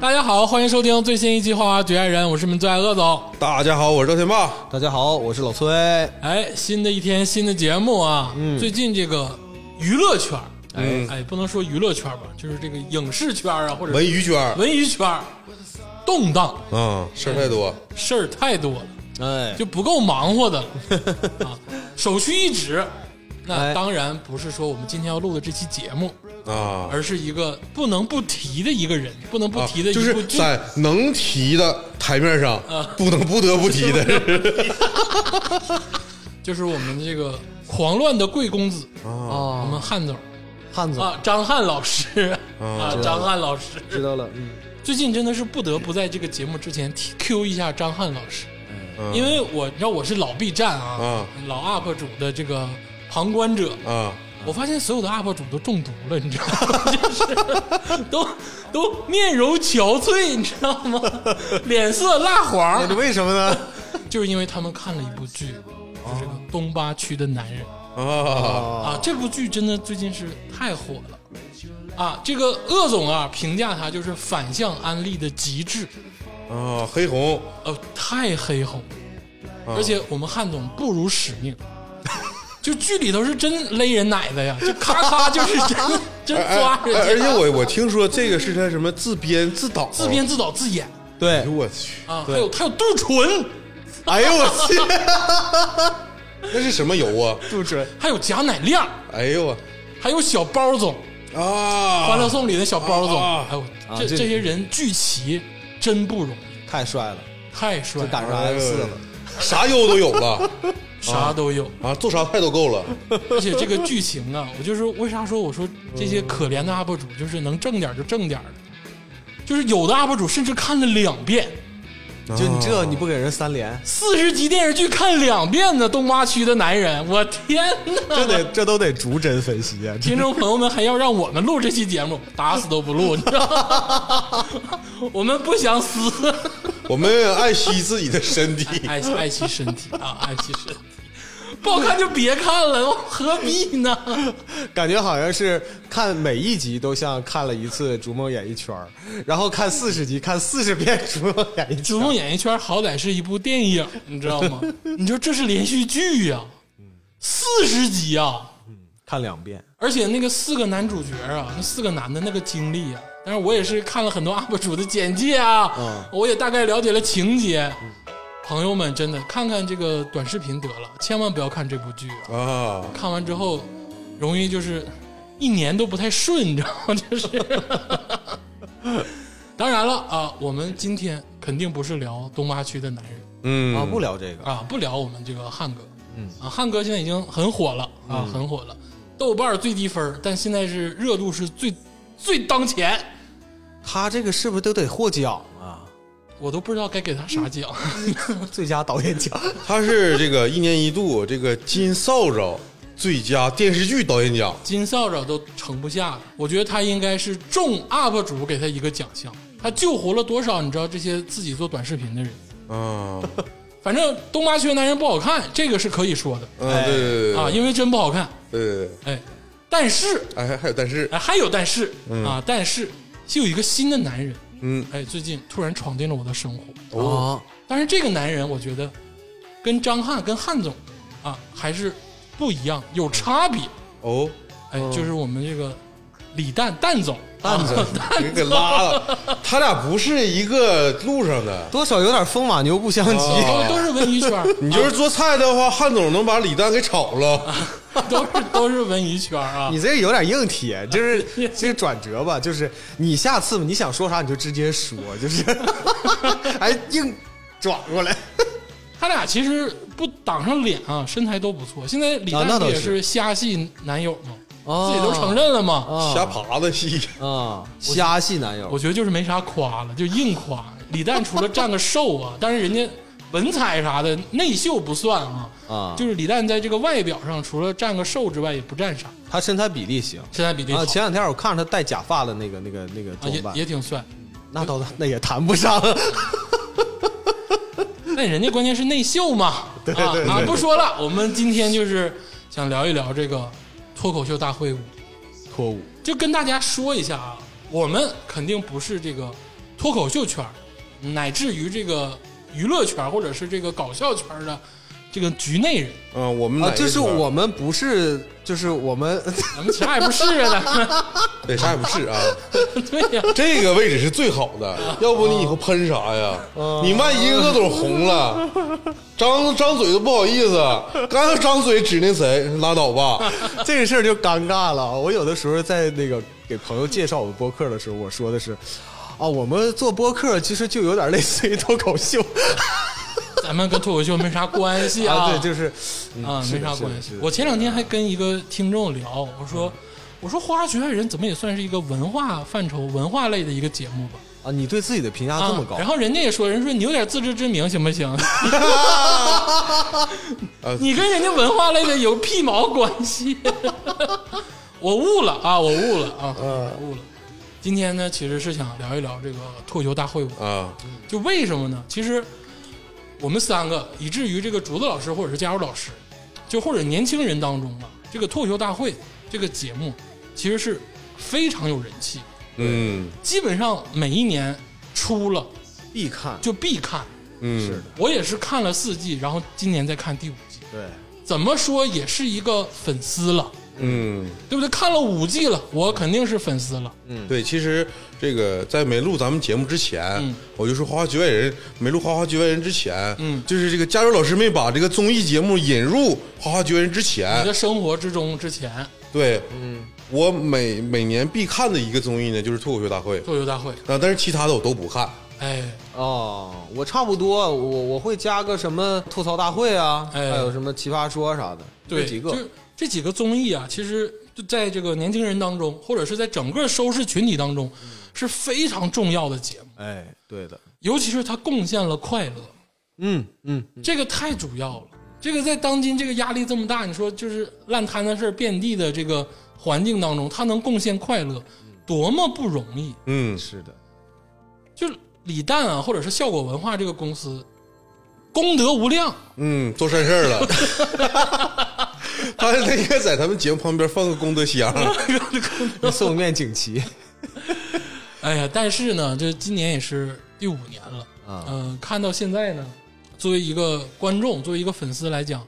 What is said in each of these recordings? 大家好，欢迎收听最新一期《花花局爱人》，我是你们最爱鄂总。大家好，我是赵天霸。大家好，我是老崔。哎，新的一天，新的节目啊！嗯最近这个娱乐圈，哎哎，不能说娱乐圈吧，就是这个影视圈啊，或者文娱圈儿，文娱圈，动荡嗯，事儿太多，事儿太多了，哎，就不够 忙活的了啊！首屈一指，那哎当然不是说我们今天要录的这期节目，啊，而是一个不能不提的一个人，不能不啊提的一就是部剧。啊在能提的台面上，不能不得不提 的就是我们这个狂乱的贵公子，我啊，们汉总汉子啊，张翰老师啊，张翰老师，知道了，嗯，最近真的是不得不在这个节目之前提 Q 一下张翰老师，因为我你知道我是老 B 站啊，老 UP 主的这个旁观者，嗯啊，我发现所有的 UP 主都中毒了，你知道吗？ 就是都都面容憔悴，你知道吗？脸色蜡黄，为什么呢？就是因为他们看了一部剧，就是这个《东八区的男人》。啊啊，这部剧真的最近是太火了啊！这个鄂总啊，评价它就是反向安利的极致，啊，黑红呃，太黑红，啊而且我们汉总不辱使命。就剧里头是真勒人奶子呀，就咔 咔就是真真哎抓哎人家，而且我我听说这个是他什么自编自导，自编，自导自演哎对呦，我去，啊，还有还有杜淳，哎呦我去， 那是什么油啊？杜淳，还有贾乃亮，哎呦我还有小包总，《啊，欢乐颂》里的小包总，啊啊还有啊这这这些人聚齐真不容易，太帅了，太帅这了，赶上 M 四了，啥油都有了啥都有。啊，做啥菜都够了，而且这个剧情啊，我就是为啥说我说这些可怜的 UP 主就是能挣点就挣点儿的，就是有的 UP 主甚至看了两遍，就你这你不给人三连，四十集电视剧看两遍的东八区的男人，我天这哪！得这都得逐帧分析啊，听众朋友们还要让我们录这期节目，打死都不录，你知道吗？ 我们不想死，我们爱惜自己的身体，爱爱惜身体啊，爱惜身体。不好看就别看了，何必呢？感觉好像是看每一集都像看了一次《逐梦演艺圈》，然后看四十集，看四十遍《逐梦演艺逐圈》。梦演艺圈好歹是一部电影，你知道吗？你说这是连续剧呀、四十集啊， 看两遍，而且那个四个男主角啊，那四个男的那个经历啊，但是我也是看了很多 UP 主的简介啊，嗯我也大概了解了情节。朋友们，真的看看这个短视频得了，千万不要看这部剧啊！啊，看完之后，容易就是一年都不太顺，你知道吗？就是。 当然了啊，我们今天肯定不是聊东八区的男人，嗯啊，不聊这个，啊，不聊我们这个汉哥，嗯啊，汉哥现在已经很火了啊，很火了，豆瓣儿最低分儿，但现在是热度是最最当前，他这个是不是都得获奖啊？我都不知道该给他啥奖，最佳导演奖，他是这个一年一度这个金扫帚最佳电视剧导演奖， 金扫帚都盛不下了，我觉得他应该是众 UP 主给他一个奖项，他救活了多少你知道这些自己做短视频的人，嗯 反正东八区的男人不好看，这个是可以说的嗯，对对对哎啊，对因为真不好看，对对，哎，但是哎还还有但是哎还有但是嗯啊，但是就有一个新的男人。嗯哎，最近突然闯进了我的生活。哦但是这个男人，我觉得跟张翰、跟汉总啊，还是不一样，嗯有差别。 哦，哎，就是我们这个李诞诞总，啊蛋子给给拉了，他俩不是一个路上的。多少有点风马牛不相及。都都是文娱圈 儿，你就是做菜的啊话，汉总能把李诞给炒了。都是都是文娱圈儿啊 你。这有点硬铁，就是这个转折吧，就是你下次你想说啥你就直接说，就是哎硬转过来，他俩其实不挡上脸啊，身材都不错。现在李啊诞那不倒也是是虾系男友吗？哦自己都承认了嘛。哦瞎爬的戏，啊，虾系男友我觉得就是没啥夸了，就硬夸。李诞除了占个瘦啊， 但是人家文采啥的内秀不算啊。啊，就是李诞在这个外表上，除了占个瘦之外，也不占啥，他身材比例行身材比例好啊。前两天我看着他戴假发的那个那个那个啊装也扮，也挺帅。那倒 那也谈不上，啊 但人家关键是内秀 嘛，啊啊！不说了，我们今天就是想聊一聊这个脱口秀大会舞，脱舞就跟大家说一下啊，我们肯定不是这个。脱口秀圈儿，乃至于这个娱乐圈儿或者是这个搞笑圈儿的这个局内人，嗯，我们啊，哪一就是圈儿我们不是，就是我们， 咱们啥也不是啊，咱们对啥也不是啊， 对呀、啊这个位置是最好的，要不你以后喷啥呀？你万一鄂总红了，张张嘴都不好意思，刚要张嘴指那谁，拉倒 吧。这个事儿就尴尬了。我有的时候在那个给朋友介绍我们播客的时候，我说的是，啊，我们做播客其实就有点类似于脱口秀咱们跟脱口秀没啥关系啊，对，就是啊，是没的啥是的关系是。的嗯我前两天还跟一个听众聊，我说，我说《花儿学院人》怎么也算是一个文化范畴、文化类的一个节目吧。啊，你对自己的评价啊，这么高然，后人家也说，人说你有点自知之明行不 行？呃你跟人家文化类的有屁毛关系？ 我悟了啊，我悟了啊，嗯我悟了。今天呢，其实是想聊一聊这个脱球大会舞，啊，就为什么呢？其实我们三个，以至于这个竹子老师或者是佳茹老师，就或者年轻人当中啊，这个脱球大会这个节目其实是非常有人气，嗯基本上每一年出了必看，就必看。嗯，是的，我也是看了四季，然后今年再看第五季。对，怎么说也是一个粉丝了，嗯，对不对？看了五季了，我肯定是粉丝了。嗯对，其实这个在没录咱们节目之前，嗯我就说《花花局外人》没录《花花局外人》之前，嗯就是这个加州老师没把这个综艺节目引入《花花局外人》之你前的，生活之中之前对，嗯，我每每年必看的一个综艺呢，就是《脱口秀大会》脱口秀大会，啊，但是其他的我都不看。哎，哦，我差不多，我我会加个什么吐槽大会啊，哎还有什么奇葩说啥的，对，这几个就这几个综艺啊，其实就在这个年轻人当中，或者是在整个收视群体当中，嗯是非常重要的节目，哎，对的，尤其是它贡献了快乐，嗯嗯，这个太主要了。这个在当今这个压力这么大，你说就是烂摊子事儿遍地的这个环境当中，它能贡献快乐，多么不容易！嗯，是的，就是李诞啊，或者是效果文化这个公司，功德无量。嗯，做善事儿了。 他他应该在咱们节目旁边放个功德箱。送面锦旗哎呀，但是呢，这今年也是第五年了，啊，嗯、看到现在呢，作为一个观众，作为一个粉丝来讲，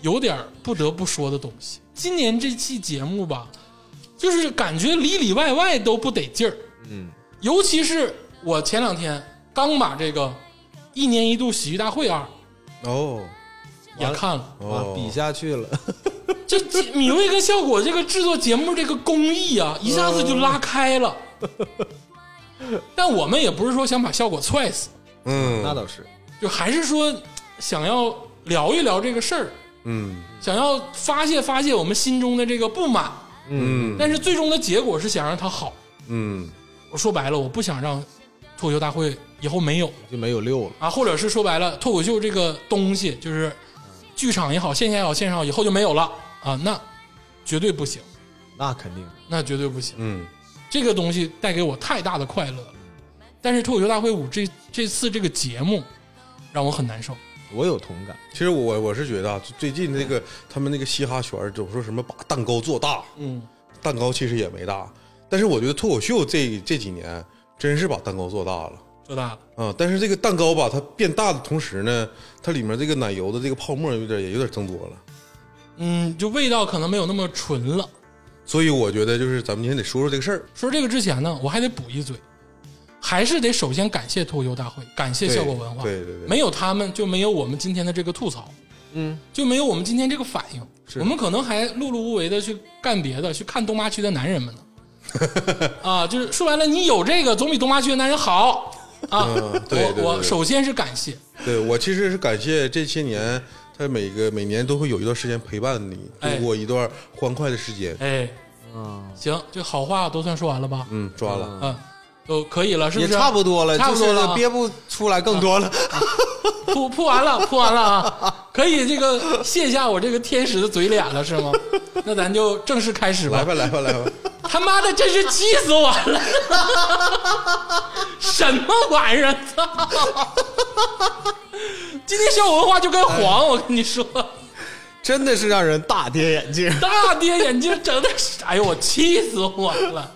有点儿不得不说的东西。今年这期节目吧，就是感觉里里外外都不得劲儿，嗯，尤其是我前两天刚把这个一年一度喜剧大会二哦也看了。啊，比下去了，这这米未跟效果这个制作节目这个工艺啊，一下子就拉开了。但我们也不是说想把效果踹死，那嗯倒是，就还是说想要聊一聊这个事儿，嗯想要发泄发泄我们心中的这个不满。嗯但是最终的结果是想让它好。嗯我说白了，我不想让脱口秀大会以后没有就没有六了，啊，或者是说白了，脱口秀这个东西就是剧场也好，线下也好，线上以后就没有了啊，那绝对不行，那肯定，那绝对不行。嗯这个东西带给我太大的快乐了。但是脱口秀大会五这这次这个节目让我很难受。我有同感，其实我我是觉得啊，最近那个他们那个嘻哈圈儿总说什么把蛋糕做大，嗯，蛋糕其实也没大，但是我觉得脱口秀这这几年真是把蛋糕做大了。做大了，啊、但是这个蛋糕吧，它变大的同时呢，它里面这个奶油的这个泡沫有点也有点增多了，嗯，就味道可能没有那么纯了。所以我觉得就是咱们今天得说说这个事儿。说这个之前呢，我还得补一嘴，还是得首先感谢脱口秀大会，感谢效果文化，对对对对没有他们就没有我们今天的这个吐槽，嗯，就没有我们今天这个反应。我们可能还碌碌无为的去干别的，去看东八区的男人们呢。 啊，就是说白了，你有这个总比东八区的男人好啊！嗯对对对我我对首先是感谢，对我其实是感谢这些年，他每个每年都会有一段时间陪伴你，度哎过一段欢快的时间。哎，啊，行，这好话都算说完了吧？嗯，抓了，嗯，都可以了，是不也是？差不多了，差不多了就是啊憋不出来更多了，铺铺完了，铺完了啊，可以这个卸下我这个天使的嘴脸了，是吗？那咱就正式开始来吧。吧，来吧，来吧，他妈的，真是气死我了！ 什么玩意儿？ 操！今天小文化就该黄，我跟你说， 真的是让人大跌眼镜。 大跌眼镜，整的，哎呦，我气死我了！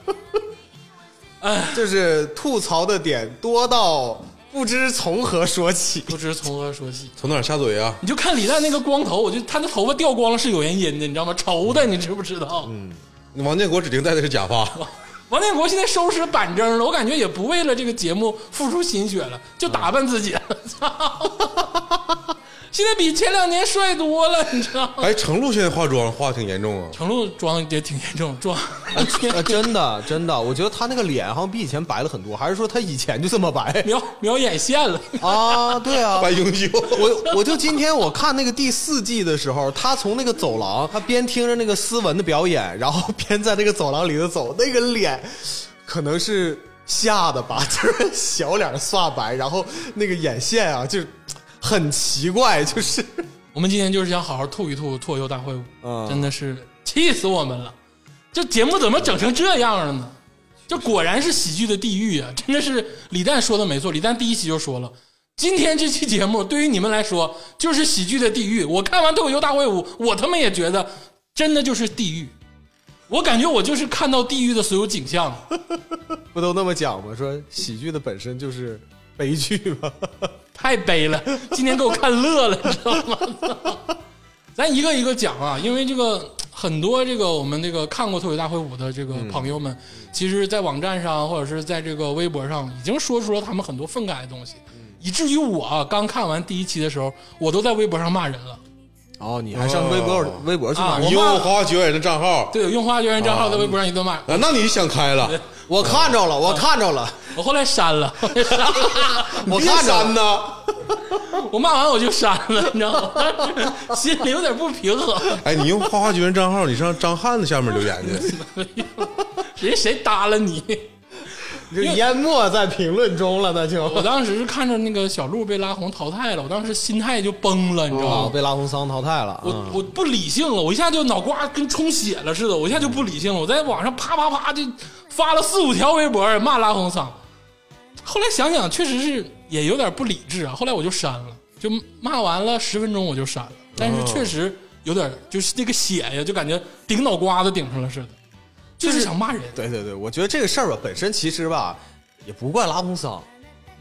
就是吐槽的点多到不知从何说起。不知从何说起。从哪儿下嘴啊？你就看李诞那个光头，我就他那头发掉光了是有原因的，你知道吗？愁的，你知不知道？王建国指定戴的是假 发，王建国现在收拾板正了，我感觉也不为了这个节目付出心血了，就打扮自己了。现在比前两年帅多了，你知道吗？哎，程璐现在化妆化得挺严 重啊。程璐妆也挺严重，妆 呃，真的，真的，我觉得他那个脸好像比以前白了很多，还是说他以前就这么白 描描眼线了。啊？对啊，白永久，我我就今天我看那个第四季的时候，他从那个走廊，他边听着那个斯文的表演，然后边在那个走廊里头走，那个脸可能是吓的吧， 就是小脸刷白，然后那个眼线啊，就是很奇怪，就是 我们今天就是想好好吐一吐脱口秀大会舞，嗯真的是气死我们了！这节目怎么整成这样了呢？这果然是喜剧的地狱啊！真的是李诞说的没错，李诞第一期就说了，今天这期节目对于你们来说就是喜剧的地狱。我看完脱口秀大会舞，我他妈也觉得真的就是地狱。我感觉我就是看到地狱的所有景象了。不都那么讲吗？说喜剧的本身就是悲剧嘛。太悲了， 今天给我看乐了，你 知道吗？ 咱一个一个讲啊，因为这个很多这个我们这个看过《脱口大会五》的这个朋友们，其实，在网站上或者是在这个微博上，已经说出了他们很多愤慨的东西，以至于我啊，刚看完第一期的时候，我都在微博上骂人了。哦，你还上微博、哦微博去骂啊人你我用骂花花绝缘的账号对，用花学院账号在微博上一顿骂，啊？那你想开 了，我看着了，我看着了，我后来删了， 我别看着删了。呐！我骂完我就删了，你知道吗？ 心里有点不平衡， 哎，你用花花绝缘账号，你上张翰子下面留言去。 人谁搭了你？你就淹没在评论中了，那就我当时是看着那个小鹿被拉红淘汰了，我当时心态就崩了，你知道哦吗？被拉红桑淘汰了。嗯我我不理性了，我一下就脑瓜跟充血了似的，我一下就不理性了。我在网上啪啪啪就发了四五条微博骂拉红桑，后来想想确实是也有点不理智啊。后来我就删了，就骂完了十分钟我就删了，但是确实有点就是那个血呀，就感觉顶脑瓜子顶上了似的，就是想骂人。对对对，我觉得这个事儿吧，本身其实吧，也不怪拉红桑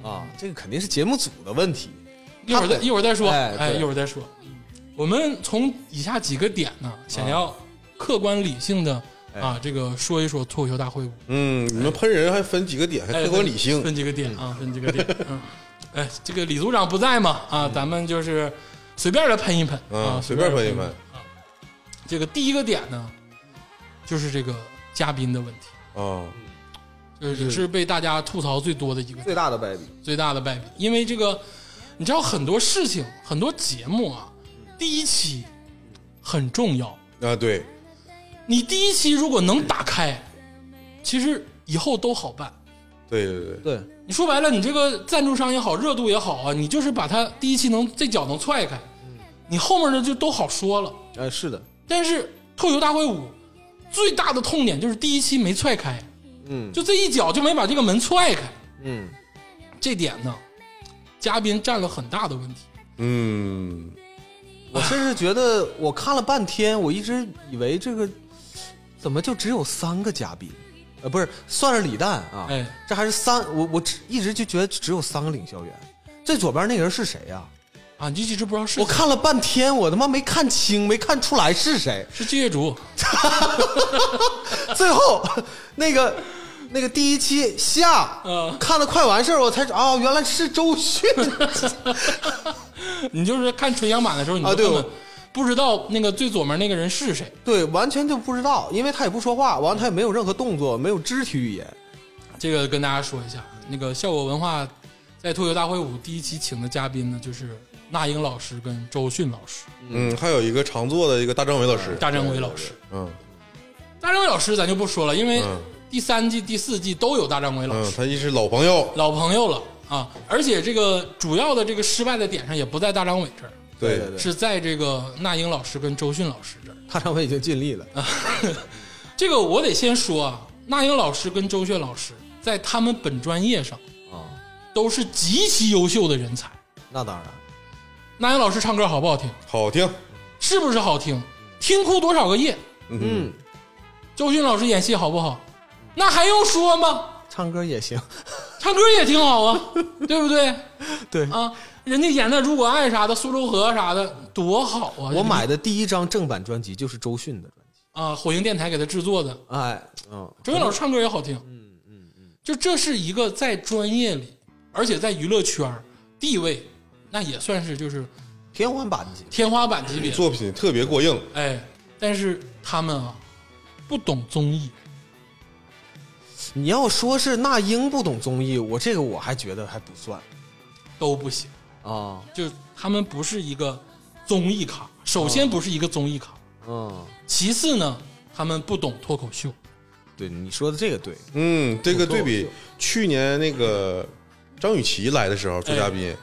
啊，这个肯定是节目组的问题。一会儿再一会儿再说，哎哎，对一会儿再说。我们从以下几个点呢，嗯想要客观理性的哎啊，这个说一说脱口秀大会舞，嗯，你们喷人还分几个点，还哎客观理分性。分几个点啊，分几个点。嗯， 哎，这个李组长不在嘛啊，咱们就是随便来喷一喷啊，嗯嗯，随便喷喷一喷啊。这个第一个点呢，就是这个嘉宾的问题，啊。就是也是被大家吐槽最多的一个点最大的败笔，最大的败笔，因为这个你知道很多事情、很多节目啊，第一期很重要。啊，对，你第一期如果能打开，其实以后都好办。对对对，对，你说白了，你这个赞助商也好，热度也好啊，你就是把它第一期能这脚能踹开，你后面的就都好说了。呃，是的，但是脱口秀大会五最大的痛点就是第一期没踹开，嗯就这一脚就没把这个门踹开，嗯，这点呢，嘉宾占了很大的问题。嗯，我甚至觉得我看了半天，我一直以为这个怎么就只有三个嘉宾，呃，不是，算是李诞啊，哎这还是三，我我只一直就觉得只有三个领笑员，最左边那个人是谁呀、啊，你一直不知道是我谁看了半天，我他妈没看清，没看出来是谁。是季月竹，最后那个那个第一期下，嗯看的快完事儿，我才知哦，原来是周迅 你就是看纯阳版的时候，你啊就对根我本不知道那个最左面那个人是谁，对，完全就不知道，因为他也不说话，完了他也没有任何动作，没有肢体语言。这个跟大家说一下，那个效果文化在脱口大会舞第一期请的嘉宾呢，就是那英老师跟周迅老师、嗯，还有一个常做的一个大张伟老师，大张伟老师。嗯大张伟老师咱就不说了，因为嗯第三季、第四季都有大张伟老嗯，师，他一是老朋友，老朋友了啊。而且这个主要的这个失败的点上也不在大张伟这儿，对对对是在这个那英老师跟周迅老师这儿。大张伟已经尽力了，啊这个我得先说啊，那英老师跟周迅老师在他们本专业上啊都是极其优秀的人才。那当然，那英老师唱歌好不好听？好听，是不是好听？听哭多少个夜？嗯，周迅老师演戏好不好？那还用说吗？唱歌也行，唱歌也挺好啊， 对不对？对啊，人家演的《如果爱》啥的，《苏州河》啥的，多好啊！我买的第一张正版专辑就是周迅的专辑，啊，火星电台给他制作的，哎，嗯，周迅老师唱歌也好听，嗯嗯嗯，就这是一个在专业里，而且在娱乐圈儿地位，那也算是就是天花板级，天花板级别，作品特别过硬，哎，但是他们啊，不懂综艺，你要说是那英不懂综艺，我这个我还觉得还不算都不行，啊，就是他们不是一个综艺咖，首先不是一个综艺咖，嗯，其次呢，他们不懂脱口秀，对，你说的这个对，啊嗯，这个对不比错去年那个张雨绮来的时候做嘉宾，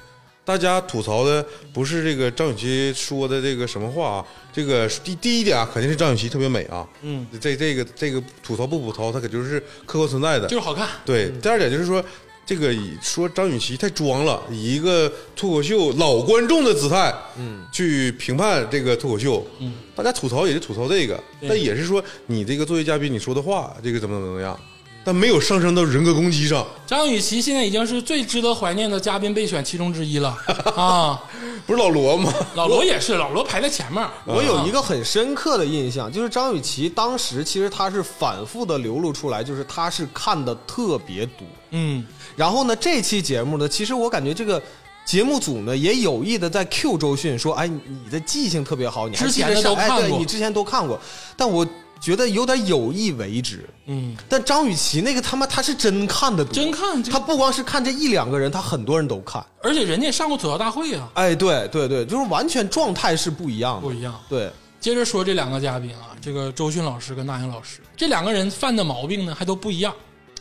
大家吐槽的不是这个张雨绮说的这个什么话啊，这个第第一点啊，肯定是张雨绮特别美啊，嗯，这这个这个吐槽不吐槽，它可就是客观存在的就，是好看，对。嗯第二点就是说。这个以说张雨绮太装了，以一个脱口秀老观众的姿态，嗯，去评判这个脱口秀，嗯，大家吐槽也是吐槽这个，对但也是说你这个作为嘉宾你说的话，这个怎么怎么样，但没有上升到人格攻击上，张雨绮现在已经是最值得怀念的嘉宾备选其中之 一了啊！不是老罗吗？ 老罗也是，老罗排在前面儿。我有一个很深刻的印象，就是张雨绮当时其实她是反复的流露出来，就是她是看的特别多。嗯，然后呢，这期节目呢，其实我感觉这个节目组呢也有意的在 Q 周迅说，哎，你的记性特别好，你还之前的记得上都看过哎对你之前都看过，但我觉得有点有意为之。嗯，但张雨绮那个他妈她是真看的多，真看这她不光是看这一两个人，她很多人都看。而且人家上过吐槽大会啊，哎，对对对，就是完全状态是不一样不的。一样。对，接着说这两个嘉宾啊，这个周迅老师跟那英老师，这两个人犯的毛病呢还都不一样。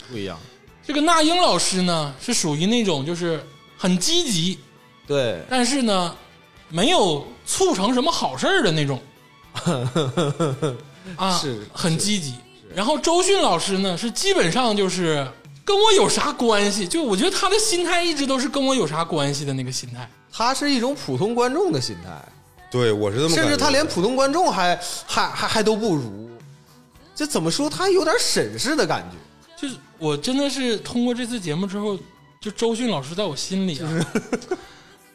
不一样。这个那英老师呢是属于那种就是很积极，对，但是呢没有促成什么好事儿的那种，啊，是很积极。然后周迅老师呢是基本上就是跟我有啥关系，就我觉得他的心态一直都是跟我有啥关系的那个心态。他是一种普通观众的心态，对，我是这么感觉甚的，至他连普通观众还还还还都不如。这怎么说？他有点审视的感觉。就是我真的是通过这次节目之后，就周迅老师在我心里啊，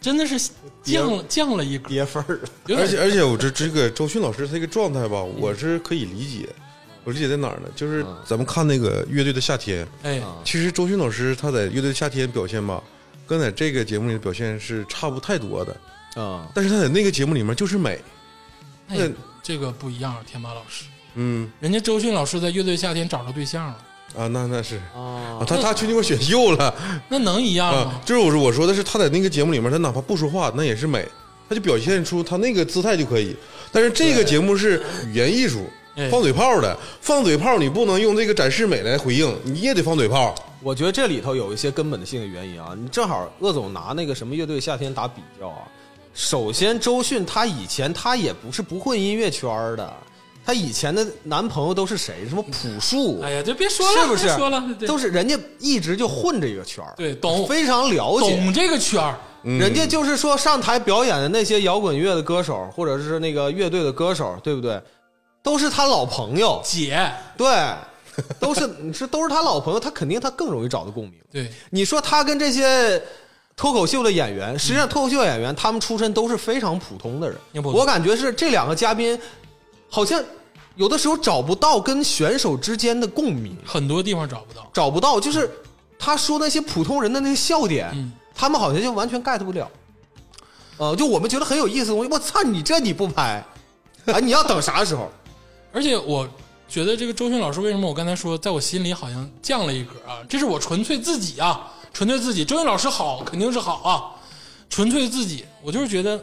真的是降了降了一格，跌分儿了。有而且点而且我这这个周迅老师他这个状态吧，我是可以理解。我理解在哪儿呢？就是嗯咱们看那个乐队的夏天，哎，啊其实周迅老师他在乐队的夏天表现吧，跟在这个节目里的表现是差不太多的，啊、但是他在那个节目里面就是美，那也那哎这个不一样啊，天霸老师，嗯人家周迅老师在乐队夏天找着对象了，啊，那那是啊，哦啊！他他去那块选秀了那能一样啊吗，？就是我说我说的是他在那个节目里面，他哪怕不说话，那也是美，他就表现出他那个姿态就可以。但是这个节目是语言艺术哎，放嘴炮的，放嘴炮你不能用这个展示美来回应，你也得放嘴炮。我觉得这里头有一些根本性的原因啊。你正好鄂总拿那个什么乐队夏天打比较啊。首先，周迅她以前她也不是不混音乐圈儿的，她以前的男朋友都是谁？什么朴树，哎呀，这别说了，嗯是不是？别说了，对都是人家一直就混这个圈儿，对懂非常了解，懂这个圈儿，人家就是说上台表演的那些摇滚乐的歌手，或者是那个乐队的歌手，对不对？都是他老朋友，姐，对，都是你是都是他老朋友，他肯定他更容易找到共鸣。对，你说他跟这些脱口秀的演员，实际上脱口秀演员他们出身都是非常普通的人，要不我感觉是这两个嘉宾好像有的时候找不到跟选手之间的共鸣。很多地方找不到，找不到，就是他说那些普通人的那些笑点，嗯他们好像就完全 get 不了。呃，就我们觉得很有意思的东西，我操，你这你不拍，啊，你要等啥时候？而且我觉得这个周迅老师为什么我刚才说在我心里好像降了一格啊？这是我纯粹自己啊，纯粹自己。周迅老师好，肯定是好啊，纯粹自己，我就是觉得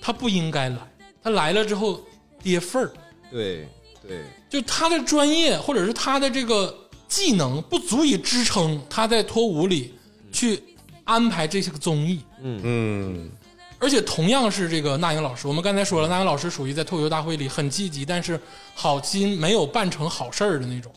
他不应该来，他来了之后跌份儿，对对，就他的专业或者是他的这个技能不足以支撑他在脱舞里去安排这些个综艺。嗯，而且同样是这个那英老师，我们刚才说了，那英老师属于在脱口秀大会里很积极，但是好心没有办成好事儿的那种。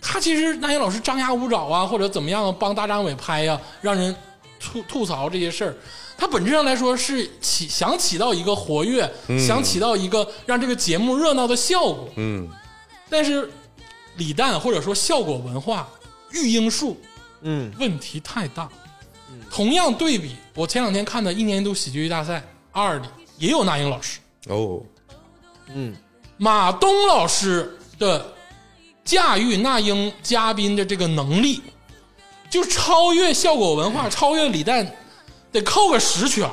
他其实那英老师张牙舞爪啊，或者怎么样啊帮大张伟拍呀、让人吐吐槽这些事儿。他本质上来说是起想起到一个活跃，想起到一个让这个节目热闹的效果。嗯，但是李诞或者说效果文化育婴术嗯问题太大。同样对比，我前两天看的一年一度喜剧大赛二里也有那英老师，哦，嗯马东老师的驾驭那英嘉宾的这个能力，就超越效果文化，超越李诞，得扣个十圈儿，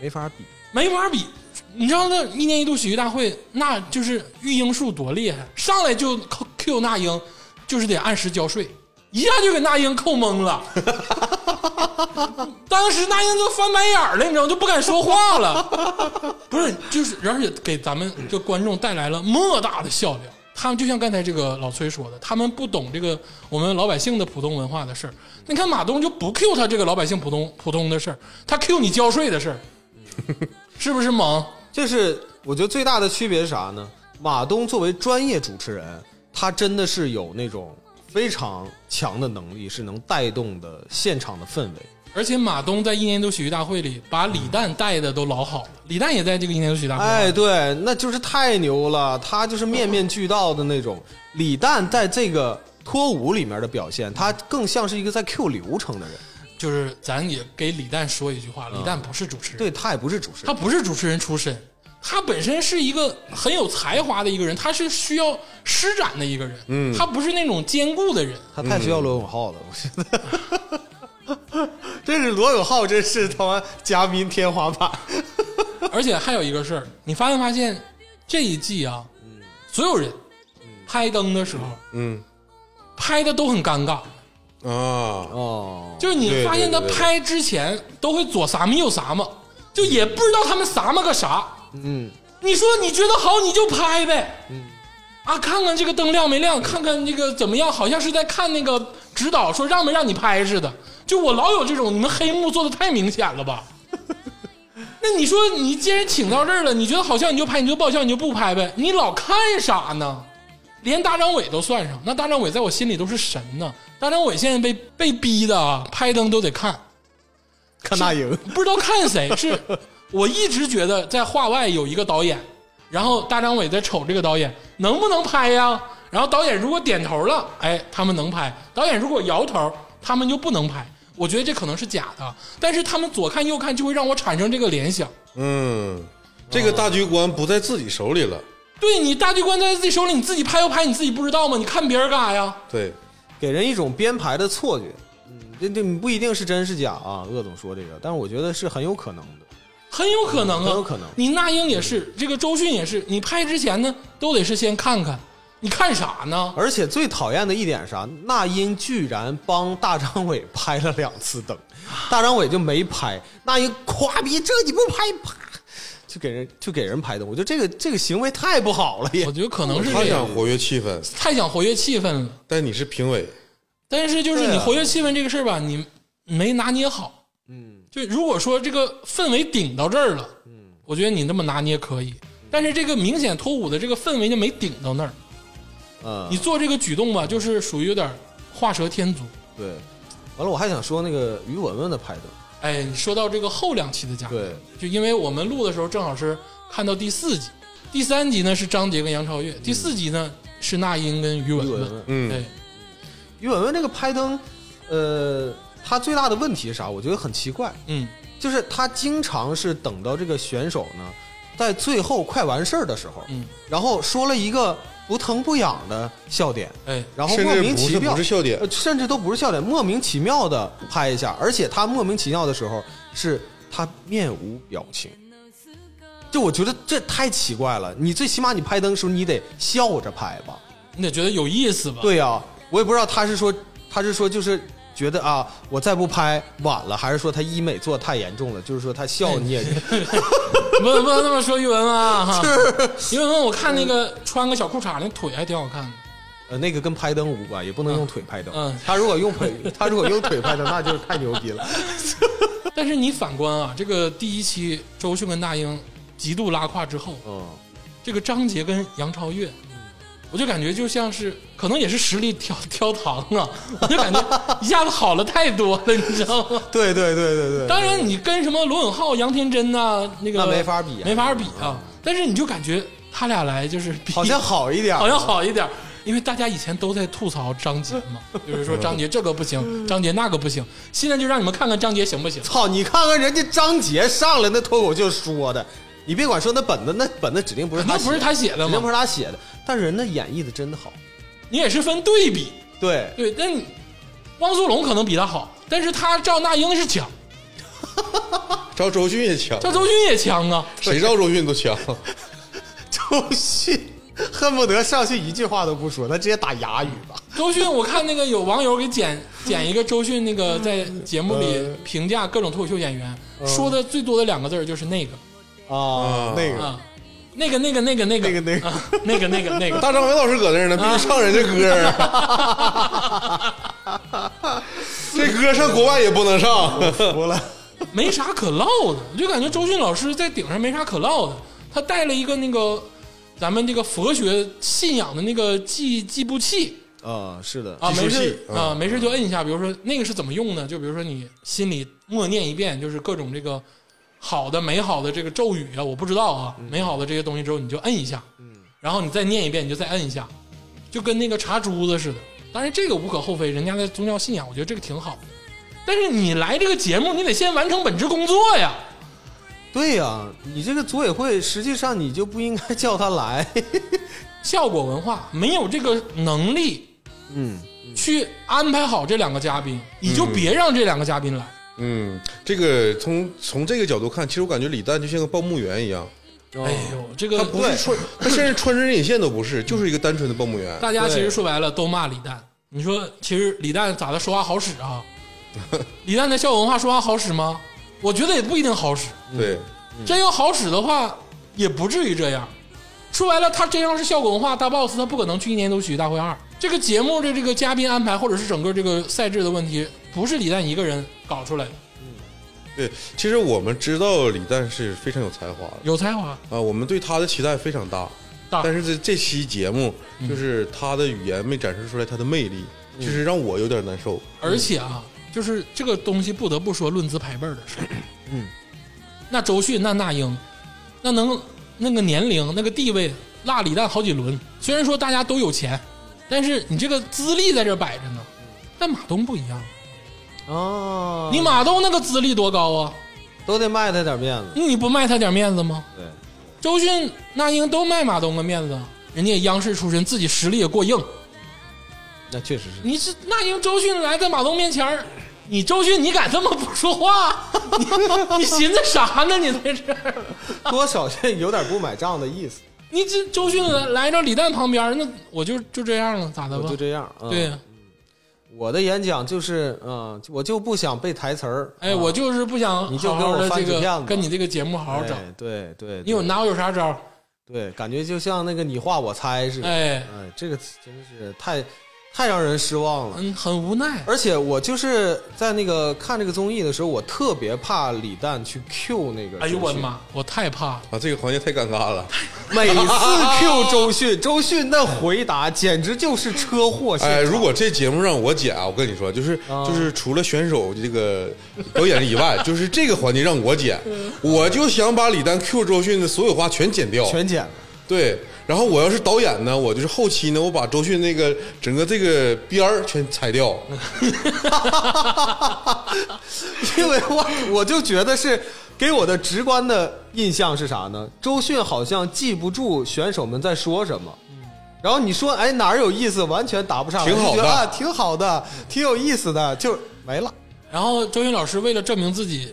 没法比。没法比。你知道那一年一度喜剧大会，那就是育婴术多厉害，上来就扣 Q 那英，就是得按时交税，一下就给那英扣懵了。 当时那英就翻白眼儿了，你知道吗，就不敢说话了。不是，就是而且给咱们这观众带来了莫大的笑料。他们就像刚才这个老崔说的，他们不懂这个我们老百姓的普通文化的事儿。你看马东就不 Q 他这个老百姓普通普通的事儿，他 Q 你交税的事儿，是不是猛？就是我觉得最大的区别是啥呢？马东作为专业主持人，他真的是有那种非常强的能力，是能带动的现场的氛围。而且马东在一年一度喜剧大会里把李诞带的都老好了，李诞也在这个一年一度喜剧大会。啊哎，对，那就是太牛了，他就是面面俱到的那种。李诞在这个脱舞里面的表现，他更像是一个在 Q 流程的人。就是咱也给李诞说一句话，李诞不是主持人，对他也不是主持他人，不是主持人出身，他本身是一个很有才华的一个人，他是需要施展的一个人，嗯，他不是那种坚固的人，他嗯太需要罗永浩了，我觉得。 这是罗永浩，这是他妈嘉宾天花板。而且还有一个事儿，你发没发现这一季啊，所有人拍灯的时候嗯拍的都很尴尬，啊，哦，就是你对发现他对对对拍之前都会左撒么右撒么，就也不知道他们撒么个啥。嗯，你说你觉得好你就拍呗，嗯，啊，看看这个灯亮没亮，看看这个怎么样，好像是在看那个指导说让没让你拍似的。就我老有这种，你们黑幕做的太明显了吧？ 那你说你既然请到这儿了，你觉得好笑你就拍，你觉得不好笑你就不拍呗，你老看啥呢？连大张伟都算上，那大张伟在我心里都是神呢。大张伟现在被被逼的啊，拍灯都得看，看那英，不知道看谁是。我一直觉得在画外有一个导演，然后大张伟在瞅这个导演能不能拍呀？然后导演如果点头了，哎，他们能拍；导演如果摇头，他们就不能拍。我觉得这可能是假的，但是他们左看右看就会让我产生这个联想。嗯，这个大局观不在自己手里了，对你大局观在自己手里，你自己拍不拍你自己不知道吗？你看别人干啥呀？对，给人一种编排的错觉。嗯，这这不一定是真是假啊，鄂总说这个，但是我觉得是很有可能的。很有可能啊，很有可能你那英也是，这个周迅也是，你拍之前呢都得是先看看，你看啥呢？而且最讨厌的一点是啥？那英居然帮大张伟拍了两次 灯，大张伟就没拍，那英夸逼这你不拍，啪就给人就给人拍灯。我觉得这个这个行为太不好了也我。觉得可能是他这想样，活跃气氛，太想活跃气氛了。但你是评委，但是就是对啊你活跃气氛这个事儿吧，你没拿捏好。嗯，就如果说这个氛围顶到这儿了，嗯，我觉得你那么拿捏可以。但是这个明显脱舞的这个氛围就没顶到那儿，嗯，你做这个举动吧，就是属于有点画蛇添足。啊对。完了，我还想说那个于文文的拍灯，哎，你说到这个后两期的嘉宾，对，就因为我们录的时候正好是看到第四集，第三集呢是张杰跟杨超越，第四集呢是那英跟于文哎嗯于文文文。，嗯对，于文文这个拍灯，呃，他最大的问题是啥？我觉得很奇怪，嗯，就是他经常是等到这个选手呢，在最后快完事儿的时候，嗯，然后说了一个不疼不痒的笑点，哎，然后甚莫至名不其是妙不是笑点呃，甚至都不是笑点，莫名其妙的拍一下，而且他莫名其妙的时候是他面无表情。就我觉得这太奇怪了，你最起码你拍灯的时候你得笑着拍吧，你得觉得有意思吧？对呀、我也不知道他是说他是说就是觉得啊，我再不拍晚了，还是说他医美做得太严重了，就是说他 笑你也不不能这么说于文文啊， 哈，于文文，我看那个穿个小裤衩，那腿还挺好看的。呃那个跟拍灯无关，也不能用腿拍灯。嗯啊嗯他如果用腿，他如果用腿拍灯，那就是太牛逼 了。但是你反观啊，这个第一期周迅跟那英极度拉胯之后，嗯，这个张杰跟杨超越，我就感觉就像是可能也是实力挑挑堂啊，我就感觉一下子好了太多了，你知道吗？对对对对对。当然，你跟什么罗永浩、杨天真呐、那个那没法比啊没法比啊。但是你就感觉他俩来就是比好像好一点，好像好一点。因为大家以前都在吐槽张杰 嘛，就是说张杰这个不嗯行，张杰那个不行，现在就让你们看看张杰行不行。操，你看看人家张杰上来那脱口秀说的，你别管说那本子，那本子指定不是肯他定写不的，是他写的指定嘛，不是他写的，但是人家演绎的真的好。你也是分对比，对，对，但你汪苏泷可能比他好，但是他赵那英是强，赵周迅也强，赵周迅也强啊，谁赵周迅都强， 周迅恨不得上去一句话都不说，他直接打哑语吧。 周迅，我看那个有网友给剪剪一个周迅那个在节目里嗯评价各种脱口秀演员，说的最多的两个字儿就是那个啊，那个啊，那个那个那个那个那个那个啊那个那个那 个，大张伟老师搁那儿呢，必须唱人家歌儿。 这歌上国外也不能上， 服了。没啥可唠的，我就感觉周迅老师在顶上没啥可唠的，他带了一个那个咱们这个佛学信仰的那个计计步器。啊，是的，啊，计数没器嗯事啊，没事就摁一下。比如说那个是怎么用呢？就比如说你心里默念一遍，就是各种这个好的、美好的这个咒语啊，我不知道啊，嗯美好的这些东西之后你就摁一下，然后你再念一遍，你就再摁一下，就跟那个茶珠子似的。当然这个无可厚非，人家的宗教信仰，我觉得这个挺好的。但是你来这个节目，你得先完成本职工作呀。对呀、你这个组委会实际上你就不应该叫他来。效果文化没有这个能力 嗯，去安排好这两个嘉宾，你就别让这两个嘉宾来。嗯，这个从从这个角度看，其实我感觉李诞就像个报幕员一样，哎呦，这个哦他不是穿，他甚至穿针引线都不是，就是一个单纯的报幕员。大家其实说白了都骂李诞。你说，其实李诞咋的说话好使啊？李诞在校友文化说话好使吗？我觉得也不一定好使。对，真要好使的话，也不至于这样。说白了，他真要是效果文化大 boss，他不可能去一年一度喜剧大会二这个节目的这个嘉宾安排，或者是整个这个赛制的问题，不是李诞一个人搞出来的，对，其实我们知道李诞是非常有才华的有才华。啊，我们对他的期待非常大。大但是这这期节目，就是他的语言没展示出来他的魅力，就是让我有点难受。而且啊，就是这个东西不得不说论资排辈儿的事嗯，那周迅、那那英，那能那个年龄、那个地位，落李诞好几轮。虽然说大家都有钱，但是你这个资历在这摆着呢。但马东不一样，哦，你马东那个资历多高啊？都得卖他点面子。你不卖他点面子吗？对，周迅、那英都卖马东个面子，人家也央视出身，自己实力也过硬。那 确实是。你是那英周迅来在马东面前儿你周迅你敢这么不说话？ 你你寻思啥呢？你在这儿，多少是有点不买账的意思，你这周迅来来到李诞旁边儿，那我就就这样了，咋的我吧就？这样。嗯、对，，我的演讲就是，嗯，我就不想背台词儿。哎，啊我就是不想你就好跟好我的翻这纸片个子跟你这个节目好好整，哎对对，你有对哪有啥招儿？对，感觉就像那个你画我猜似的。哎，哎，这个真是太太让人失望了。嗯，很无奈。而且我就是在那个看这个综艺的时候，我特别怕李诞去 Q 那个。哎呦我的！妈，我太怕了。啊，这个环节太尴尬了。每次 Q 周迅，周迅那回答简直就是车祸现场。哎，如果这节目让我剪啊，我跟你说，就是就是除了选手这个表演以外，就是这个环节让我剪，我就想把李诞 Q 周迅的所有话全剪掉。全剪了，对，然后我要是导演呢，我就是后期呢，我把周迅那个整个这个边儿全裁掉。因为我我就觉得是给我的直观的印象是啥呢？周迅好像记不住选手们在说什么。然后你说，哎，哪儿有意思？完全答不上来，挺好就觉得的啊，挺好的，挺有意思的，就没了。然后周迅老师为了证明自己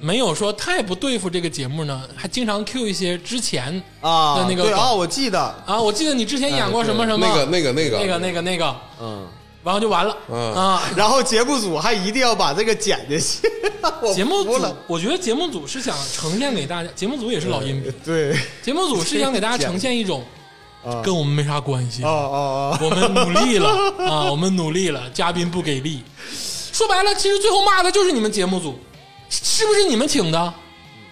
没有说太不对付这个节目呢，还经常 Q 一些之前啊，哎的那个对梗啊，我记得，啊，我记得你之前演过什么什么那个那个那个那个那个那个，嗯，然后就完了。嗯啊， 然后节目组还一定要把这个剪进去， 我节目服组了，，我觉得节目组是想呈现给大家，节目组也是老阴逼，对，节目组是想给大家呈现一种啊跟我们没啥关系哦，哦哦，我们努力了 啊，我们努力了，嘉宾不给力。说白了，其实最后骂的就是你们节目组，是不是你们请的？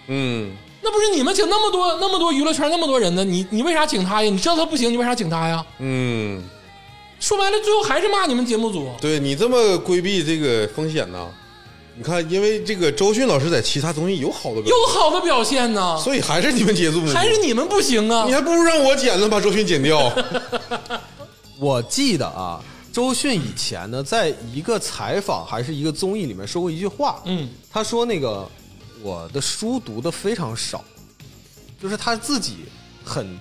嗯，那不是你们请那么多那么多娱乐圈那么多人呢？你你为啥请他呀？你知道他不行，你为啥请他呀？嗯，说白了，最后还是骂你们节目组。对你这么规避这个风险呢？你看，因为这个周迅老师在其他综艺有好的表有好的表现呢现，，所以还是你们节目，还是你们不行啊你？还不如让我剪呢，把周迅剪掉。我记得啊，周迅以前呢，在一个采访还是一个综艺里面说过一句话，嗯，他说那个我的书读的非常少，就是他自己很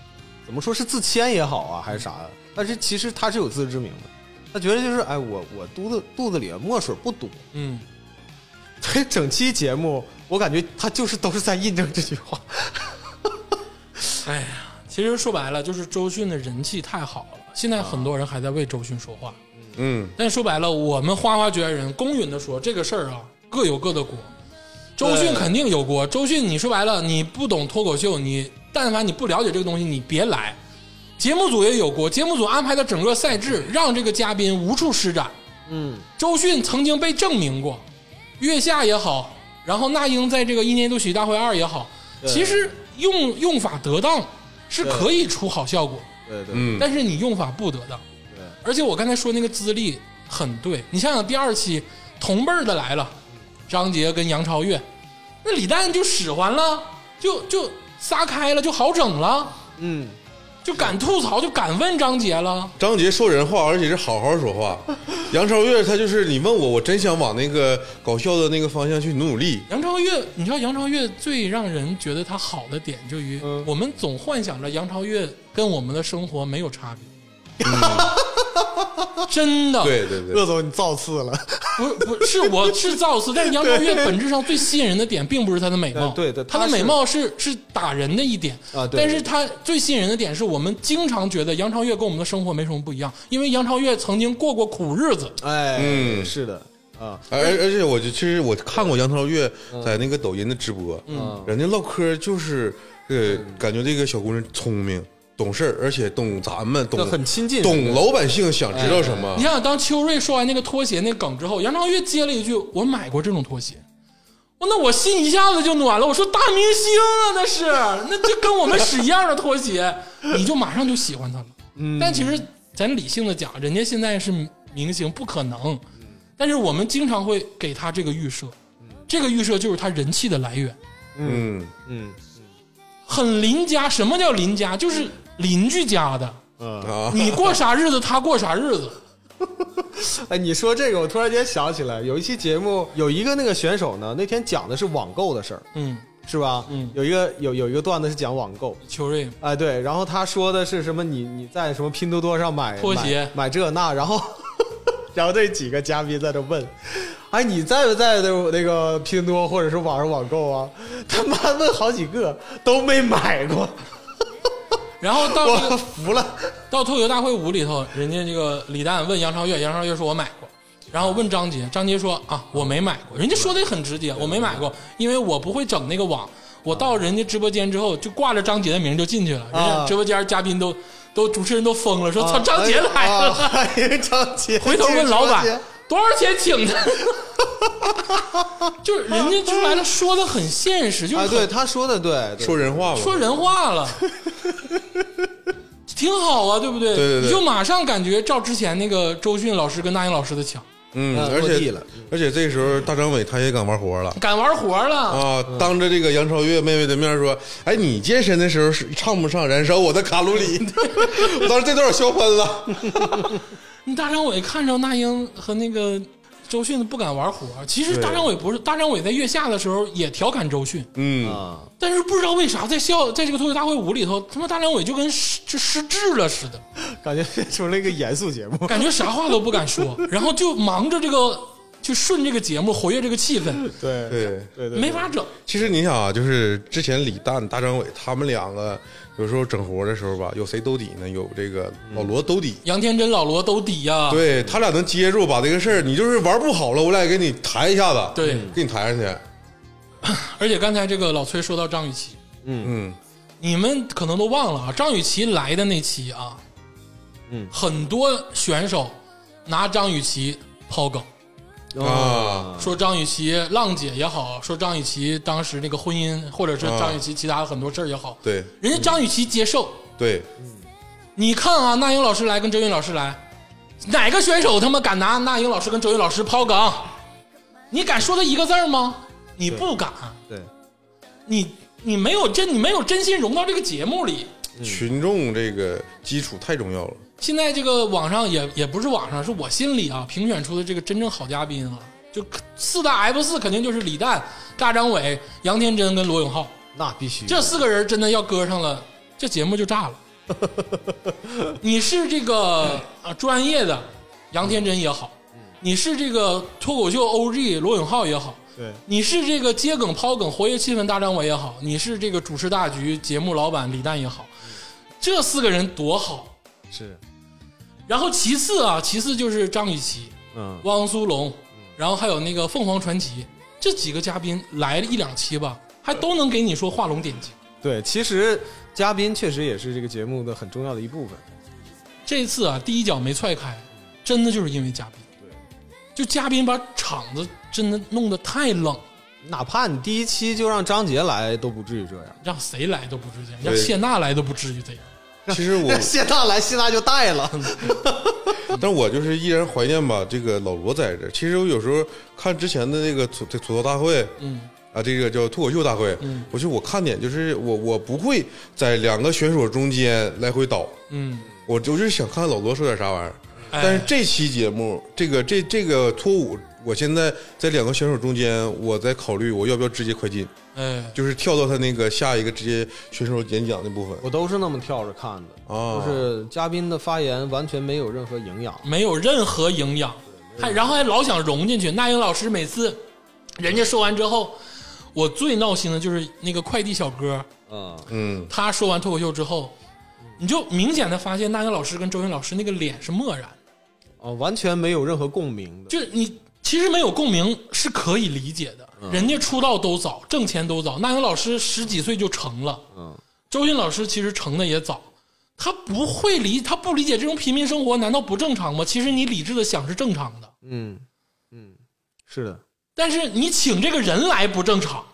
怎么说是自谦也好啊，还是啥的，但是其实他是有自知之明的，他觉得就是哎，我我肚子肚子里墨水不多， 嗯，所以整期节目我感觉他就是都是在印证这句话，哎呀，其实说白了就是周迅的人气太好了，现在很多人还在为周迅说话。嗯，但说白了，我们花花绝缘人公允的说，这个事儿啊，各有各的锅。周迅肯定有锅，周迅你说白了，你不懂脱口秀，你但凡你不了解这个东西，你别来。节目组也有锅，节目组安排的整个赛制让这个嘉宾无处施展。嗯，周迅曾经被证明过，月下也好，然后那英在这个一年一度喜剧大会二也好，其实用用法得当是可以出好效果。对对嗯但是你用法不得当。对而且我刚才说那个资历很对，你想想第二期同辈儿的来了，张杰跟杨超越，那李诞就使唤了，就就撒开了，就好整了，嗯，就敢吐槽，就敢问张杰了。张杰说人话，而且是好好说 话。杨超越他就是你问我，我真想往那个搞笑的那个方向去努努力。杨超越，你知道杨超越最让人觉得她好的点就于，嗯我们总幻想着杨超越跟我们的生活没有差别，嗯真的， 对对对鄂，总你造次了，不是不是，是我是造次，但是杨超越本质上最吸引人的点，并不是她的美貌，呃对对她她的是美貌是是打人的一点啊对但是她最吸引人的点是我们经常觉得杨超越跟我们的生活没什么不一样，因为杨超越曾经过过苦日子，哎，嗯是的啊，而而且我就其实我看过杨超越在那个抖音的直播，嗯人家唠嗑就是呃，感觉这个小姑娘聪明、懂事儿，而且懂咱们，懂那很亲近懂老百姓想知道什你哎么。想想，当秋瑞说完那个拖鞋那梗之后，杨超越接了一句：“我买过这种拖鞋。”我那我心一下子就暖了。我说大明星啊，那是，那就跟我们使一样的拖鞋，你就马上就喜欢他了。但其实咱理性的讲，人家现在是明星，不可能。但是我们经常会给他这个预设，这个预设就是他人气的来源。嗯，嗯很邻家，什么叫邻家？就是邻居家的，嗯，啊，你过啥日子，他过啥日子。哎，你说这个，我突然间想起来，有一期节目，有一个那个选手呢，那天讲的是网购的事儿，嗯，是吧？嗯有一个有有一个段子是讲网购，秋瑞哎，对，然后他说的是什么你？你在什么拼多多上买拖鞋买买这那，然后 然后这几个嘉宾在这问，哎，你在不在那那个拼多多或者是网上网购啊？他妈问好几个都没买过，然后到这个我服 了。到脱口大会五里头，人家这个李诞问杨超越，杨超越说我买过，然后问张杰，张杰说啊我没买过，人家说的也很直接，我没买过，因为我不会整那个网，我到人家直播间之后就挂着张杰的名就进去了，人家啊直播间嘉宾都都主持人都疯了，说操啊张杰来 了，啊欢迎张 杰，回头这问个老张杰板多少钱请的， 就是人家说白了说的很现实，就是啊，很对，他说的对，对说人话吧，说人话 了，挺好啊，对不对？对对对你就马上感觉照之前那个周迅老师跟那英老师的强，嗯，呃而落地且了嗯而且这时候大张伟他也敢玩活了。敢玩活了。啊，当着这个杨超越妹妹的面说：“哎，你健身的时候是唱不唱《燃烧我的卡路 里》？”我当时这段我笑喷了。你大张伟看着那英和那个周迅不敢玩活，其实大张伟不是大张伟在月下的时候也调侃周迅，嗯，啊，但是不知道为啥在笑在这个脱口大会五里头，他妈大张伟就跟失就失智了似的，感觉变成了一个严肃节目。感觉啥话都不敢 说，然后就忙着这个就顺这个节目活跃这个气氛， 对对。对对，没法整。其实你想啊，就是之前李诞、大张伟他们两个有时候整活的时候吧，有谁兜底呢？有这个老罗兜底。杨天真、老罗都抵啊呀、对他俩能接住，把这个事儿，你就是玩不好了，我俩也给你抬一下子，对给你抬上去。而且刚才这个老崔说到张雨绮，嗯，你们可能都忘了啊，张雨绮来的那期啊，嗯很多选手拿张雨绮抛梗，啊说张雨绮浪姐也好，说张雨绮当时那个婚姻，或者是啊张雨绮其他很多事儿也好，对人家张雨绮接受。对，你看啊，那英老师来跟周韵老师来，哪个选手他妈敢拿那英老师跟周韵老师抛梗？你敢说他一个字儿吗？你不敢，对，你你没有真你没有真心融到这个节目里。群众这个基础太重要了。现在这个网上也也不是网上，是我心里啊评选出的这个真正好嘉宾啊，就四大 F 四肯定就是李诞、大张伟、杨天真跟罗永浩那必须这四个人，真的要搁上了，这节目就炸了。你是这个啊专业的杨天真也好，你是这个脱口秀 OG 罗永浩也好，对你是这个接梗抛梗活跃气氛大张伟也好，你是这个主持大局节目老板李诞也好，这四个人多好。是然后其次啊，其次就是张雨绮、嗯汪苏泷，然后还有那个凤凰传奇这几个嘉宾来了一两期吧，还都能给你说画龙点睛。对，其实嘉宾确实也是这个节目的很重要的一部分。这次啊，第一脚没踹开，真的就是因为嘉宾，就嘉宾把场子真的弄得太冷，哪怕你第一期就让张杰来，都不至于这样。让谁来都不至于这样，对让谢娜来都不至于这样。其实 我谢娜来，谢娜就带了。 但我就是依然怀念吧，这个老罗在这儿。其实我有时候看之前的那个吐吐槽大会，嗯，啊，这个叫脱口秀大会，嗯我就我看点就是我我不会在两个选手中间来回倒，嗯，我就是想看老罗说点啥玩意儿。哎但是这期节目，这个这这个脱舞，我现在在两个选手中间，我在考虑我要不要直接快进，哎，就是跳到他那个下一个直接选手演讲的部分。 我都是那么跳着看的，哦就是嘉宾的发言完全没有任何营养。没有任何营养，还然后还老想融进去。那英老师每次人家说完之后，我最闹心的就是那个快递小哥，嗯，嗯，他说完脱口秀之后，你就明显的发现那英老师跟周云老师那个脸是漠然的。哦，完全没有任何共鸣的。就你其实没有共鸣是可以理解的，人家出道都早，挣钱都早。那英老师十几岁就成了，嗯，周迅老师其实成的也早。他不会理，他不理解这种平民生活，难道不正常吗？其实你理智的想是正常的，嗯嗯，是的，但是你请这个人来不正常，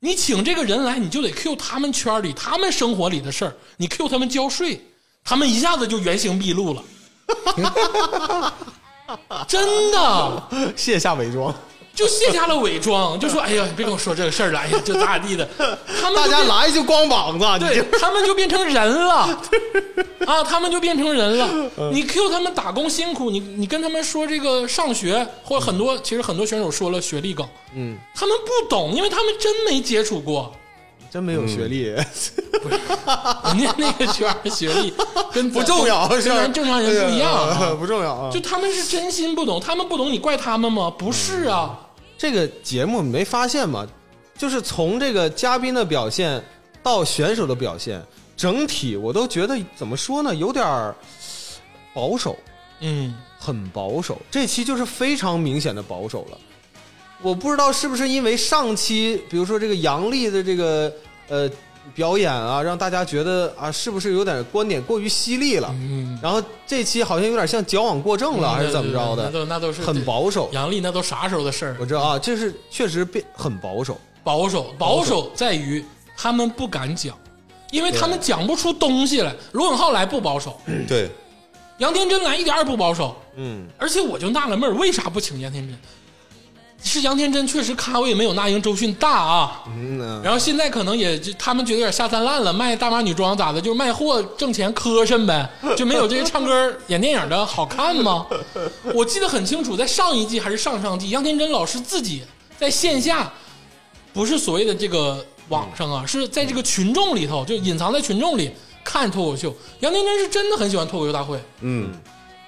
你请这个人来，你就得 Q 他们圈里、他们生活里的事儿，你 Q 他们交税，他们一下子就原形毕露了， 真的。 卸下伪 装，就卸下了伪装，就说：“哎呀，别跟我说这个事儿了，哎呀，就咋咋地的。”他们大就家变来就光膀子，你 就对，他们就变成人了啊，他们就变成人了。你 Q 他们打工辛苦，你你跟他们说这个上学，或者很多、其实很多选手说了学历梗，嗯，他们不懂，因为他们真没接触 过。真没有学历。人家那个圈儿学历跟不重要跟是吧咱正常人不一样、呃啊， 不重要啊。就就他们是真心不懂，他们不懂，你怪他们吗？不是啊，这个节目你没发现吗？就是从这个嘉宾的表现到选手的表现，整体我都觉得怎么说呢，有点儿保守。嗯，很保守，这期就是非常明显的保守了。我不知道是不是因为上期，比如说这个杨笠的这个呃表演啊，让大家觉得啊，是不是有点观点过于犀利了？嗯然后这期好像有点像矫枉过正了，还是怎么着那的？都那都是很保守。杨笠那都啥时候的事儿我？知道啊，这是确实变很保守。保守，保守在于他们不敢讲，因为他们讲不出东西来。罗永浩来不保守，对，杨天真来一点儿也不保守，嗯，而且我就纳了闷儿，为啥不请杨天真？是杨天真确实咖位没有那英、周迅大啊，嗯呢然后现在可能也就他们觉得有点下三滥了，卖大码女装咋的，就是卖货挣钱磕碜呗，就没有这些唱歌演电影的好看吗？我记得很清楚，在上一季还是上上季，杨天真老师自己在线下，不是所谓的这个网上啊，是在这个群众里头，就隐藏在群众里看脱口秀。杨天真是真的很喜欢脱口秀大会，嗯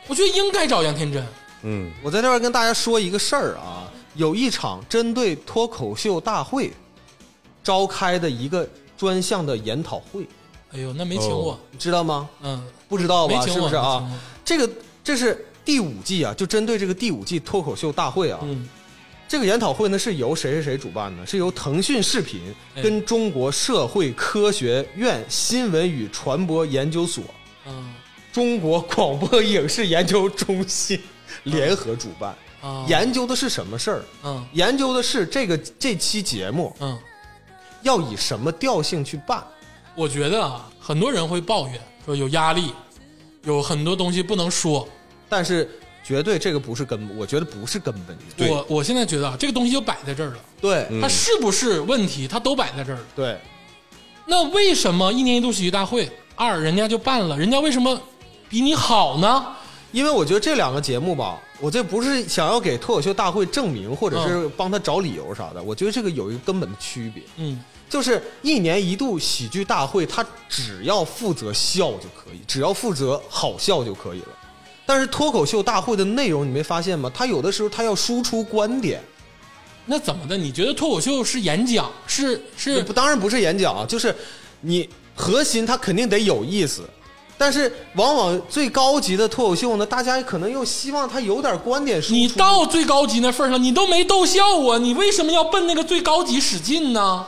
我觉得应该找杨天真。嗯，我在这儿跟大家说一个事儿啊，有一场针对脱口秀大会召开的一个专项的研讨会，哎呦，那没请我，你知道吗？嗯，不知道没吧？请是我不是没请啊我？这个这是第五季啊，就针对这个第五季脱口秀大会啊，嗯这个研讨会呢是由谁谁谁主办的？是由腾讯视频哎跟中国社会科学院新闻与传播研究所、嗯中国广播影视研究中心联合主办。啊，研究的是什么事儿？嗯研究的是这个这期节目嗯，要以什么调性去办。我觉得啊，很多人会抱怨说有压力，有很多东西不能说。但是绝对这个不是根本，我觉得不是根本原因。对我我现在觉得啊，这个东西就摆在这儿了，对、嗯它是不是问题，它都摆在这儿了。对，那为什么一年一度喜剧大会二人家就办了？人家为什么比你好呢？因为我觉得这两个节目吧，我这不是想要给脱口秀大会证明，或者是帮他找理由啥的。我觉得这个有一个根本的区别，嗯，就是一年一度喜剧大会，他只要负责笑就可以，只要负责好笑就可以了。但是脱口秀大会的内容，你没发现吗？他有的时候他要输出观点，那怎么的？你觉得脱口秀是演讲？是是不，当然不是演讲啊，就是你核心它肯定得有意思，但是往往最高级的脱口秀呢，大家可能又希望它有点观点输出。你到最高级那份儿上，你都没逗笑我，你为什么要奔那个最高级使劲呢？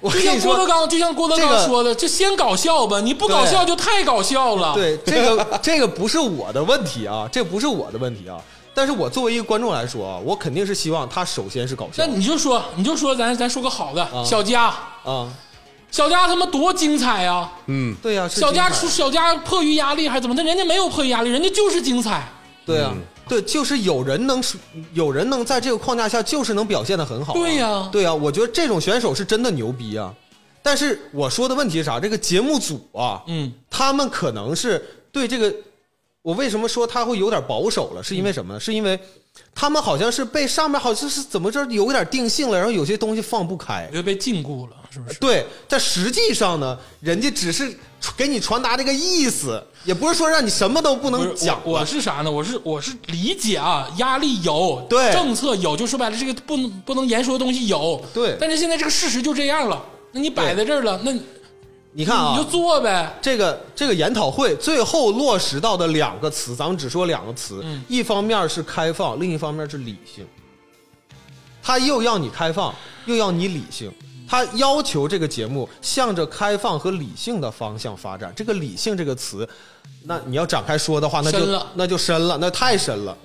我就跟像你郭德说，纲，就像郭德这个纲说的，就先搞笑吧，你不搞笑就太搞笑了。，对这个这个不是我的问题啊，这不是我的问题啊。但是我作为一个观众来说啊，我肯定是希望他首先是搞笑那你就说，你就说咱咱说个好的，啊小佳，啊，小佳他妈多精彩啊！嗯，对呀、是小佳精彩出小佳迫于压力还是怎么的？人家没有迫于压力，人家就是精彩。对呀、对，就是有人能输，有人能在这个框架下，就是能表现的很好、啊对呀对呀、我觉得这种选手是真的牛逼啊。但是我说的问题是啥？这个节目组啊，嗯他们可能是对这个，我为什么说他会有点保守了？是因为嗯什么呢？是因为他们好像是被上面好像是怎么着有点定性了，然后有些东西放不开我。就被禁锢了，是不是？对，但实际上呢，人家只是给你传达这个意思，也不是说让你什么都不不能是讲我，我了是啥呢？我是我是理解啊，压力有，对政策有，就说白了，这个不能不能言说的东西有，对但是现在这个事实就这样了，那你摆在这儿了，那你你看啊，你就做呗。这个这个研讨会最后落实到的两个词，咱们只说两个词，嗯一方面是开放，另一方面是理性。他又要你开放，又要你理性，他要求这个节目向着开放和理性的方向发展。这个“理性”这个词，那你要展开说的话，那深就了嗯那就深了，那太深了，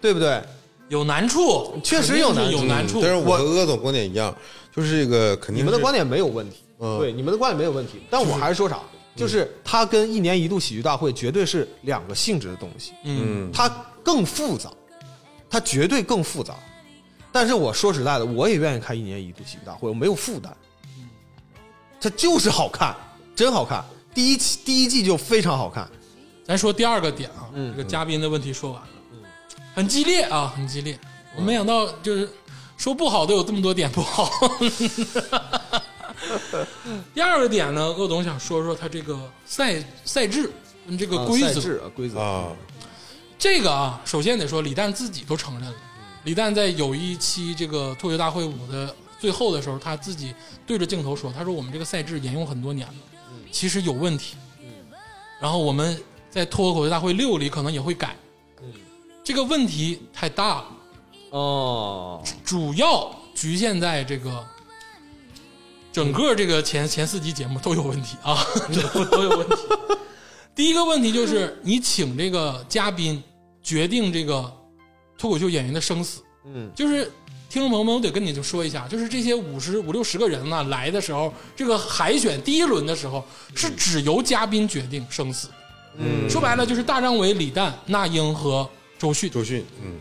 对不对？有难处，确实有难肯定处是有嗯难处。但是我我和鄂总观点一样，就是这个肯定你们的是观点没有问题，嗯对，你们的观点没有问题。但我还是说啥，就是它跟一年一度喜剧大会绝对是两个性质的东西。嗯，嗯它更复杂，它绝对更复杂。但是我说实在的，我也愿意看一年一度喜剧大会，我没有负担。它就是好看，真好看。第一期第一季就非常好看，咱说第二个点啊，嗯这个嘉宾的问题说完了，很激烈啊，很激烈。我没想到就是说不好的有这么多点不好。 第二个点呢，鄂总想说说他这个赛赛制跟这个规啊赛则。制啊规则啊，这个啊，首先得说李诞自己都承认了。李诞在有一期这个脱口秀大会五的最后的时候，他自己对着镜头说：“他说我们这个赛制沿用很多年了，其实有问题。然后我们在脱口秀大会六里可能也会改。这个问题太大了，哦，主要局限在这个整个这个前前四集节目都有问题啊，都都有问题。 第一个问题就是你请这个嘉宾决定这个脱口秀演员的生死，嗯就是听众朋友们，我得跟你就说一下，就是这些五十五六十个人呢、啊来的时候，这个海选第一轮的时候是只由嘉宾决定生死，嗯说白了就是大张伟、李诞、那英和周迅，周迅，嗯，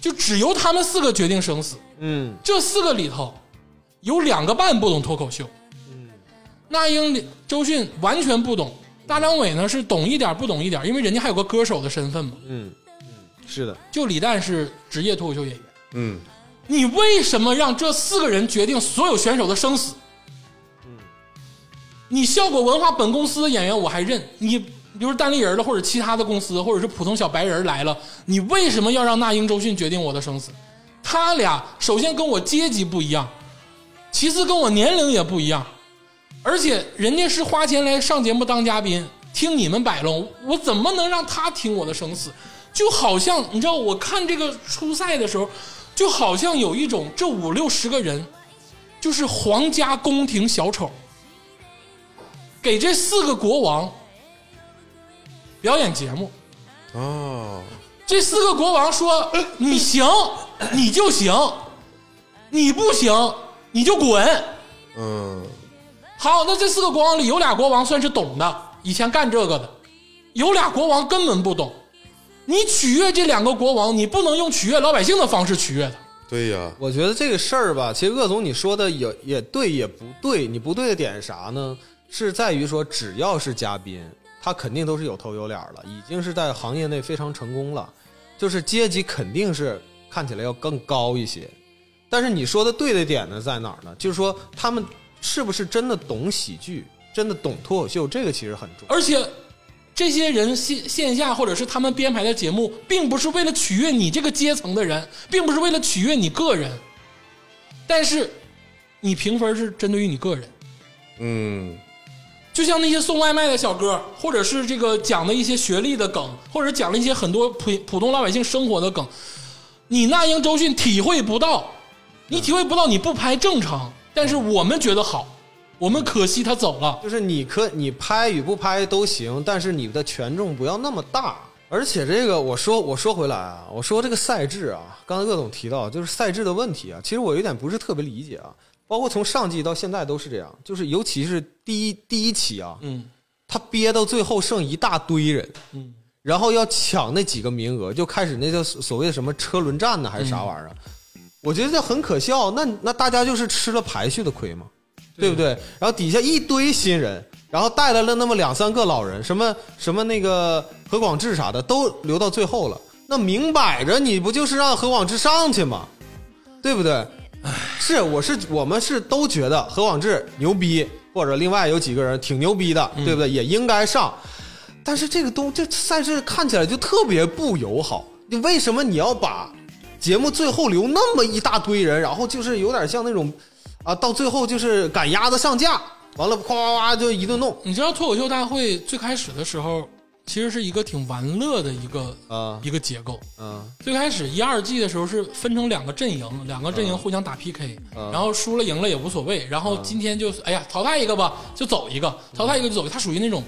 就只由他们四个决定生死。嗯这四个里头有两个半不懂脱口秀，嗯那英、周迅完全不懂，大张伟呢是懂一点不懂一点，因为人家还有个歌手的身份嘛。嗯嗯，是的，就李诞是职业脱口秀演员，嗯，你为什么让这四个人决定所有选手的生死？你效果文化本公司的演员我还认，你比如单立人的或者其他的公司，或者是普通小白人来了，你为什么要让那英、周迅决定我的生死？他俩首先跟我阶级不一样，其次跟我年龄也不一样，而且人家是花钱来上节目当嘉宾，听你们摆弄，我怎么能让他听我的生死？就好像你知道，我看这个初赛的时候，就好像有一种这五六十个人就是皇家宫廷小丑，给这四个国王表演节目。嗯啊哦，这四个国王说：“你行，你就行；你不行，你就滚。”嗯，好，那这四个国王里有俩国王算是懂的，以前干这个的；有俩国王根本不懂。你取悦这两个国王，你不能用取悦老百姓的方式取悦他。对呀，啊我觉得这个事儿吧，其实鄂总你说的也也对，也不对。你不对的点是啥呢？是在于说，只要是嘉宾，他肯定都是有头有脸儿了，已经是在行业内非常成功了，就是阶级肯定是看起来要更高一些。但是你说的对的点呢，在哪儿呢？就是说他们是不是真的懂喜剧，真的懂脱口秀，这个其实很重要。而且这些人线线下或者是他们编排的节目，并不是为了取悦你这个阶层的人，并不是为了取悦你个人，但是你评分是针对于你个人。嗯，就像那些送外卖的小哥，或者是这个讲的一些学历的梗，或者讲了一些很多普普通老百姓生活的梗，你那英、周迅体会不到，你体会不到，你不拍正常。但是我们觉得好，我们可惜他走了。就是你可你拍与不拍都行，但是你的权重不要那么大。而且这个，我说我说回来啊，我说这个赛制啊，刚才鄂总提到就是赛制的问题啊，其实我有点不是特别理解啊，包括从上季到现在都是这样，就是尤其是第一第一期啊，嗯他憋到最后剩一大堆人，嗯，然后要抢那几个名额，就开始那叫所谓的什么车轮战呢，还是啥玩意儿啊？嗯我觉得这很可笑。那那大家就是吃了排序的亏嘛，对不对？然后底下一堆新人，然后带来了那么两三个老人，什么什么那个何广智啥的都留到最后了。那明摆着你不就是让何广智上去吗？对不对？是，我是我们是都觉得何广智牛逼，或者另外有几个人挺牛逼的，对不对？也应该上。但是这个东这赛制看起来就特别不友好。你为什么你要把节目最后留那么一大堆人，然后就是有点像那种啊，到最后就是赶鸭子上架，完了夸夸夸就一顿弄你知道脱口秀大会最开始的时候，其实是一个挺玩乐的一个、啊一个结构。啊最开始一二季的时候是分成两个阵营，两个阵营互相打 PK，、然后输了赢了也无所谓。然后今天就是，哎呀，淘汰一个吧，就走一个，淘汰一个就走一个。它属于那种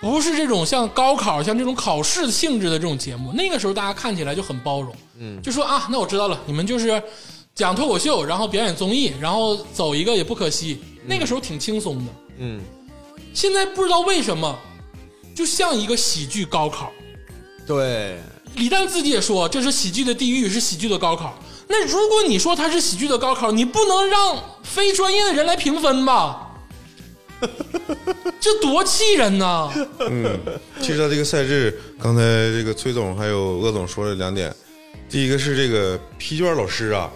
不是这种像高考、像这种考试性质的这种节目。那个时候大家看起来就很包容，嗯，就说啊，那我知道了，你们就是讲脱口秀，然后表演综艺，然后走一个也不可惜。那个时候挺轻松的，嗯，现在不知道为什么，就像一个喜剧高考。对，李诞自己也说，这是喜剧的地狱，是喜剧的高考。那如果你说它是喜剧的高考，你不能让非专业的人来评分吧？ 这多气人呐！其实他这个赛制，刚才这个崔总还有鄂总说了两点，第一个是这个批卷老师啊，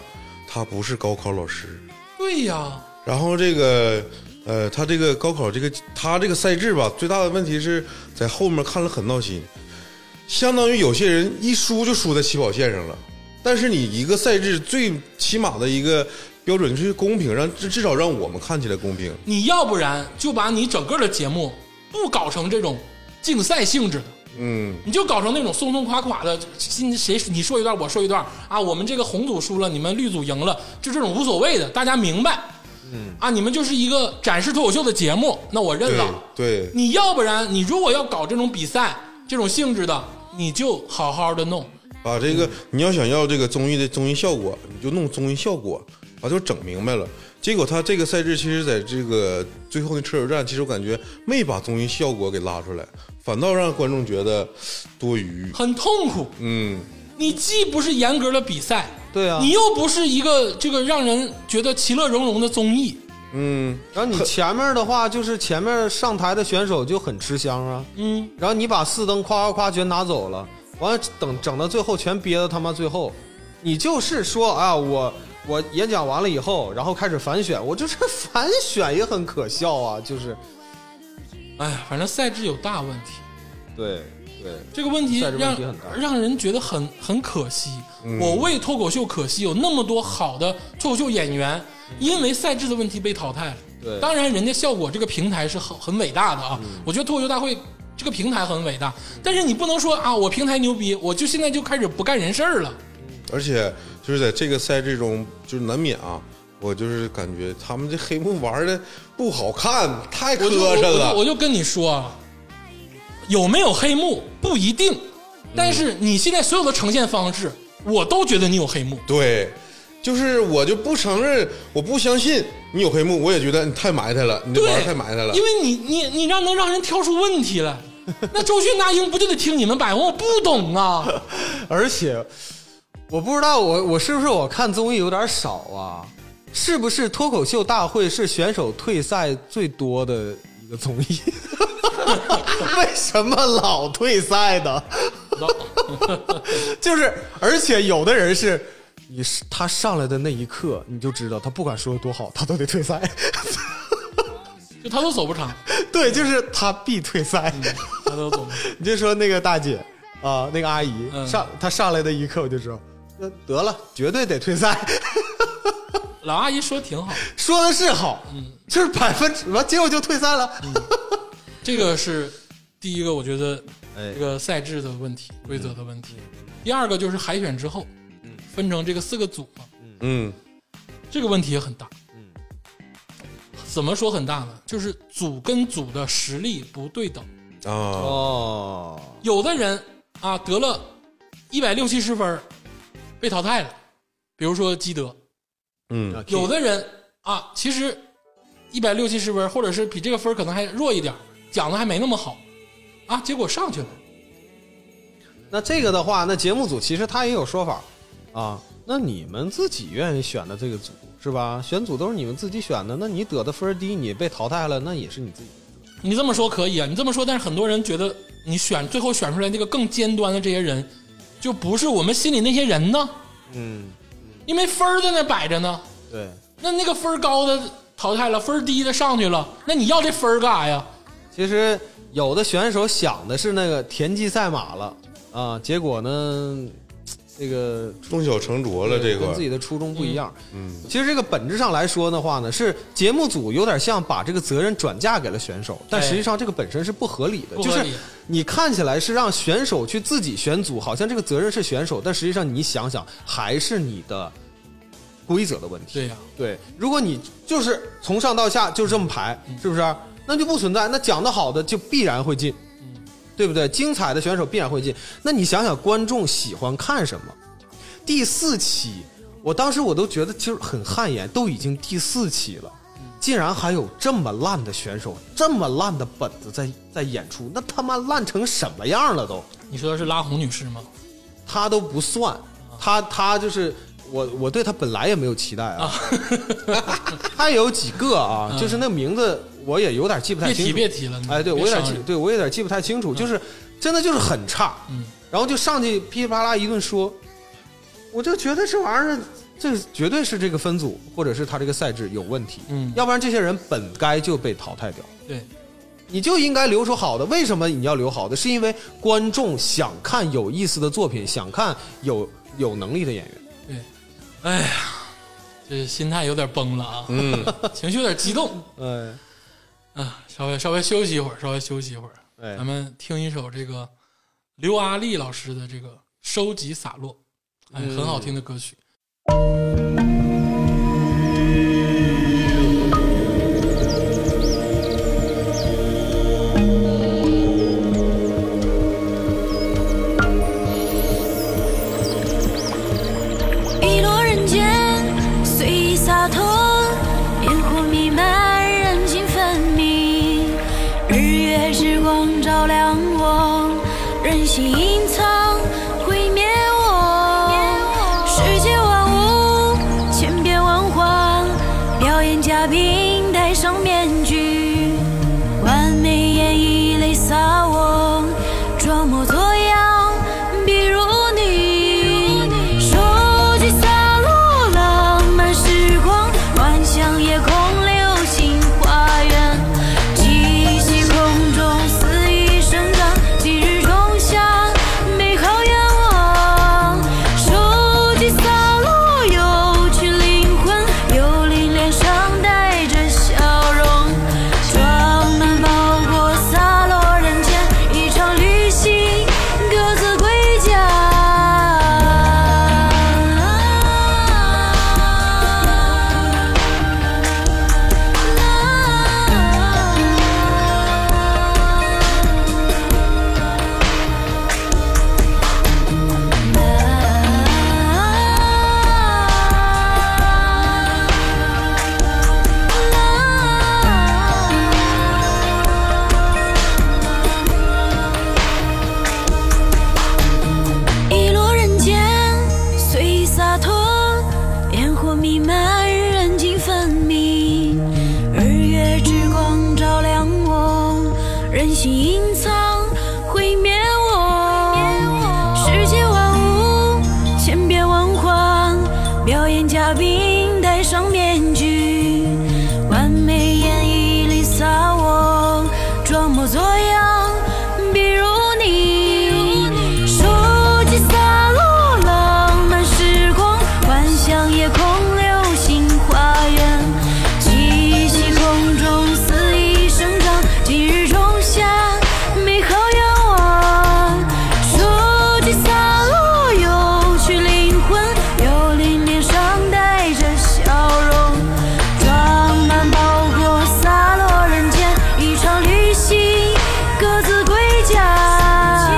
他不是高考老师，对呀，然后这个呃，他这个高考这个他这个赛制吧，最大的问题是在后面看了很闹心，相当于有些人一输就输在起跑线上了，但是你一个赛制最起码的一个标准就是公平，让至至少让我们看起来公平。你要不然就把你整个的节目不搞成这种竞赛性质的，嗯，你就搞成那种松松垮垮的，今谁你说一段我说一段啊，我们这个红组输了，你们绿组赢了，就这种无所谓的，大家明白。嗯啊，你们就是一个展示脱口秀的啊节目，那我认对了。对，你要不然，你如果要搞这种比赛这种性质的，你就好好的弄。把这嗯个你要想要这个综艺的综艺效果，你就弄综艺效果，把就整明白了。结果他这个赛制，其实在这个最后那车手战，其实我感觉没把综艺效果给拉出来，反倒让观众觉得多余。很痛苦。嗯，你既不是严格的比赛，对啊你又不是一个这个让人觉得其乐融融的综艺。嗯然后你前面的话就是前面上台的选手就很吃香啊，嗯，然后你把四灯夸夸夸全拿走了，完了等整到最后全憋到他妈最后，你就是说啊，我我演讲完了以后，然后开始反选，我就是反选也很可笑啊，就是哎呀，反正赛制有大问题，对对，这个问题赛制让问题很大嗯让人觉得很很可惜。我为脱口秀可惜，有那么多好的脱口秀演员因为赛制的问题被淘汰了。对嗯当然，人家效果这个平台是很很伟大的啊，我觉得脱口秀大会这个平台很伟大，但是你不能说啊，我平台牛逼，我就现在就开始不干人事儿了。而且就是在这个赛制中，就是难免啊，我就是感觉他们这黑幕玩的不好看，太我磕就我碜就我了。就跟你说啊，有没有黑幕不一定，嗯但是你现在所有的呈现方式，我都觉得你有黑幕。对，就是我就不承认，我不相信你有黑幕，我也觉得你太埋汰了，你这玩对，儿太埋汰了因。为你你你让能让人挑出问题 来，那周迅、那英不就得听你们摆吗？我不懂啊， 而且我不知道我我是不是我看综艺有点少啊，是不是脱口秀大会是选手退赛最多的一个综艺？ 为什么老退赛呢？ 就是，而且有的人是，你是他上来的那一刻，你就知道他不管说的多好，他都得退赛。 就他都走不长，对，就是他必退赛。他都走不长。你就说那个大姐啊、那个阿姨、嗯上，她上来的一刻我就知道，那得了，绝对得退赛。 老阿姨说挺好，说的是好，嗯就是百分之完，结果就退赛了。这个是第一个，我觉得哎这个赛制的问题、规则的问题。第二个就是海选之后，分成这个四个组嘛，嗯，这个问题也很大。怎么说很大呢？就是组跟组的实力不对等，啊，哦，有的人啊得了一百六七十分儿被淘汰了，比如说基德，嗯有的人啊其实一百六七十分儿，或者是比这个分儿可能还弱一点儿，讲的还没那么好啊，结果上去了。那这个的话，那节目组其实他也有说法啊。那你们自己愿意选的这个组是吧？选组都是你们自己选的，那你得的分低，你被淘汰了，那也是你自己。你这么说可以啊，你这么说，但是很多人觉得你选最后选出来那个更尖端的这些人，就不是我们心里那些人呢，嗯，因为分儿在那摆着呢。对，那那个分儿高的淘汰了，分儿低的上去了，那你要这分儿干啥呀？其实有的选手想的是那个田忌赛马了啊，结果呢，这个弄巧成拙了这块跟儿自己的初衷不一样。嗯，其实这个本质上来说的话呢，是节目组有点像把这个责任转嫁给了选手，但哎实际上这个本身是不合理的。不就合是理你看起来是让选手去自己选组，好像这个责任是选手，但实际上你想想，还是你的规则的问题。对呀、对，如果你就是从上到下就这么排，是不是？那就不存在。那讲的好的就必然会进，对不对？精彩的选手必然会进。那你想想，观众喜欢看什么？第四期，我当时我都觉得其实很汗颜，都已经第四期了，竟然还有这么烂的选手，这么烂的本子在在演出，那他妈烂成什么样了都？你说的是拉红女士吗？他都不算，他他就是我我对他本来也没有期待啊， 他也有几个啊，就是那名字我也有点记不太 嗯别清提楚。别提了，哎，对我别有点伤记人，对我有点记不太清楚，就是真的就是很差，嗯，然后就上去噼里啪啦一顿说，我就觉得这玩意儿。这绝对是这个分组或者是他这个赛制有问题，嗯要不然这些人本该就被淘汰掉。对，你就应该留出好的。为什么你要留好的？是因为观众想看有意思的作品，想看有有能力的演员。哎呀，这心态有点崩了啊，嗯， 情绪有点激动 哎，啊，稍微稍微休息一会儿，稍微休息一会儿，哎咱们听一首这个刘阿丽老师的这个《收集洒落》，哎，很好听的歌曲。一落人间，随意洒脱，烟火弥漫，人情分明。日月之光照亮我，人心隐藏，毁灭我。世界万物病，戴上面具，完美演绎里撒我，装模作样，比如你。书籍洒落浪漫时光，幻想夜空流星花园，气息空中肆意生长，今日种下美好愿望。书籍洒落有趣灵魂，幽灵脸上带着笑容，装满包裹洒落人间，一场旅行各自归家。书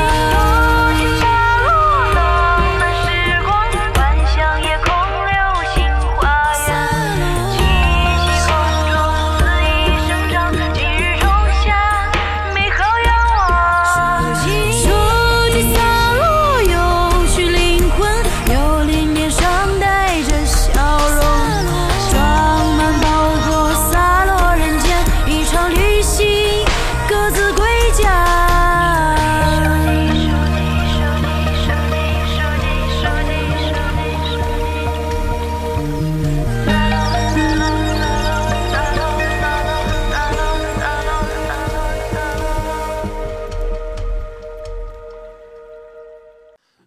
籍洒落浪漫时光，幻想夜空流星花园，气息空中肆意生长，今日种下美好愿望。书籍洒落有趣灵魂，幽灵脸上带着笑容，装满包裹洒落人间，一场旅行各自归家。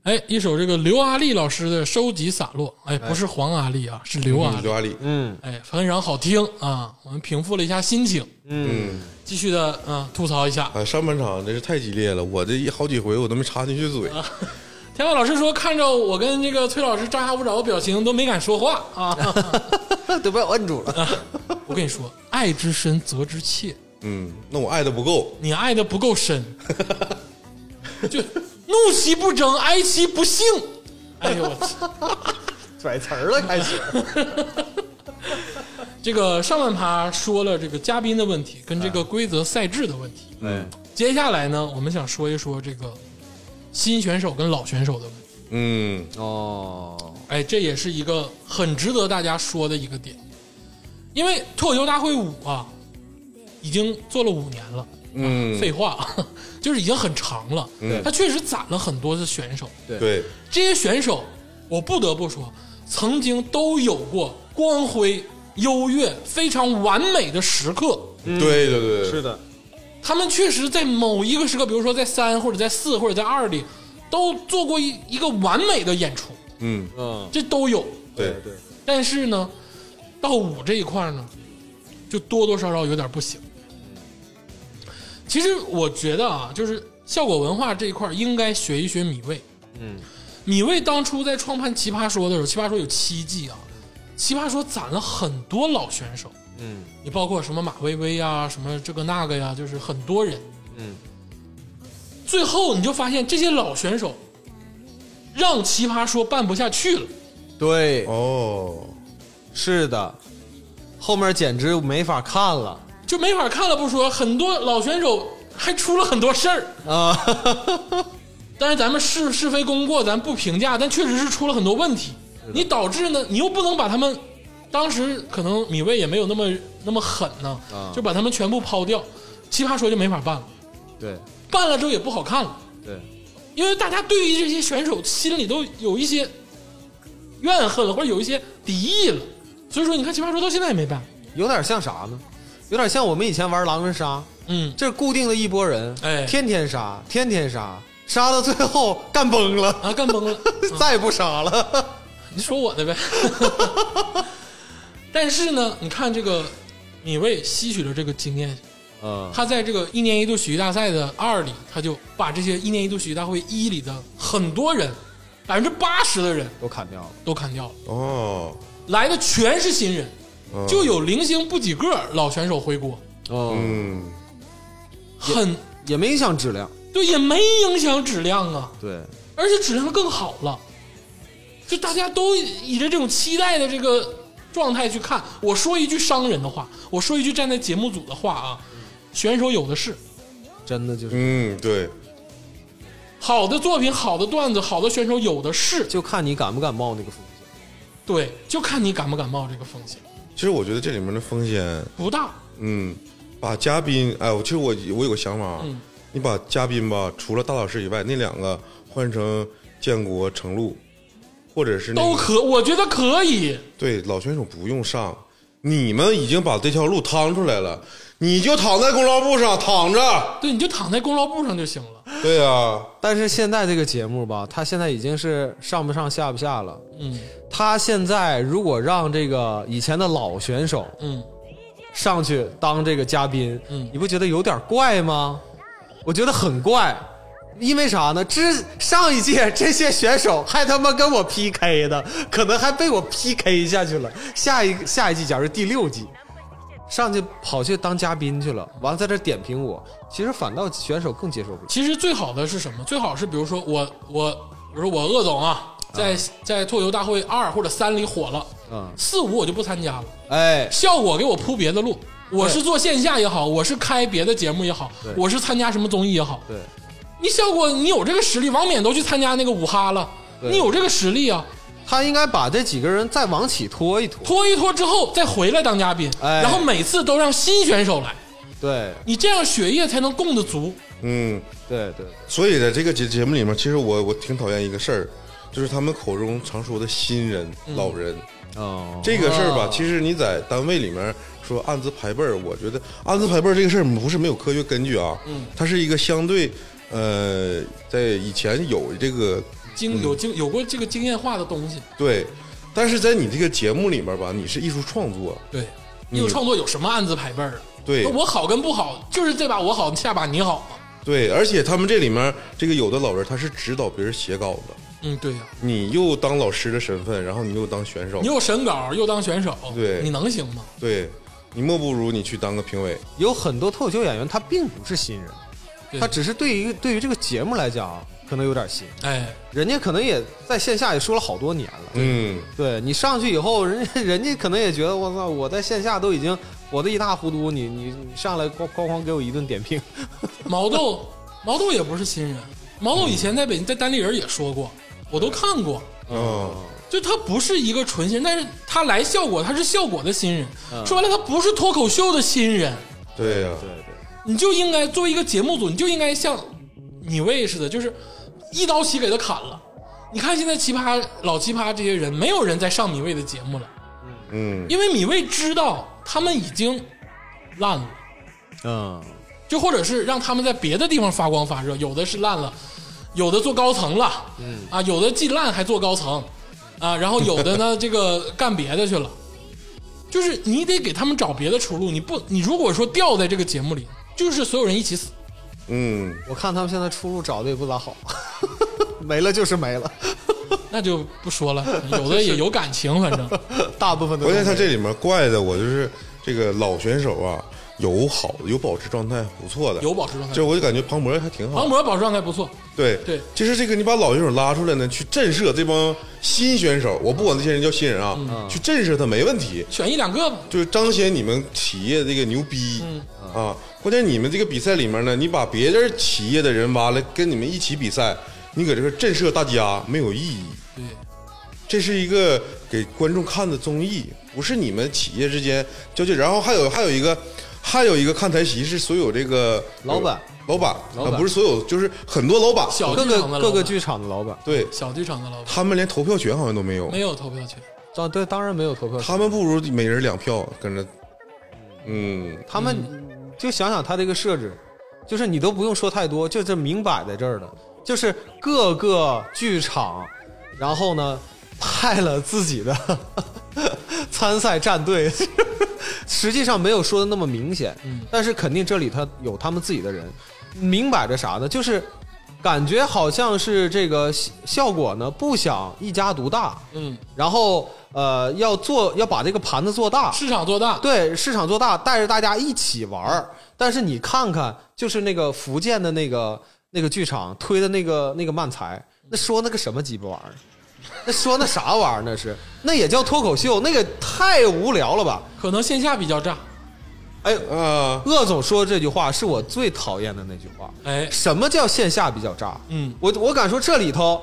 哎，一首这个刘阿丽老师的《收集洒落》，哎，不是黄阿丽啊，是刘阿丽嗯刘，阿丽，哎，非常好听啊，我们平复了一下心情，嗯继续的啊吐槽一下。啊，上半场真是太激烈了，我这一好几回我都没插进去嘴，天霸老师说，看着我跟这个崔老师张牙舞爪的表情，都没敢说话啊。都被我摁住了。 我跟你说，爱之深责之切，嗯，那我爱的不够，你爱的不够深， 就怒其不争，哀其不幸。哎呦我去！拽词儿了，开始。这个上半趴说了这个嘉宾的问题跟这个规则赛制的问题，嗯接下来呢，我们想说一说这个新选手跟老选手的问题。嗯，啊哦，哎，这也是一个很值得大家说的一个点，因为脱口秀大会五啊，已经做了五年了，嗯废话， 就是已经很长了，嗯他确实攒了很多的选手，对，这些选手，我不得不说，曾经都有过光辉、优越、非常完美的时刻。对对对，对是，的，他们确实在某一个时刻，比如说在三或者在四或者在二里，都做过一一个完美的演出，嗯，嗯，这都有。对，对，但是呢，到五这一块儿呢，就多多少少有点不行。其实我觉得啊，就是效果文化这一块儿应该学一学米未。嗯，米未当初在创办《奇葩说》的时候，《奇葩说》有七季啊，《奇葩说》攒了很多老选手，嗯，你包括什么马薇薇呀，什么这个那个呀，就是很多人，嗯，最后你就发现这些老选手让《奇葩说》办不下去了。对，哦，是的，后面简直没法看了就没法看了不说，很多老选手还出了很多事儿。啊！但是咱们是是非功过，咱不评价，但确实是出了很多问题。你导致呢，你又不能把他们当时可能米未也没有那么那么狠呢，啊就把他们全部抛掉，奇葩说就没法办了。 对办了之后也不好看了，对，因为大家对于这些选手心里都有一些怨恨了，或者有一些敌意了。所以说，你看奇葩说到现在也没办。有点像啥呢？有点像我们以前玩狼人杀，嗯，这是固定的一拨人，哎天天杀，天天杀，杀到最后干崩了， 啊，干崩了。再也不杀了。 你说我的呗。 但是呢，你看这个米未吸取了这个经验，嗯他在这个一年一度喜剧大赛的二里，他就把这些一年一度喜剧大会一里的很多人，百分之八十的人都砍掉了。都砍掉了，哦，来的全是新人，嗯就有零星不几个老选手回国，哦，嗯，很也没影响质量。对，也没影响质量啊，对，而且质量更好了，就大家都以着这种期待的这个状态去看。我说一句伤人的话，我说一句站在节目组的话啊，选手有的是，真的就是，嗯，对，好的作品、好的段子、好的选手有的是，就看你敢不敢冒那个风险。对，就看你敢不敢冒这个风险，其实我觉得这里面的风险，不大。嗯，把嘉宾，哎，我其实我我有个想法啊，嗯你把嘉宾吧，除了大老师以外，那两个换成建国、程璐，或者是那都个可，我觉得可以。对，老选手不用上，你们已经把这条路趟出来了，你就躺在功劳簿上躺着。对，你就躺在功劳簿上就行了。对呀、啊，但是现在这个节目吧，它现在已经是上不上下不下了。嗯他现在如果让这个以前的老选手嗯，上去当这个嘉宾，嗯你不觉得有点怪吗？我觉得很怪，因为啥呢？之上一届这些选手还他妈跟我 PK 的，可能还被我 PK 下去了。下一下一季，假如第六季。上去跑去当嘉宾去了，完了在这点评我，其实反倒选手更接受不了。其实最好的是什么？最好是比如说我我，比如说我鄂总啊，在在脱口秀大会二或者三里火了，嗯，四五我就不参加了，哎，效果给我铺别的路。我是做线下也好，我是开别的节目也好对，我是参加什么综艺也好，对，你效果你有这个实力，王冕都去参加那个五哈了，对你有这个实力啊，他应该把这几个人再往起拖一拖。拖一拖之后再回来当嘉宾，哎然后每次都让新选手来，对你这样血液才能供得足。嗯，对对，所以在这个节节目里面，其实我我挺讨厌一个事儿，就是他们口中常说的新人、老人对哦，这个事儿吧哦。其实你在单位里面说按资排辈儿，我觉得按资排辈儿这个事儿不是没有科学根据啊，嗯它是一个相对呃，在以前有这个经有经有过这个经验化的东西，对，但是在你这个节目里面吧，你是艺术创作，对，艺术创作有什么暗自排辈儿啊？对那我好跟不好，就是这把我好，下把你好嘛。对，而且他们这里面这个有的老人他是指导别人写稿的，嗯，对呀、你又当老师的身份，然后你又当选手你，又审稿又当选手，哦对你能行吗？对你莫不如你去当个评委。有很多脱口秀演员他并不是新人，对他只是对于对于这个节目来讲可能有点新，哎，人家可能也在线下也说了好多年了。嗯，对你上去以后，人家 人家可能也觉得我操，我在线下都已经火的一塌糊涂，你你你上来哐哐哐给我一顿点评， 毛豆，毛豆也不是新人，毛豆以前在北京在单立人也说过，我都看过，哦，就他不是一个纯新人，但是他来效果，他是效果的新人。说白了，他不是脱口秀的新人。对呀、你就应该作为一个节目组，你就应该像你卫似的，就是一刀齐给他砍了。你看现在奇葩老奇葩这些人，没有人再上米未的节目了，嗯，因为米未知道他们已经烂了，嗯，就或者是让他们在别的地方发光发热，有的是烂了，有的做高层了，嗯啊，有的既烂还做高层，啊，然后有的呢这个干别的去了，就是你得给他们找别的出路，你不你如果说掉在这个节目里，就是所有人一起死。嗯，我看他们现在出路找的也不咋好， 没了就是没了，那就不说了，有的也有感情，反正大部分都关键他是没了这里面怪的我就是这个老选手啊，有好的，有保持状态不错 的，有保持状态这我就感觉庞博还挺好庞的。博保持状态不错，哦对对就是这个你把老选手拉出来呢，去震慑这帮新选手，我不管这些人叫新人啊，去震慑他没问题。选一两个吧。就是彰显你们企业这个牛逼、啊！关键你们这个比赛里面呢，你把别人企业的人挖来跟你们一起比赛，你搁这个震慑大家没有意义。对，这是一个给观众看的综艺，不是你们企业之间交际。然后还有还有一个，还有一个看台席是所有这个老板，老板，老板啊不是所有，就是很多老板，小各剧场的个老各板个剧场的老板，对小剧场的老板他们连投票权好像都没有，没有投票权，啊，对，当然没有投票权，他们不如每人两票跟着，嗯，他们就想想他这个设置，就是你都不用说太多，就这明摆在这儿的，就是各个剧场，然后呢派了自己的 参赛战队， 实际上没有说的那么明显，但是肯定这里他有他们自己的人，明摆着啥呢？就是感觉好像是这个效效果呢不想一家独大，嗯，然后呃要做要把这个盘子做大，市场做大，对，市场做大，带着大家一起玩儿。但是你看看，就是那个福建的那个那个剧场推的那个那个漫才，那说那个什么鸡巴玩意儿，那说那啥玩意儿那是，那也叫脱口秀，那个太无聊了吧？可能线下比较炸。哎，啊，鄂总说这句话是我最讨厌的那句话。哎，什么叫线下比较炸？嗯，我我敢说这里头，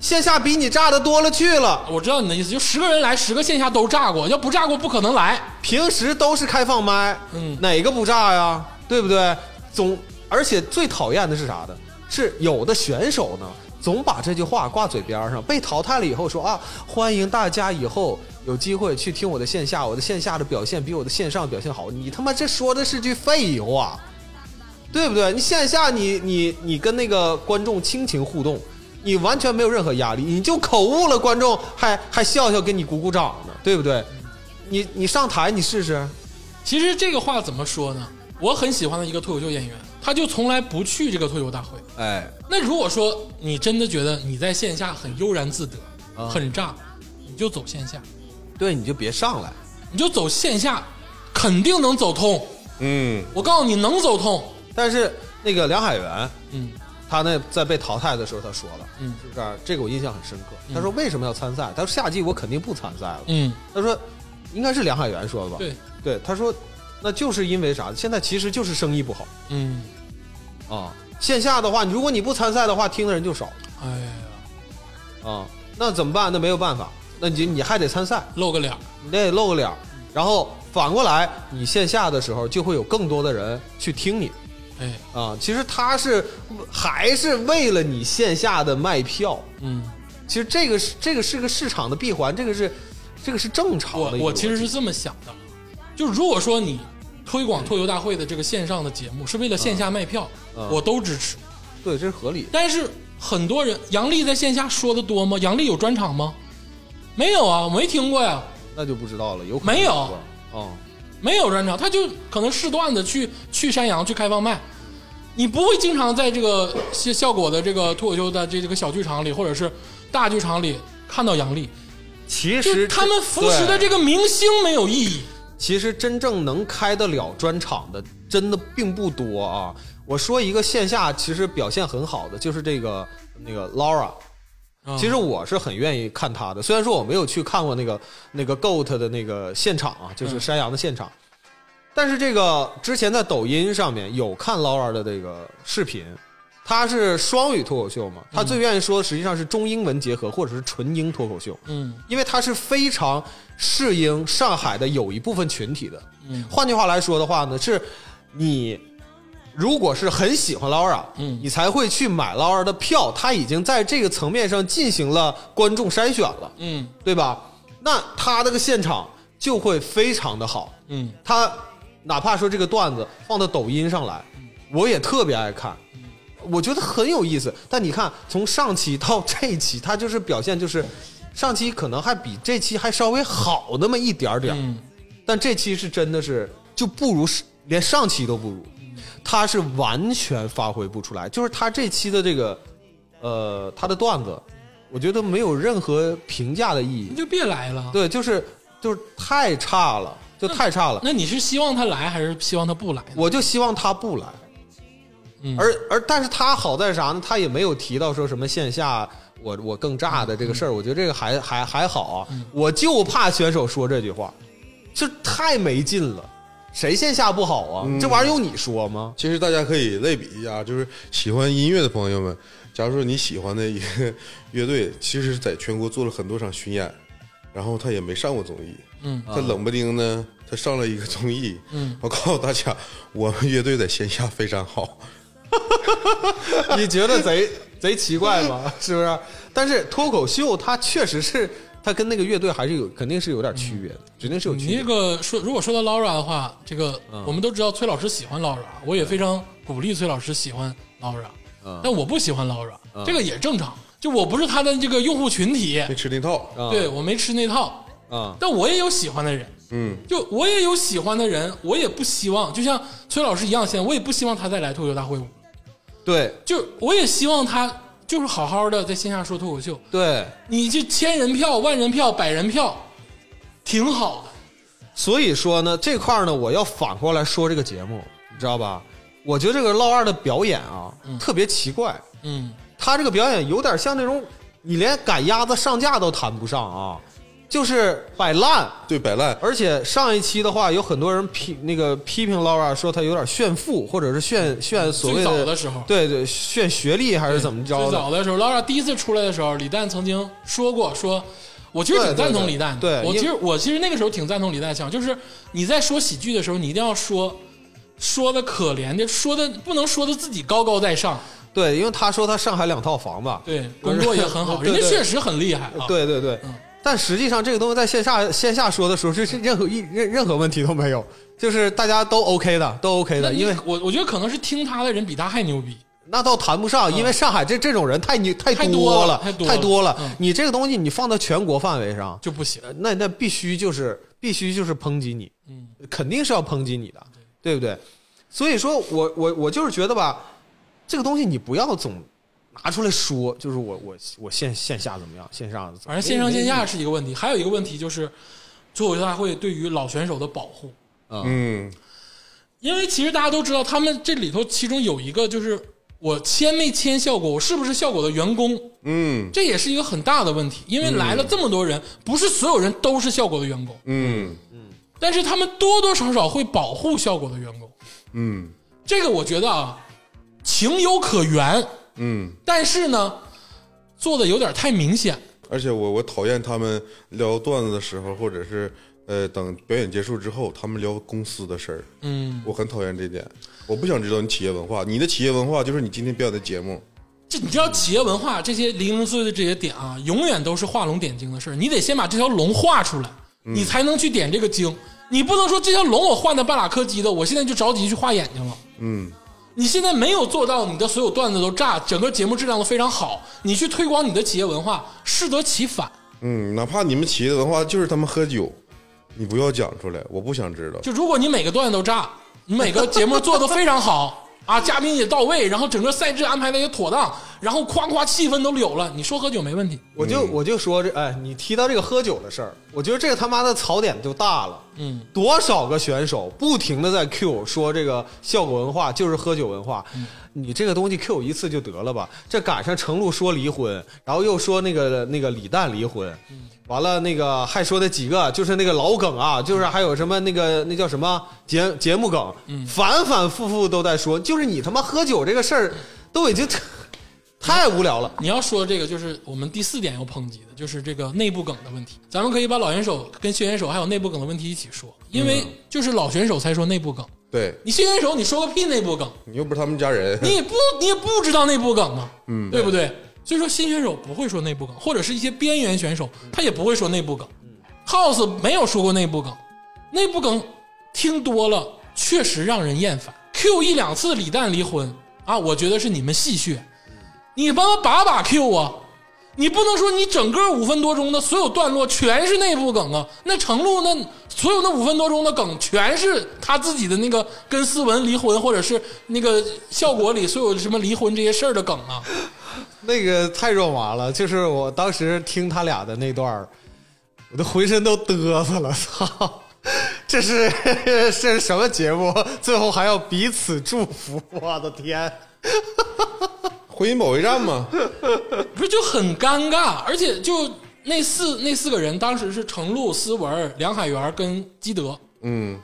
线下比你炸的多了去了。啊我知道你的意思，就十个人来，十个线下都炸过，要不炸过不可能来。平时都是开放麦，嗯哪个不炸呀？对不对？总而且最讨厌的是啥的？是有的选手呢，总把这句话挂嘴边儿上。被淘汰了以后说啊，欢迎大家以后有机会去听我的线下，我的线下的表现比我的线上表现好。你他妈这说的是句废话，对不对？你线下你你你跟那个观众亲情互动，你完全没有任何压力，你就口误了，观众还还笑笑给你鼓鼓掌呢，对不对？你你上台你试试，其实这个话怎么说呢？我很喜欢的一个脱口秀演员，他就从来不去这个脱口大会。哎，那如果说你真的觉得你在线下很悠然自得，很炸，你就走线下，对，你就别上来。你就走线下，肯定能走通。嗯，我告诉你，能走通。但是那个梁海源，嗯，他那在被淘汰的时候，他说了，嗯是不是？这个我印象很深刻。他说为什么要参赛？他说夏季我肯定不参赛了。嗯，他说应该是梁海源说的吧？对，对，他说那就是因为啥？现在其实就是生意不好嗯，啊。线下的话，如果你不参赛的话，听的人就少哎呀，啊。那怎么办？那没有办法，那你你还得参赛，露个脸儿，你得露个脸儿。然后反过来，你线下的时候就会有更多的人去听你。哎，啊，其实他是还是为了你线下的卖票，嗯，其实这个是这个是个市场的闭环，这个是这个是正常我的一个我其实是逻辑这么想的，就如果说你推广脱口大会的这个线上的节目是为了线下卖票，嗯我都支持。对，这是合理的。但是很多人，杨笠在线下说的多吗？杨笠有专场吗？没有啊，我没听过呀，那就不知道了，有可能没有是吧哦，没有专场，他就可能试段子去去山羊去开放麦。你不会经常在这个效效果的这个脱口秀的这这个小剧场里，或者是大剧场里看到杨笠，其就实他们扶持的这对个明星没有意义。其实真正能开得了专场的，真的并不多啊。我说一个线下其实表现很好的，就是这个那个 Laura，啊其实我是很愿意看他的，虽然说我没有去看过那个那个 GOAT 的那个现场啊，就是山羊的现场，但是这个之前在抖音上面有看 Laura 的这个视频，他是双语脱口秀嘛，他最愿意说的实际上是中英文结合或者是纯英脱口秀，嗯，因为他是非常适应上海的有一部分群体的。嗯换句话来说的话呢，是你如果是很喜欢 Laura，嗯你才会去买 Laura 的票。他已经在这个层面上进行了观众筛选了，嗯对吧？那他那个现场就会非常的好。嗯他哪怕说这个段子放到抖音上来，我也特别爱看，我觉得很有意思。但你看，从上期到这一期，他就是表现就是，上期可能还比这期还稍微好那么一点儿点儿，嗯，但这期是真的是就不如是连上期都不如，他是完全发挥不出来。就是他这期的这个，呃，他的段子，我觉得没有任何评价的意义你。就别来了。对，就是就是太差了，就太差了。那你是希望他来还是希望他不来呢？我就希望他不来。嗯而而但是他好在啥呢？他也没有提到说什么线下我我更炸的这个事嗯儿，我觉得这个还还还好啊。我就怕选手说这句话，这太没劲了。谁线下不好啊？这玩意儿用你说吗？ 其实大家可以类比一下，就是喜欢音乐的朋友们，假如说你喜欢的一个乐队，其实在全国做了很多场巡演，然后他也没上过综艺，嗯他冷不丁呢，他上了一个综艺，嗯，我告诉大家，我们乐队在线下非常好，你觉得贼贼奇怪吗？是不是？但是脱口秀它确实是，它跟那个乐队还是有肯定是有点区别的，指定是有区嗯你这别的。个说，如果说到 Laura 的话，这个我们都知道崔老师喜欢 Laura，我也非常鼓励崔老师喜欢 Laura，但我不喜欢 Laura，这个也正常。就我不是他的这个用户群体，没吃那套，啊 对我没吃那套，啊但我也有喜欢的人，嗯，就我也有喜欢的人，我也不希望，就像崔老师一样，现在我也不希望他再来脱口秀大会舞，对就我也希望他就是好好的在线下说脱口秀，对，你这千人票、万人票、百人票，挺好的。所以说呢，这块儿呢，我要反过来说这个节目，你知道吧？我觉得这个唠二的表演啊，特别奇怪，嗯他这个表演有点像那种你连赶鸭子上架都谈不上啊，就是摆烂。对，摆烂，而且上一期的话，有很多人批那个批评 Laura 说他有点炫富，或者是炫炫所嗯谓最早的时候对对，炫学历还是怎么着最的早？的时候，Laura 第一次出来的时候，李诞曾经说过说。我其实挺赞同李诞的，对对对对我因其实我其实那个时候挺赞同李诞的想，就是你在说喜剧的时候，你一定要说说的可怜的，说的不能说的自己高高在上，对，因为他说他上海两套房子，对，工作也很好， 对人对家确实很厉害啊。对对对，但实际上这个东西在线下线下说的时候，就是任何一任任何问题都没有，就是大家都 OK 的，都 OK 那的，你，因为我我觉得可能是听他的人比他还牛逼。那倒谈不上，因为上海这这种人太牛太多了，嗯太太多了太多多了了嗯。你这个东西你放到全国范围上，就不行。呃那那必须就是必须就是抨击你，嗯，肯定是要抨击你的，对不对？所以说我我我就是觉得吧，这个东西你不要总拿出来说，就是我我我线线下怎么样，线上反正线上线下是一个问题，还有一个问题就是脱口秀大会对于老选手的保护，嗯，因为其实大家都知道，他们这里头其中有一个就是我签没签效果，我是不是效果的员工，嗯这也是一个很大的问题，因为来了这么多人，不是所有人都是效果的员工，嗯但是他们多多少少会保护效果的员工，嗯这个我觉得啊，情有可原，嗯，但是呢，做的有点太明显。而且我我讨厌他们聊段子的时候，或者是呃等表演结束之后，他们聊公司的事儿，嗯，我很讨厌这点。我不想知道你企业文化，你的企业文化就是你今天表演的节目。这你知道企业文化这些零零碎碎的这些点啊，永远都是画龙点睛的事儿。你得先把这条龙画出来，你才能去点这个睛。你不能说这条龙我画的半拉柯基的，我现在就着急去画眼睛了。嗯，你现在没有做到你的所有段子都炸，整个节目质量都非常好，你去推广你的企业文化，适得其反。嗯，哪怕你们企业的文化就是他们喝酒，你不要讲出来，我不想知道。就如果你每个段子都炸，你每个节目做的非常好啊，嘉宾也到位，然后整个赛制安排的也妥当，然后夸夸气氛都有了，你说喝酒没问题。我就我就说这，哎，你提到这个喝酒的事儿，我觉得这个他妈的槽点就大了。嗯，多少个选手不停的在 Q 说这个效果文化就是喝酒文化，你这个东西 Q 一次就得了吧？这赶上程璐说离婚，然后又说那个那个李诞离婚，完了那个还说的几个就是那个老梗啊，就是还有什么那个那叫什么节节目梗，反反复复都在说，就是你他妈喝酒这个事儿都已经太无聊了。你要说这个，就是我们第四点要抨击的，就是这个内部梗的问题。咱们可以把老选手跟新选手还有内部梗的问题一起说，因为就是老选手才说内部梗，对你新选手你说个屁内部梗，你又不是他们家人，你也不你也不知道内部梗啊，嗯，对不对？所以说新选手不会说内部梗，或者是一些边缘选手他也不会说内部梗。House 没有说过内部梗，内部梗听多了确实让人厌烦。Q 一两次李诞离婚啊，我觉得是你们戏谑，你帮我把把 Q 啊！你不能说你整个五分多钟的所有段落全是内部梗啊！那程璐那所有那五分多钟的梗全是他自己的那个跟思文离婚，或者是那个效果里所有什么离婚这些事儿的梗啊！那个太肉麻了，就是我当时听他俩的那段儿，我都浑身都嘚瑟了，操！这是 这是什么节目？最后还要彼此祝福，我的天！婚姻保卫战嘛。不是就很尴尬，而且就那四那四个人，当时是程璐、思文、梁海源跟基德。嗯，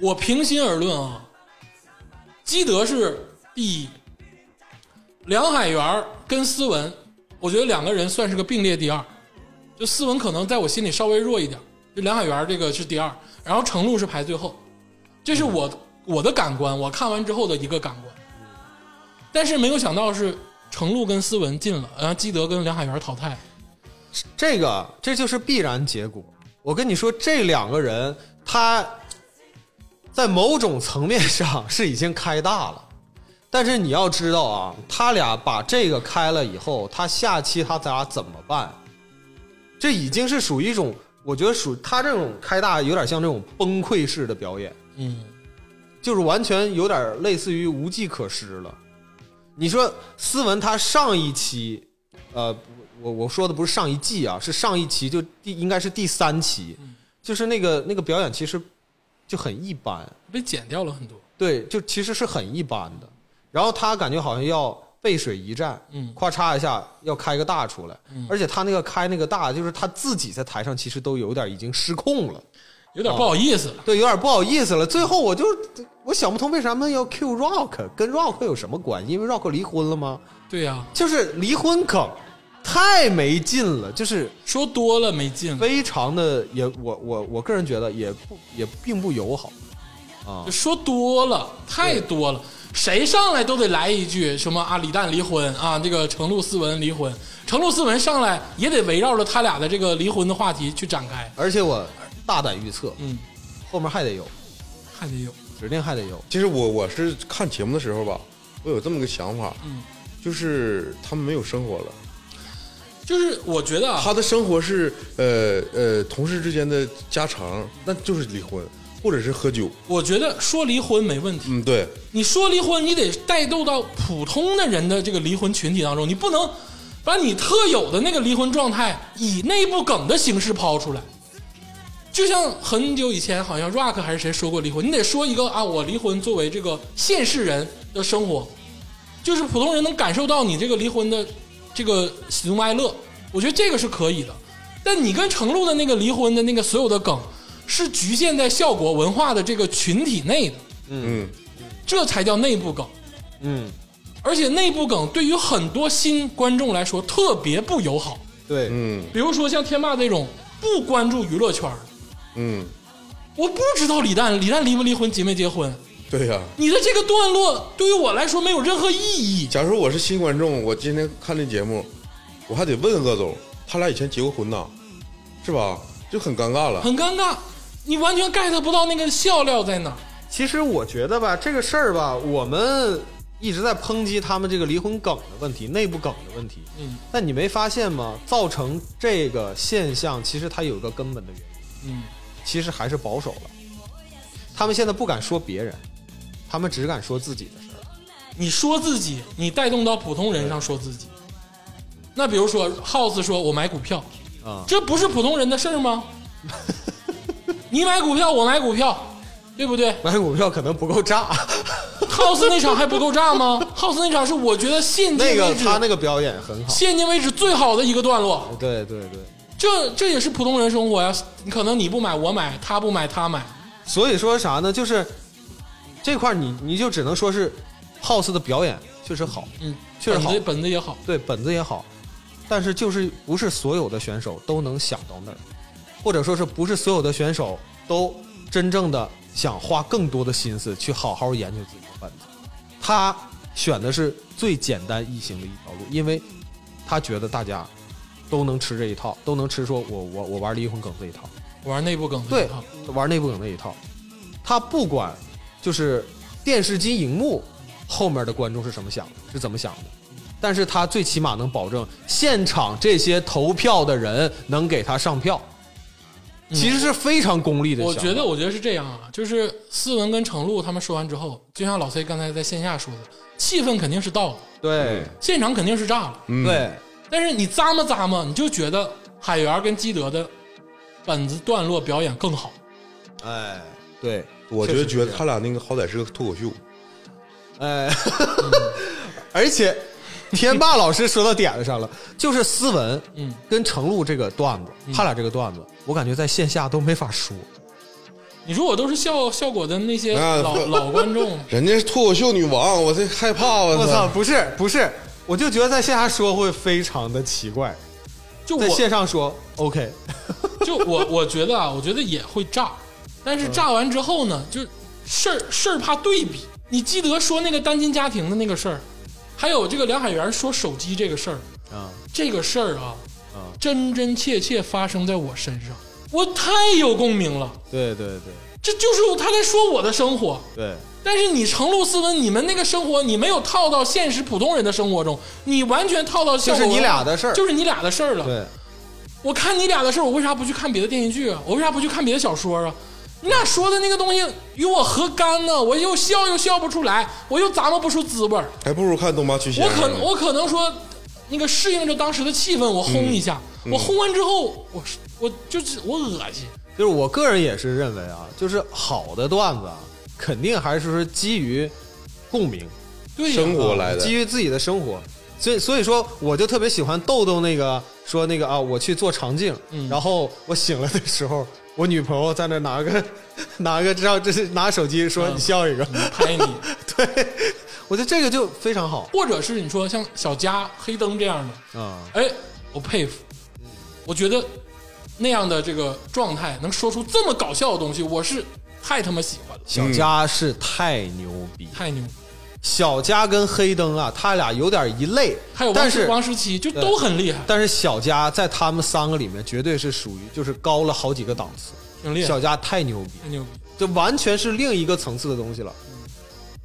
我平心而论啊，基德是第一，梁海源跟思文，我觉得两个人算是个并列第二。就思文可能在我心里稍微弱一点，就梁海源这个是第二，然后程璐是排最后，这是我我的感官，我看完之后的一个感官。但是没有想到是程璐跟思文进了，然后基德跟梁海源淘汰了。这个这就是必然结果。我跟你说，这两个人他在某种层面上是已经开大了，但是你要知道啊，他俩把这个开了以后，他下期他俩怎么办？这已经是属于一种，我觉得属他这种开大有点像这种崩溃式的表演。嗯，就是完全有点类似于无计可施了。你说斯文他上一期，呃，我我说的不是上一季啊，是上一期就第应该是第三期，就是那个那个表演其实就很一般，被剪掉了很多。对，就其实是很一般的。然后他感觉好像要背水一战，嗯咔嚓一下要开个大出来，嗯而且他那个开那个大，就是他自己在台上其实都有点已经失控了。有点不好意思了。对，有点不好意思了。最后我就我想不通为什么要 Q Rock，跟 Rock 有什么关系？因为 Rock 离婚了吗？对呀、就是离婚梗太没劲了，就是说多了没劲了。非常的也我我我个人觉得也不也并不友好。就说多了，太多了。谁上来都得来一句什么啊，李诞离婚啊，这个程璐、思文离婚，程璐、思文上来也得围绕着他俩的这个离婚的话题去展开，而且我大胆预测，嗯，后面还得有，还得有，指定还得有。其实我我是看节目的时候吧，我有这么个想法，嗯，就是他们没有生活了，就是我觉得啊，他的生活是呃呃同事之间的家常，那就是离婚或者是喝酒，我觉得说离婚没问题，嗯，对，你说离婚，你得带动到普通的人的这个离婚群体当中，你不能把你特有的那个离婚状态以内部梗的形式抛出来。就像很久以前，好像 Rock 还是谁说过离婚，你得说一个啊，我离婚作为这个现世人的生活，就是普通人能感受到你这个离婚的这个喜怒哀乐，我觉得这个是可以的。但你跟程璐的那个离婚的那个所有的梗，是局限在效果文化的这个群体内的。嗯，这才叫内部梗。嗯，而且内部梗对于很多新观众来说特别不友好，对，嗯比如说像天霸这种不关注娱乐圈儿，嗯，我不知道李诞李诞离不离婚结没结婚，对呀、你的这个段落对于我来说没有任何意义。假如我是新观众，我今天看这节目，我还得问鄂总，他俩以前结过婚呐，是吧？就很尴尬了。很尴尬，你完全 get 不到那个笑料在哪儿。其实我觉得吧，这个事儿吧，我们一直在抨击他们这个离婚梗的问题、内部梗的问题。嗯但你没发现吗？造成这个现象，其实它有一个根本的原因，嗯，其实还是保守了。他们现在不敢说别人，他们只敢说自己的事儿。你说自己，你带动到普通人上说自己。那比如说 House 说我买股票，啊这不是普通人的事儿吗？你买股票，我买股票，对不对买股票可能不 够炸， ？House 那场还不够炸吗？House 那场是我觉得现今那个为止、他那个表演很好。现今为止最好的一个段落，对对对，这这也是普通人生活呀。可能你不买我买，他不买他买，所以说啥呢？就是这块儿你你就只能说是 House 的表演确实好，嗯，确实好本子本子也好，对本子也好，但是就是不是所有的选手都能想到那儿，或者说是不是所有的选手都真正的想花更多的心思去好好研究自己的本子。他选的是最简单易行的一条路，因为他觉得大家都能吃这一套，都能吃说我我我玩离婚梗这一套。玩内部梗的对也好，玩内部梗那一套。他不管就是电视机荧幕后面的观众是什么想的，是怎么想的，但是他最起码能保证现场这些投票的人能给他上票，其实是非常功利的想嗯我法。觉得，我觉得是这样啊，就是思文跟程璐他们说完之后，就像老崔刚才在线下说的，气氛肯定是到了，对现场肯定是炸了。嗯，对，但是你咂摸咂摸，你就觉得海源跟基德的本子段落表演更好。哎，对，我觉得确实觉得他俩那个好歹是个脱口秀，哎， 而且天霸老师说到点子上了，就是思文，嗯，跟程璐这个段子，他俩这个段子，我感觉在线下都没法说。你说我都是效效果的那些啊老、 老观众，人家是脱口秀女王，我这害怕，我 我操，操！不是不是，我就觉得在线下说会非常的奇怪，就在我线上说 OK，就我我觉得啊，我觉得也会炸，但嗯是炸完之后呢，就是事儿事儿怕对比。你基德说那个单亲家庭的那个事儿，还有这个梁海源说手机这个事儿， 啊，这个事儿啊，啊真真切切发生在我身上，我太有共鸣了。对对这就是他在说我的生活，对对，但是你程璐斯文，你们那个生活，你没有套到现实普通人的生活中，你完全套到效果就是你俩的事儿就是你俩的事儿了。对，我看你俩的事儿，我为啥不去看别的电视剧啊？我为啥不去看别的小说啊？你俩说的那个东西与我何干呢？我又笑又笑不出来，我又咂摸不出滋味儿。还不如看《东八区先我生》可呢。我可能说，那个适应着当时的气氛，我轰一下，嗯我轰完之后，我是我就是我恶心。就是我个人也是认为啊，就是好的段子啊，肯定还是说基于共鸣，对呀、生活来的基于自己的生活。所以，所以说，我就特别喜欢豆豆那个说那个啊，我去做肠镜，嗯然后我醒了的时候，我女朋友在那拿个 拿个这样，这是拿手机说嗯你笑一个，拍你， 对，我觉得这个就非常好或者是你说像小佳、黑灯这样的，啊。哎，我佩服，我觉得那样的这个状态能说出这么搞笑的东西，我是太他妈喜欢了，小佳是太牛逼，太牛！小佳跟黑灯啊，他俩有点一类还有，王但十是呃王十七就都很厉害，但是小佳在他们三个里面绝对是属于就是高了好几个档次，挺厉小害，佳太牛逼，太牛逼，这完全是另一个层次的东西了，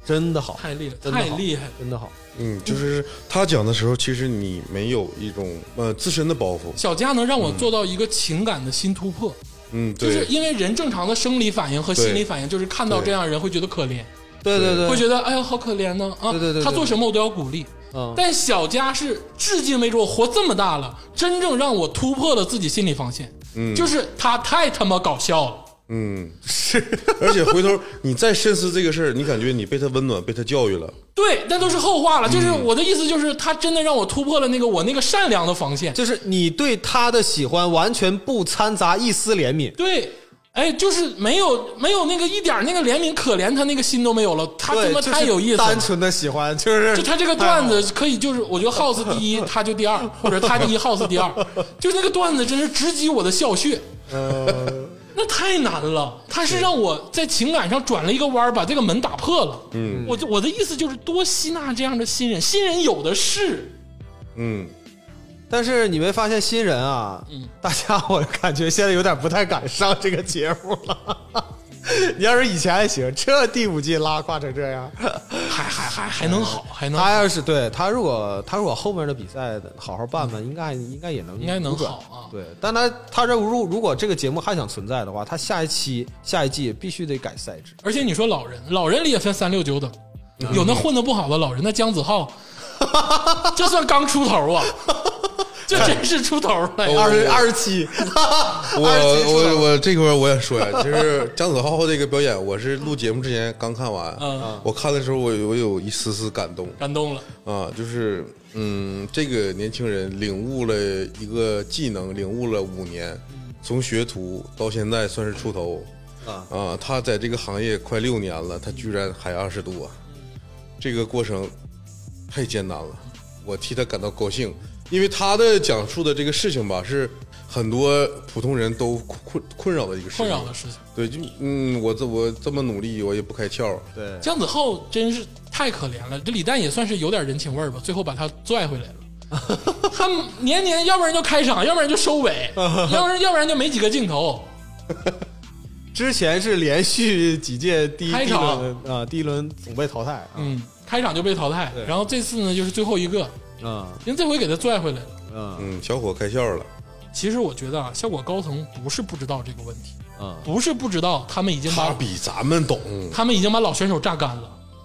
真的好，太厉害，真的太好厉害了。真的好，嗯，就是他讲的时候，其实你没有一种呃自身的包袱，小佳能让嗯我做到一个情感的新突破，嗯，就是对，因为人正常的生理反应和心理反应就是看到这样人会觉得可怜，对对会对，觉得哎呀好可怜呢啊，对对对对他做什么我都要鼓励。嗯，但小佳是至今为止我活这么大了，真正让我突破了自己心理防线，嗯就是他太他妈搞笑了。嗯，是， 而且回头你再深思这个事儿，你感觉你被他温暖，被他教育了，对，那都是后话了。就是嗯我的意思，就是他真的让我突破了那个我那个善良的防线。就是你对他的喜欢完全不掺杂一丝怜悯，对，哎，就是没有没有那个一点儿那个怜悯可怜他那个心都没有了，他他对妈就是太有意思了。单纯哎的喜欢就是就他这个段子可以，就是我觉得 House 第一，他就第二，或者他第一，House 第二，就是那个段子真是直击我的笑穴。呃那太难了，他是让我在情感上转了一个弯儿，把这个门打破了。嗯，我就我的意思就是多吸纳这样的新人，新人有的是。嗯，但是你没发现新人啊，嗯大家我感觉现在有点不太敢上这个节目了。 你要是以前还行，这第五季拉胯成这样，还还还还能好，还能他要是对他如果他如果后面的比赛好好办办，应该应该也能应该能扭转好啊对，但他他这如如果这个节目还想存在的话，他下一期下一季必须得改赛制。而且你说老人，老人里也分三六九等，有那混的不好的老人，那姜子浩， 这算刚出头啊，这真是出头了呀。二十二十七，我 二十七我我这块儿我也说呀，就是姜子浩这个表演，我是录节目之前刚看完，嗯我看的时候我我有一丝丝感动感动了，啊，就是嗯，这个年轻人领悟了一个技能，领悟了五年，从学徒到现在算是出头啊他在这个行业快六年了，他居然还二十多，这个过程太艰难了，我替他感到高兴，因为他的讲述的这个事情吧，是很多普通人都困困困扰的一个事情。困扰的事情。对，就嗯，我这我这么努力，我也不开窍。对，姜子浩真是太可怜了，这李诞也算是有点人情味儿吧，最后把他拽回来了。他年年要不然就开场，要不然就收尾，要不然要不然就没几个镜头。之前是连续几届第一开第一场轮啊，第一轮总被淘汰啊，嗯，开场就被淘汰，然后这次呢就是最后一个，嗯因为这回给他拽回来了。嗯嗯，小伙开窍了，其实我觉得啊，效果高层不是不知道这个问题，嗯，不是不知道他们已经他把比咱们懂。他们已经把老选手榨干了。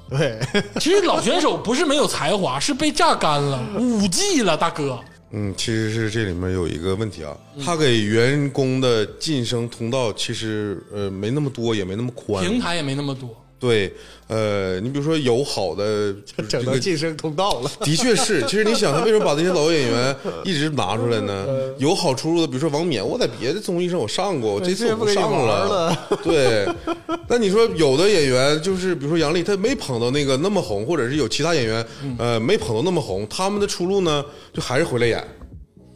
对，其实老选手不是没有才华，是被榨干了，五 G 了，大哥。嗯，其实是这里面有一个问题啊，嗯他给员工的晋升通道其实呃没那么多，也没那么宽。平台也没那么多，对，呃，你比如说有好的这 整到个晋升通道了。的确是，其实你想，他为什么把这些老演员一直拿出来呢？有好出路的，比如说王冕，我在别的综艺上我上过，我这次我不上了。对，那你说有的演员就是，比如说杨笠，他没捧到那个那么红，或者是有其他演员，呃，没捧到那么红，他们的出路呢，就还是回来演。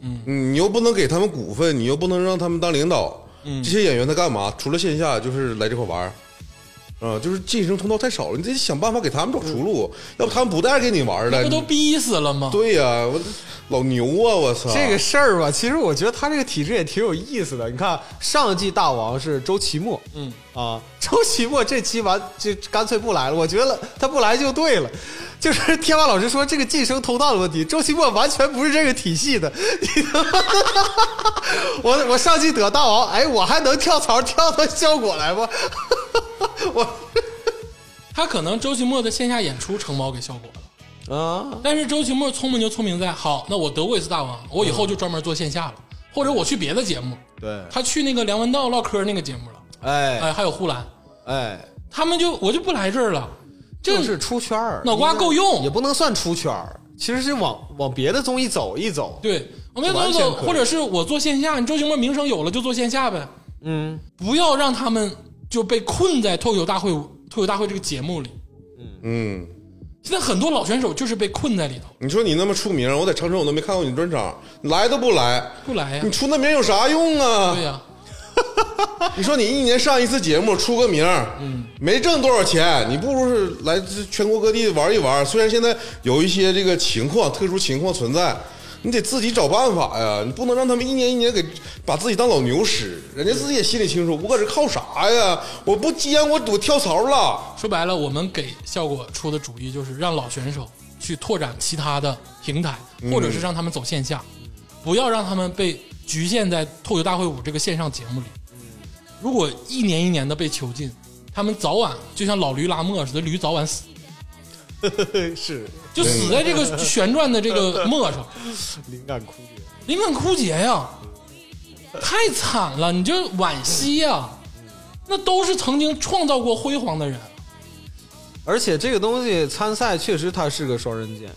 嗯，你又不能给他们股份，你又不能让他们当领导，这些演员他干嘛？除了线下，就是来这块玩儿。啊、就是晋升通道太少了，你得想办法给他们找出路，要不他们不带跟你玩儿呃的。不都你逼死了吗？ 对呀、我老牛啊！我操，这个事儿吧，其实我觉得他这个体制也挺有意思的。你看上一季大王是周奇墨，嗯啊，周奇墨这期完就干脆不来了。我觉得他不来就对了。就是天霸老师说这个晋升通道的问题，周奇墨完全不是这个体系的。你他妈我我上期得大王，哎，我还能跳槽跳到效果来吗？ 我他可能周奇墨的线下演出承包给效果了，啊，但是周奇墨聪明就聪明在，好，那我得过一次大王，我以嗯后就专门做线下了，或者我去别的节目，对，他去那个梁文道唠嗑那个节目了，嗯哎哎，还有呼兰，哎，他们就我就不来这儿了，这就是出圈儿，脑瓜够用也不能算出圈儿，其实是往往别的综艺走一走。对，我们走完全走，可以或者是我做线下，你周奇墨名声有了就做线下呗，嗯，不要让他们就被困在脱口秀大会脱口大会这个节目里。嗯，现在很多老选手就是被困在里头，你说你那么出名，我在长春我都没看过你专场，你来都不来，不来呀你，出那名有啥用啊？对呀、你说你一年上一次节目，出个名，嗯，没挣多少钱，你不如是来自全国各地玩一玩。虽然现在有一些这个情况、特殊情况存在，你得自己找办法呀，你不能让他们一年一年给把自己当老牛使。人家自己也心里清楚，我搁这靠啥呀？我不接，我我跳槽了。说白了，我们给效果出的主意就是让老选手去拓展其他的平台，嗯或者是让他们走线下，不要让他们被局限在脱口大会舞这个线上节目里。嗯如果一年一年的被囚禁，他们早晚就像老驴拉磨似的，驴早晚死，是就死在这个旋转的这个磨上。 灵感枯竭。灵感枯竭 呀，太惨了，你就惋惜呀。嗯那都是曾经创造过辉煌的人，而且这个东西参赛确实它是个双刃剑，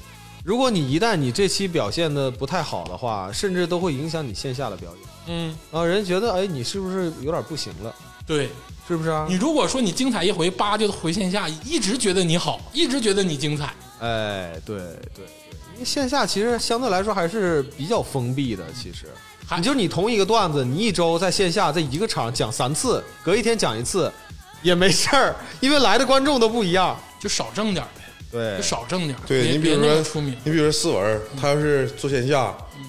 如果你一旦你这期表现的不太好的话，甚至都会影响你线下的表演。嗯，啊，人觉得哎，你是不是有点不行了？对。是不是啊你？如果说你精彩一回，叭就回线下，一直觉得你好，一直觉得你精彩，哎，对对对，因为线下其实相对来说还是比较封闭的。其实，还你就你同一个段子，你一周在线下在一个场讲三次，隔一天讲一次也没事儿，因为来的观众都不一样。就少挣点儿呗，对就少挣点儿，对别你比如别那么说出名，嗯你比如说思文，他要是做线下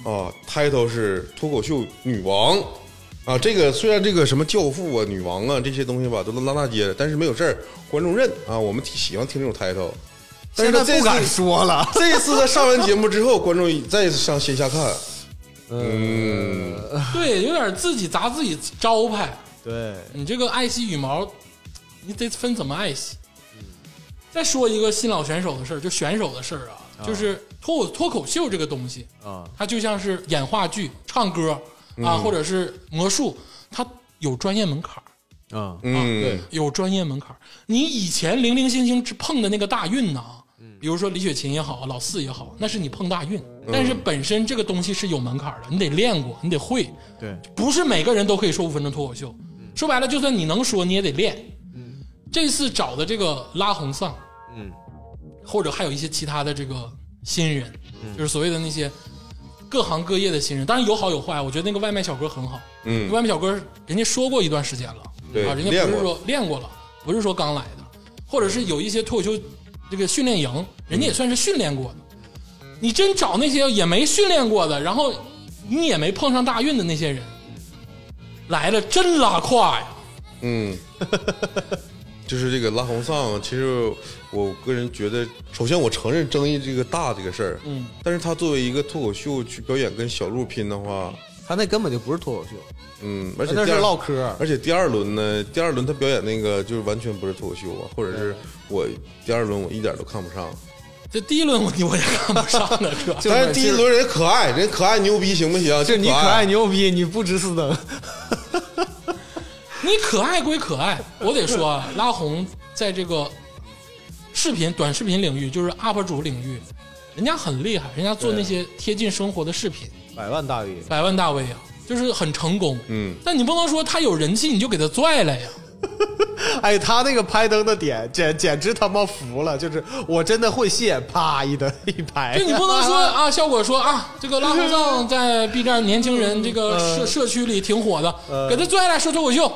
啊，title 是脱口秀女王啊，这个虽然这个什么教父啊、女王啊这些东西吧都能拉大街了，但是没有事儿，观众认啊，我们喜欢听这种 title。但现是在他这不敢次说 了。这次他上完节目之后，观众再上线 下看，呃嗯对，有点自己砸自己招牌。对，你这个爱惜羽毛，你得分怎么爱惜。再说一个新老选手的事儿，就选手的事儿啊，就是脱口脱口秀这个东西啊，它就像是演话剧、唱歌嗯啊，或者是魔术，它有专业门槛儿。啊，嗯，对有专业门槛儿。你以前零零星星只碰的那个大运呢，比如说李雪琴也好，老四也好，那是你碰大运。但是本身这个东西是有门槛儿的，你得练过，你得会，对，不是每个人都可以说五分钟脱口秀。说白了，就算你能说，你也得练。这次找的这个拉红丧，嗯，或者还有一些其他的这个新人，就是所谓的那些各行各业的新人。当然有好有坏，我觉得那个外卖小哥很好。嗯外卖小哥人家说过一段时间了，对啊，人家练不是过说练过了，不是说刚来的，或者是有一些脱口秀这个训练营，人嗯家也算是训练过的。你真找那些也没训练过的，然后你也没碰上大运的那些人来了，真拉胯呀！嗯， 就是这个拉红丧，其实我个人觉得，首先我承认争议这个大这个事儿，嗯，但是他作为一个脱口秀去表演跟小鹿拼的话，他那根本就不是脱口秀，嗯，而且那第是二唠嗑。而且第二轮呢，第二轮他表演那个就是完全不是脱口秀啊，或者是我第二轮我一点都看不上，这第一轮我 我也看不上的，这就但是第一轮人可爱，人可爱牛逼行不行？就你可可爱，牛逼，你不知私登， 你可爱归可爱，我得说啊，拉红在这个视频短视频领域，就是 UP 主领域，人家很厉害，人家做那些贴近生活的视频，百万大 V，百万大 V 啊，就是很成功。嗯，但你不能说他有人气你就给他拽了呀， 哎，他那个拍灯的点，简简直他妈服了，就是我真的会谢，啪一灯一拍，哎就你不能说啊，效果说啊，这个拉红藏在 B 站年轻人这个社社区里挺火的，给他拽来说脱口秀，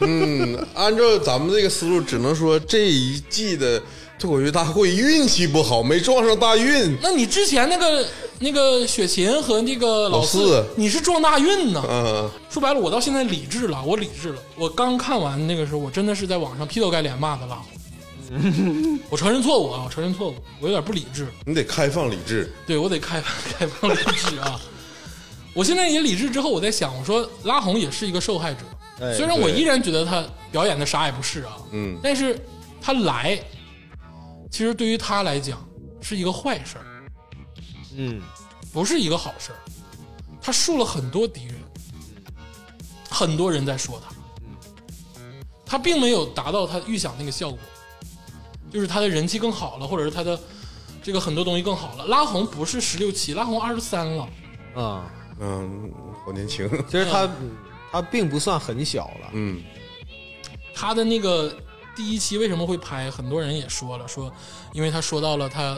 嗯，按照咱们这个思路，只能说这一季的脱口秀大会运气不好，没撞上大运。那你之前那个那个雪琴和那个老老四你是撞大运呢？嗯，说白了，我到现在理智了，我理智了。我刚看完那个时候，我真的是在网上劈头盖脸骂他拉红。我承认错误啊，我承认错误，我有点不理智。你得开放理智。对我得开放 开放理智啊！我现在也理智之后，我在想，我说拉红也是一个受害者，哎虽然我对依然觉得他表演的啥也不是啊，嗯但是他来，其实对于他来讲是一个坏事儿， 嗯，不是一个好事儿。他树了很多敌人，很多人在说他，他并没有达到他预想那个效果，就是他的人气更好了，或者是他的这个很多东西更好了。拉红不是十六七，拉红二十三了，啊、嗯，好年轻。 其实他他并不算很小了，嗯，他的那个第一期为什么会拍？很多人也说了，说因为他说到了他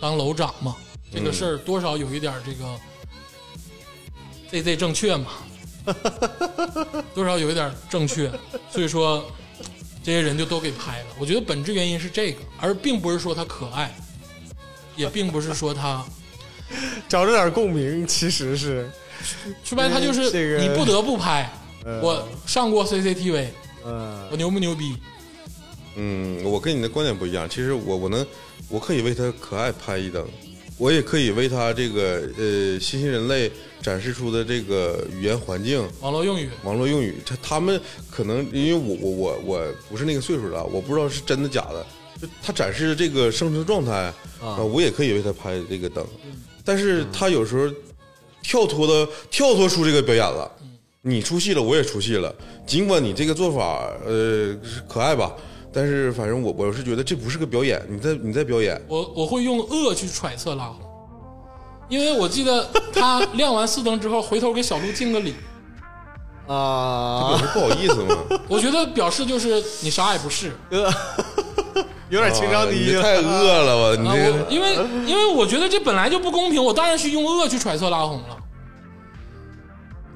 当楼长嗯 嘛，这个事儿多少有一点这个 Z Z 正确嘛，多少有一点正确，所以说这些人就都给拍了。我觉得本质原因是这个，而并不是说他可爱，也并不是说他找着点共鸣，其实是，说白了他就嗯这是个你不得不拍。嗯我上过 CCTV，嗯我牛不牛逼？嗯，我跟你的观点不一样。其实我我能，我可以为他可爱拍一灯，我也可以为他这个呃新兴人类展示出的这个语言环境、网络用语，网络用语，他他们可能因为我我我我不是那个岁数啊了，我不知道是真的假的。就他展示的这个生存状态啊、我也可以为他拍这个灯，嗯但是他有时候跳脱的跳脱出这个表演了。嗯你出戏了，我也出戏了。尽管你这个做法，呃，是可爱吧，但是反正我我是觉得这不是个表演，你在你在表演，我我会用恶去揣测拉红，因为我记得他亮完四灯之后，回头给小鹿敬个礼，我啊，是不好意思嘛。我觉得表示就是你啥也不是。有点 情商啊低你了。太饿了吧？你啊，这我个因 为因为我觉得这本来就不公平，我当然去用恶去揣测拉红了。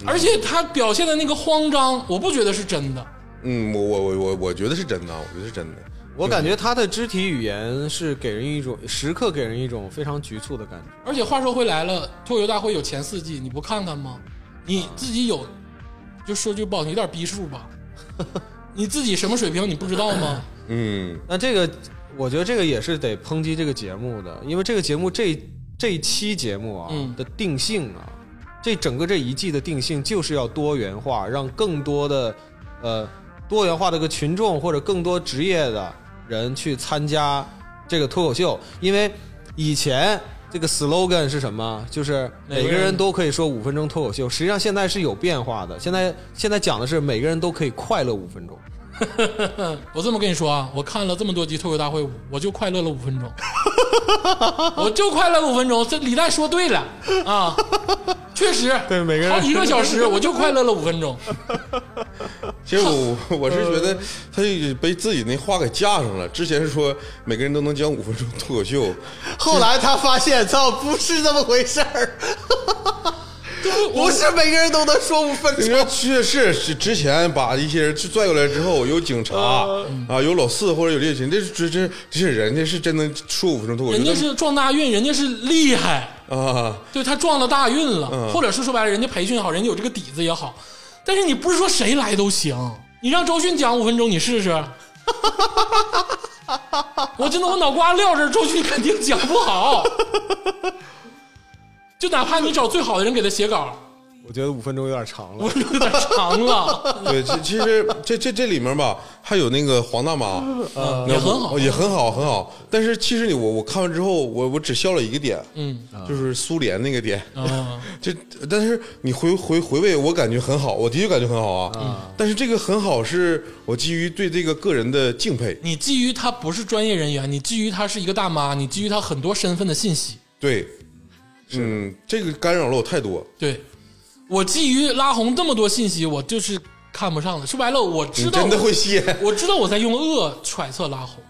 而且他表现的那个慌张，我不觉得是真的。嗯，我我我我我觉得是真的啊，我觉得是真的。我感觉他的肢体语言是给人一种时刻给人一种非常局促的感觉。而且话说回来了，脱口秀大会有前四季，你不看看吗？你自己有，就说句不好听，有点逼数 吧。你自己什么水平你不知道吗？嗯，那这个，我觉得这个也是得抨击这个节目的，因为这个节目这这一期节目啊、嗯的定性啊，这整个这一季的定性就是要多元化，让更多的呃多元化的一个群众或者更多职业的人去参加这个脱口秀，因为以前。这个 slogan 是什么？就是每个每人个人都可以说五分钟脱口秀。实际上现在是有变化的，现在现在讲的是每个人都可以快乐五分钟。我这么跟你说啊，我看了这么多集《脱口大会五》，我就快乐了五分 钟，我就快乐了五分钟。这李诞说对了啊，确实，对每个人好几个小时， 我就快乐了五分钟。其实 我我是觉嗯得他被自己那话给架上了。之前是说每个人都能讲五分钟脱口秀，后来他发现，操，不是这么回事儿， 不是每个人都能说五分你钟。说确实是之前把一些人去拽过来之后，有警察嗯啊，有老四或者有烈群，这是这这这些人家是真能说五分钟脱口秀，人家是撞大运，人家是厉害，啊，对他撞了大运了，嗯或者是说白了，人家培训好，人家有这个底子也好。但是你不是说谁来都行，你让周迅讲五分钟，你试 试。我真的，我脑瓜撂这儿，周迅肯定讲不好。就哪怕你找最好的人给他写稿， 我觉得五分钟有点长了五。分钟有点嗯长了，对，其其实这这这里面吧，还有那个黄大妈，嗯也很好。也很好，很好。但是其实你我我看完之后，我我只笑了一个点，嗯就是苏联那个点。啊，这但是你回回回味，我感觉很好，我的确感觉很好啊。但是这个很好是我基于对这个个人的敬佩，你基于他不是专业人员，你基于他是一个大妈，你基于他很多身份的信息，对，嗯，这个干扰了我太多。对我基于拉红这么多信息，我就是看不上了。说白了，我你知道真的我会歇，我知道我在用恶揣测拉红，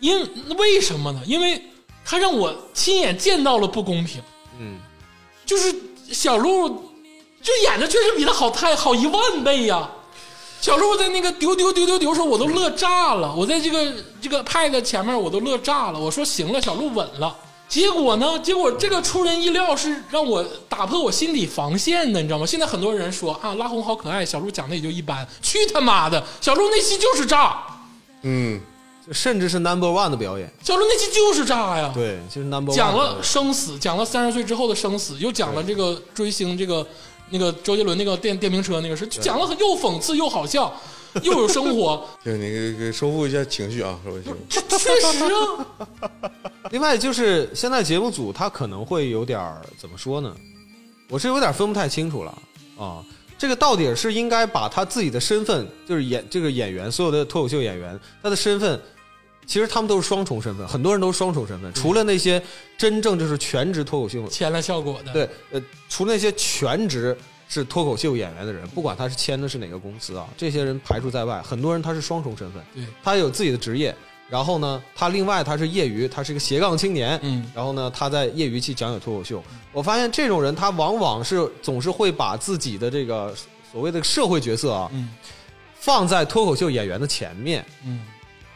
因为什么呢？因为他让我亲眼见到了不公平。嗯，就是小鹿，这演的确实比他好太好一万倍呀、小鹿在那个丢丢丢丢丢时候，我都乐炸了。我在这个这个 pad 前面，我都乐炸了。我说行了，小鹿稳了。结果呢？结果这个出人意料是让我打破我心理防线的，你知道吗？现在很多人说啊，拉红好可爱，小鹿讲的也就一般。去他妈的，小鹿那期就是炸，嗯， 甚至是 number one 的表演，小鹿那期就是炸呀。对，就是 number one 讲的了生死，讲了三十岁之后的生死，又讲了这个追星，这个那个周杰伦那个电电瓶车那个事，就讲了很又讽刺又好笑，又有生活，行，你给给收复一下情绪啊，收复情绪。这确实啊，表演。另外就是现在节目组他可能会有点儿怎么说呢？我是有点分不太清楚了啊。这个到底是应该把他自己的身份，就是演这个演员，所有的脱口秀演员，他的身份，其实他们都是双重身份，很多人都是双重身份，除了那些真正就是全职脱口秀签了效果的，对，呃，除了那些全职是脱口秀演员的人，不管他是签的是哪个公司啊，这些人排除在外，很多人他是双重身份，对他有自己的职业，然后呢，他另外他是业余，他是一个斜杠青年，嗯，然后呢，他在业余去讲解脱口秀。我发现这种人，他往往是总是会把自己的这个所所谓的社会角色啊，嗯放在脱口秀演员的前面，嗯，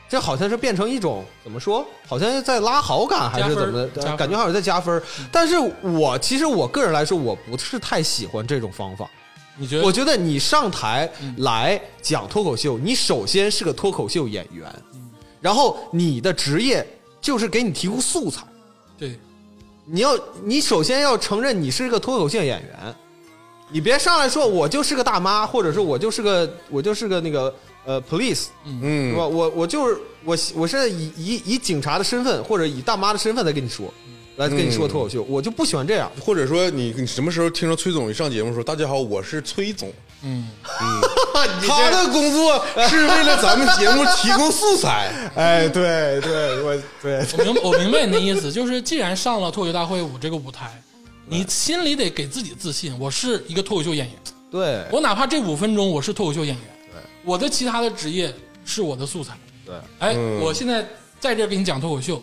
这好像是变成一种怎么说？好像在拉好感还是怎么加分的？儿嗯感觉好像在加分儿。但是我其实我个人来说，我不是太喜欢这种方法。你觉得？我觉得你上台来讲脱口秀，你首先是个脱口秀演员，嗯然后你的职业就是给你提供素材。对，你要，你首先要承认你是个脱口秀演员，你别上来说我就是个大妈，或者说我就是个我就是个那个呃 police，嗯是吧？我我就是我我现在以以以警察的身份或者以大妈的身份来跟你说，嗯来跟你说脱口秀，我就不喜欢这样。或者说你你什么时候听着崔总一上节目说：“大家好，我是崔总。嗯，”他的工作 是为了咱们节目提供素材。 哎，对对，我对我明我明白你的意思， 就是既然上了脱口秀大会舞这个舞台，你心里得给自己自信，我是一个脱口秀演员，对我哪怕这五分钟我是脱口秀演员，我的其他的职业是我的素材。对，嗯哎，我现在在这儿给你讲脱口秀，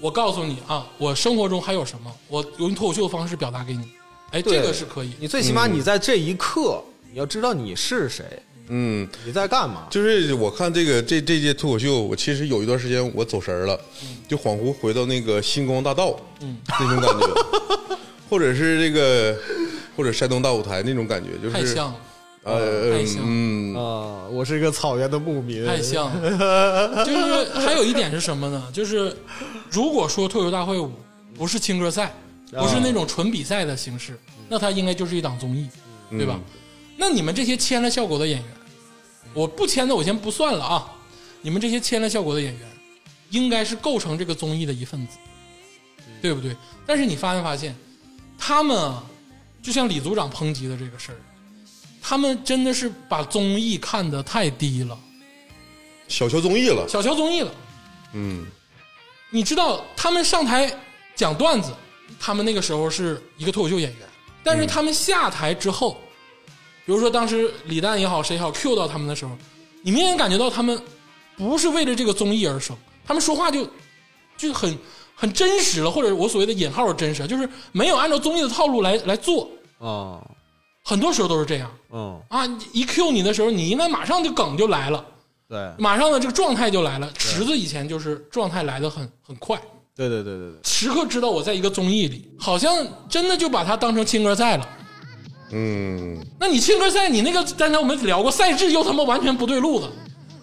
我告诉你啊，我生活中还有什么，我用脱口秀的方式表达给你。哎，对这个是可以。 你最起码你在这一刻，你要知道你是谁，嗯，你在干嘛。就是我看这个这这届脱口秀，我其实有一段时间我走神儿了，嗯就恍惚回到那个星光大道，嗯，那种感觉， 或者是这个，或者山东大舞台那种感觉，就是太像了，呃太像嗯，啊、我是一个草原的牧民， 太像了。就是还有一点是什么呢？就是如果说脱口秀大会舞不是青歌赛，不是那种纯比赛的形式，那它应该就是一档综艺，嗯对吧？那你们这些签了效果的演员，我不签的我先不算了啊。你们这些签了效果的演员，应该是构成这个综艺的一份子，对不对？但是你发没发现，他们啊，就像李组长抨击的这个事儿，他们真的是把综艺看得太低了。小乔综艺了，小乔综艺了。嗯，你知道他们上台讲段子，他们那个时候是一个脱口秀演员，但是他们下台之后，比如说当时李诞也好，谁也好 Q 到他们的时候，你明显感觉到他们不是为了这个综艺而生，他们说话就就很很真实了，或者我所谓的引号的真实，啊就是没有按照综艺的套路来来做，啊，很多时候都是这样嗯，啊。一 Q 你的时候，你应该马上就梗就来了。对，马上呢，这个状态就来了。池子以前就是状态来的很很快，对对对对对，时刻知道我在一个综艺里，好像真的就把它当成青歌赛了。嗯，那你青歌赛，你那个刚才我们聊过，赛制又他妈完全不对路子，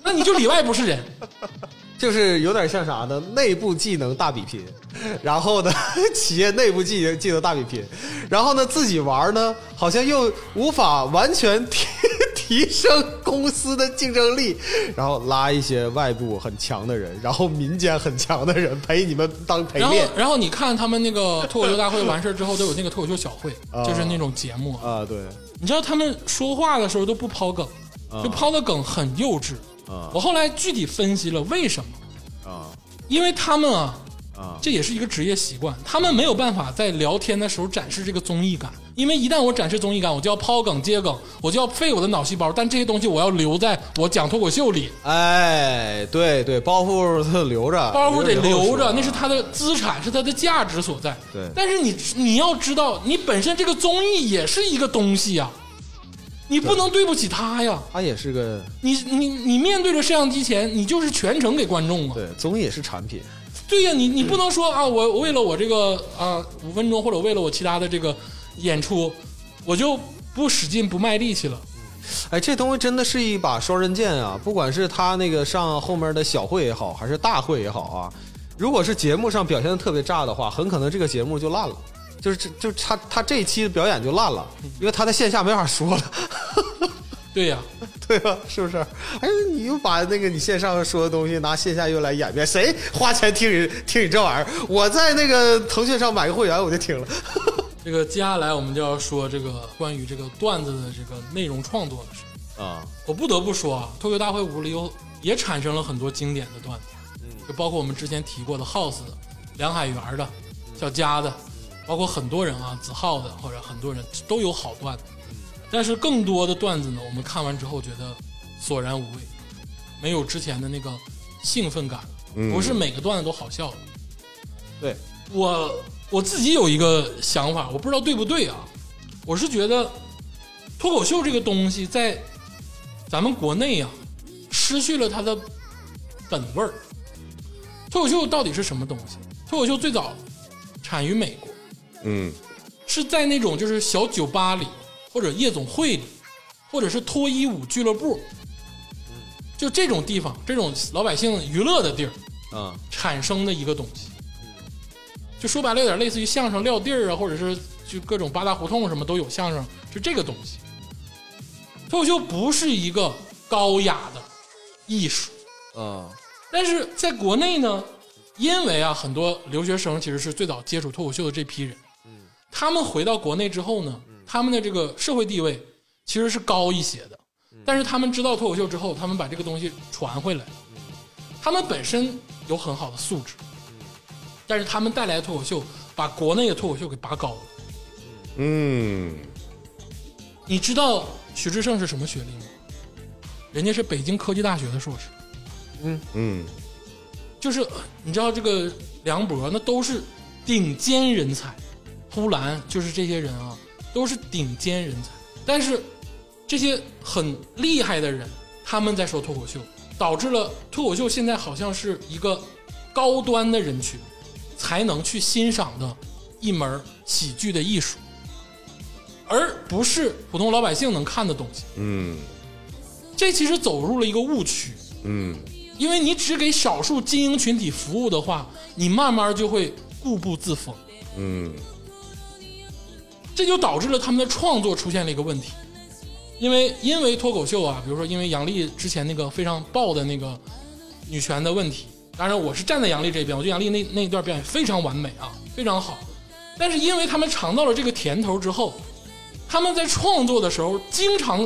那你就里外不是人。就是有点像啥呢？内部技能大比拼，然后呢， 企业内部技能技能大比拼，然后呢，自己玩呢，好像又无法完全提 提升公司的竞争力，然后拉一些外部很强的人，然后民间很强的人陪你们当陪然后练，然后你看他们那个脱口秀大会完事儿之后，都有那个脱口秀小会，就是那种节目。啊，对，你知道他们说话的时候都不抛梗，就抛的梗很幼稚。啊我后来具体分析了为什么，啊因为他们啊，啊，这也是一个职业习惯，他们没有办法在聊天的时候展示这个综艺感，因为一旦我展示综艺感，我就要抛梗接梗，我就要费我的脑细胞，但这些东西我要留在我讲脱口秀里，哎，对对，包袱他留着，包袱得啊留着，那是它他。的资产，是它的价值所在。对但是你你要知道，你本身这个综艺也是一个东西呀、你不能对不起它呀。他也是个你你你面对着摄像机前，你就是全程给观众啊。对综艺也是产品，对呀、你你不能说啊，我我为了我这个啊五分钟，或者为了我其他的这个演出，我就不使劲不卖力气了。哎，这东西真的是一把双刃剑啊！不管是他那个上后面的小会也好，还是大会也好啊，如果是节目上表现的特别炸的话，很可能这个节目就烂了，就是这就是他他这一期的表演就烂了，因为他在线下没法说了， 对呀、对吧？是不是？哎，你又把那个你线上说的东西拿线下又来演变，谁花钱听你听你这玩意儿？我在那个腾讯上买个会员我就听了，这个接下来我们就要说这个关于这个段子的这个内容创作的事。啊，我不得不说啊，《脱口大会五》里有也产生了很多经典的段子，就包括我们之前提过的 House 的、梁海源的、小佳的，包括很多人啊，子浩的或者很多人都有好段子。但是更多的段子呢，我们看完之后觉得索然无味，没有之前的那个兴奋感了。不是每个段子都好笑的。对我我自己有一个想法，我不知道对不对啊。我是觉得脱口秀这个东西在咱们国内啊，失去了它的本味儿。脱口秀到底是什么东西？脱口秀最早产于美国，嗯是在那种就是小酒吧里，或者夜总会里，或者是脱衣舞俱乐部，就这种地方，这种老百姓娱乐的地儿啊，产生的一个东西。就说白了，有点类似于相声撂地儿啊，或者是就各种八大胡同什么都有相声，是这个东西。脱口秀不是一个高雅的艺术，啊，但是在国内呢，因为啊，很多留学生其实是最早接触脱口秀的这批人，他们回到国内之后呢，他们的这个社会地位其实是高一些的，但是他们知道脱口秀之后，他们把这个东西传回来了，他们本身有很好的素质，但是他们带来的脱口秀把国内的脱口秀给拔高了。嗯，你知道徐志胜是什么学历吗？人家是北京科技大学的硕士。嗯，就是呃你知道这个梁博，那都是顶尖人才，呼兰就是这些人啊，都是顶尖人才。但是这些很厉害的人，他们在说脱口秀，导致了脱口秀现在好像是一个高端的人群才能去欣赏的一门喜剧的艺术，而不是普通老百姓能看的东西。嗯，这其实走入了一个误区。嗯，因为你只给少数精英群体服务的话，你慢慢就会固步自封，嗯，这就导致了他们的创作出现了一个问题。因为因为脱口秀啊，比如说因为杨笠之前那个非常爆的那个女权的问题，当然我是站在杨笠这边，我觉得杨笠那那一段表演非常完美啊，非常好。但是因为他们尝到了这个甜头之后，他们在创作的时候经常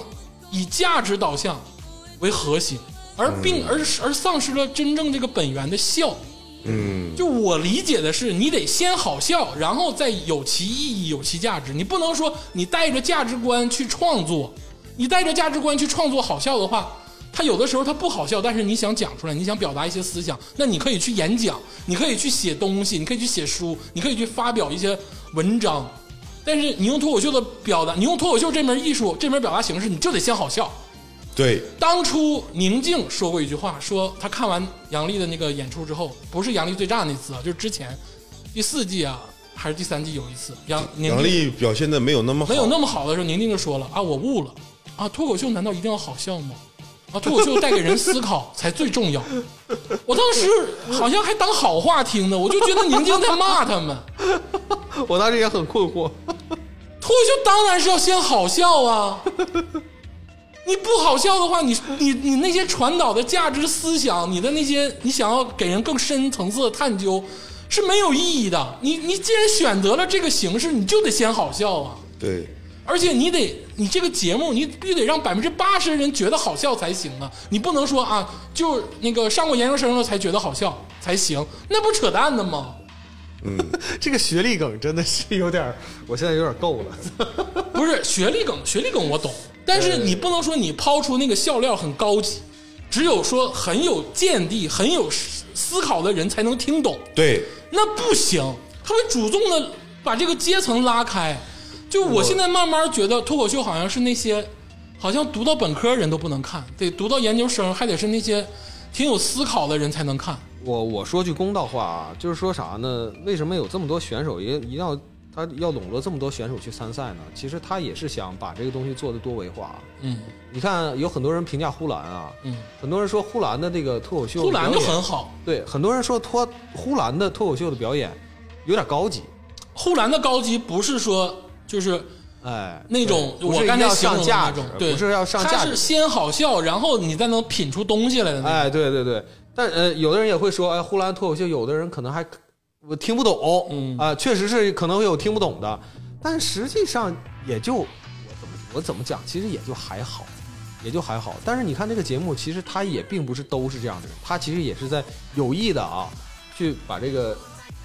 以价值导向为核心，而并而而丧失了真正这个本源的笑。嗯，就我理解的是，你得先好笑，然后再有其意义、有其价值。你不能说你带着价值观去创作，你带着价值观去创作好笑的话，它有的时候它不好笑，但是你想讲出来，你想表达一些思想，那你可以去演讲，你可以去写东西，你可以去写书，你可以去发表一些文章。但是你用脱口秀的表达，你用脱口秀这门艺术、这门表达形式，你就得先好笑。对，当初宁静说过一句话，说她看完杨笠的那个演出之后，不是杨笠最炸那次啊，就是之前第四季啊还是第三季有一次，杨宁杨静笠表现的没有那么好，没有那么好的时候，宁静就说了啊，我悟了啊，脱口秀难道一定要好笑吗？啊，脱口秀带给人思考才最重要。我当时好像还当好话听呢，我就觉得宁静在骂他们。我当时也很困惑。脱口秀当然是要先好笑啊！ 你不好笑的话，你你你那些传导的价值思想，你的那些你想要给人更深层次的探究是没有意义的。你你既然选择了这个形式，你就得先好笑啊！对，而且你得，你这个节目你必须得让百分之八十的人觉得好笑才行啊！你不能说啊，就那个上过研究生了才觉得好笑才行，那不扯淡的吗？这个学历梗真的是有点儿， 我现在有点够了。 不是学历梗，学历梗我懂，但是你不能说你抛出那个笑料很高级，只有说很有见地、很有思思考的人才能听懂，对，那不行，他会主动的把这个阶层拉开。就我现在慢慢觉得脱口秀好像是那些，好像读到本科人都不能看，得读到研究生，还得是那些挺有思考的人才能看。我我说句公道话啊，就是说啥呢？为什么有这么多选手也一定要他要笼络这么多选手去参赛呢？其实他也是想把这个东西做的多维化。嗯你看，有很多人评价呼兰啊，嗯，很多人说呼兰的这个脱口秀呼表兰演就很好，对，很多人说脱呼兰的脱口秀的表演有点高级，呼兰的高级不是说就是哎，那种对不是我刚才要形上容的价那值种，，对，不是要上价它值是，先好笑，然后你再能品出东西来的那种。哎，对对对，但呃，有的人也会说，哎，呼兰脱口秀，有的人可能还我听不懂，嗯啊、确实是可能会有听不懂的，但实际上也就我怎么我怎么讲，其实也就还好，也就还好。但是你看这个节目，其实他也并不是都是这样的人，他其实也是在有意的啊，去把这个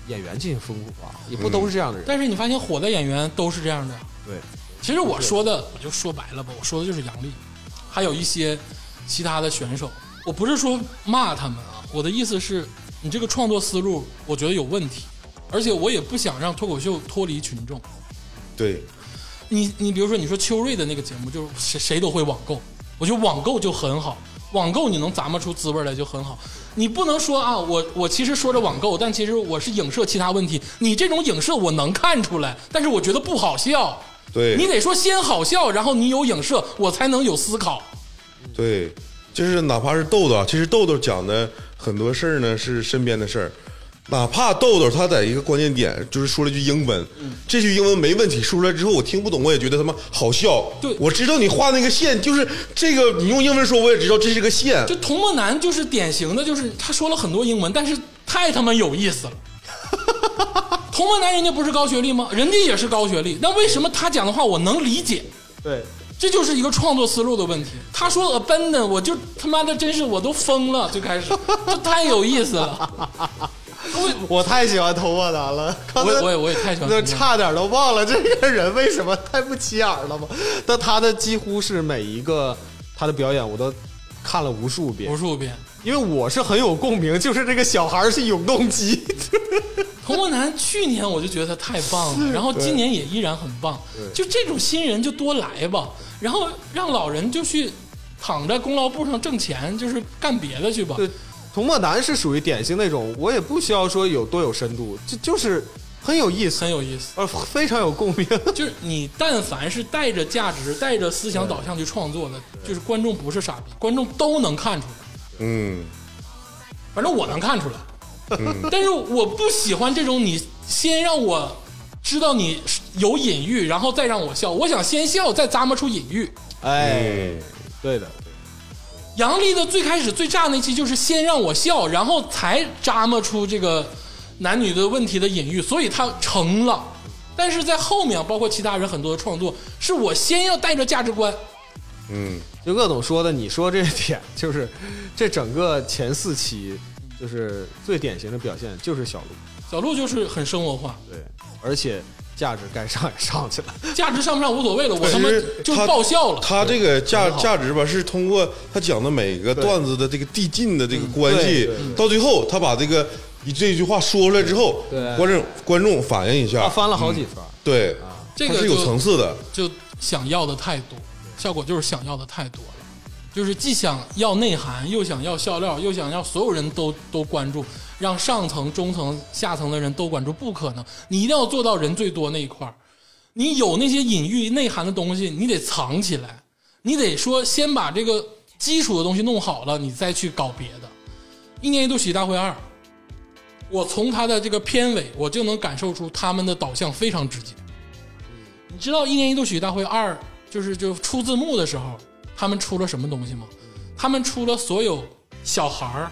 演员进行丰富啊，也不都是这样的人。但是你发现火的演员都是这样的。对，其实我说的，我就说白了吧，我说的就是杨笠，还有一些其他的选手。我不是说骂他们啊，我的意思是你这个创作思路，我觉得有问题，而且我也不想让脱口秀脱离群众。对，你你比如说你说秋瑞的那个节目，就是谁谁都会网购，我觉得网购就很好，网购你能咂摸出滋味来就很好。你不能说啊，我我其实说着网购，但其实我是影射其他问题。你这种影射我能看出来，但是我觉得不好笑。对你得说先好笑，然后你有影射，我才能有思考。对，就是哪怕是豆豆啊，其实豆豆讲的很多事儿呢是身边的事儿，哪怕豆豆他在一个关键点就是说了一句英文，嗯这句英文没问题，说出来之后我听不懂，我也觉得他妈好笑。对我知道你画那个线，就是这个你用英文说，我也知道这是个线。就童漠男就是典型的，就是他说了很多英文，但是太他妈有意思了。 童漠男人家不是高学历吗？人家也是高学历，那为什么他讲的话我能理解？对，这就是一个创作思路的问题。他说 abandon，我就他妈的真是我都疯了，最开始 这太有意思了。 我太喜欢头发男了，刚才我也我也我也太喜欢 那童漠差点都忘了这个人为什么太不起眼了嘛？但他的几乎是每一个他的表演我都看了无数遍无，数遍。因为我是很有共鸣，就是这个小孩儿是永 动机，童漠男去年我就觉得他太 棒了，然后今年也依然很棒。就这种新人就多来吧，然后让老人就去躺在功劳簿上挣钱，就是干别的去吧。对，童漠男是属于典型那种，我也不需要说有多有深度，这就是很有意思，很有意思。呃，非常 有共鸣。就是你但凡是带着价值、带着思想导向去创作的，就是观众不是傻逼，观众都能看出来。嗯，反正我能看出来，但是我不喜欢这种你先让我知道你有隐喻，然后再让我笑。我想先笑，再咂摸出隐喻。嗯哎，嗯对的，杨笠的最开始最炸那期就是先让我笑，然后才咂摸出这个男女的问题的隐喻，所以他成了。但是在后面，包括其他人很多的创作，是我先要带着价值观，就鄂总说的，你说这点就是这整个前四期就是最典型的表现就是小鹿，小鹿就是很生活化，对，而且价值该上也上去了，价值上不上无所谓了，我他妈其实就他爆笑了。他这个价很好价值吧，是通过他讲的每个段子的这个递进的这个关嗯对系对，到最后他把这个你这句话说出来之后，对观众观众反应一下，他啊翻了好几番。对，这它个是有就层次的，就想要的太多，效果就是想要的太多了，就是既想要内涵，又想要笑料，又想要所有人都都关注，让上层、中层、下层的人都关注，不可能。你一定要做到人最多那一块儿，你有那些隐喻内涵的东西，你得藏起来，你得说先把这个基础的东西弄好了，你再去搞别的。一年一度喜剧大会二。我从它的这个片尾，我就能感受出他们的导向非常直接。你知道一年一度喜剧大会二就是就出字幕的时候，他们出了什么东西吗？他们出了所有小孩儿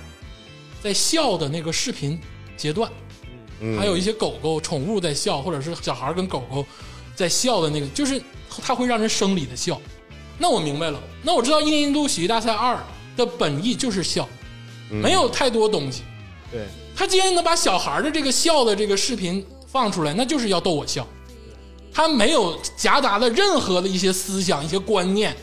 在笑的那个视频截段，还有一些狗狗、宠物在笑，或者是小孩儿跟狗狗在笑的那个，就是它会让人生理的笑。那我明白了，那我知道一年一度喜剧大赛二的本意就是笑，没有太多东西。对，他既然能把小孩的这个笑的这个视频放出来，那就是要逗我笑。他没有夹杂的任何的一些思想、一些观念。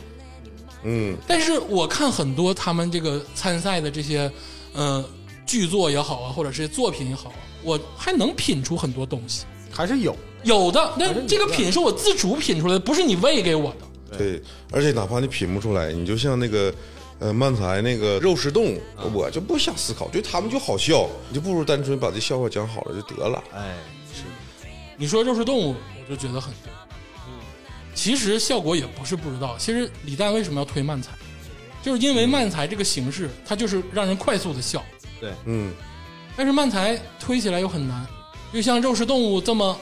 嗯，但是我看很多他们这个参赛的这些，呃，剧作也好啊，或者是作品也好啊，我还能品出很多东西。还是有，有的，那正有这个品是我自主品出来的，不是你喂给我的。对，而且哪怕你品不出来，你就像那个。呃，漫才那个肉食动，我就不想思考，对他们就好笑，你就不如单纯把这笑话讲好了就得了。哎，你说肉食动物，我就觉得很对。其实效果也不是不知道。其实李诞为什么要推漫才，就是因为漫才这个形式，它就是让人快速的笑。对，嗯，但是漫才推起来又很难，又像肉食动物这么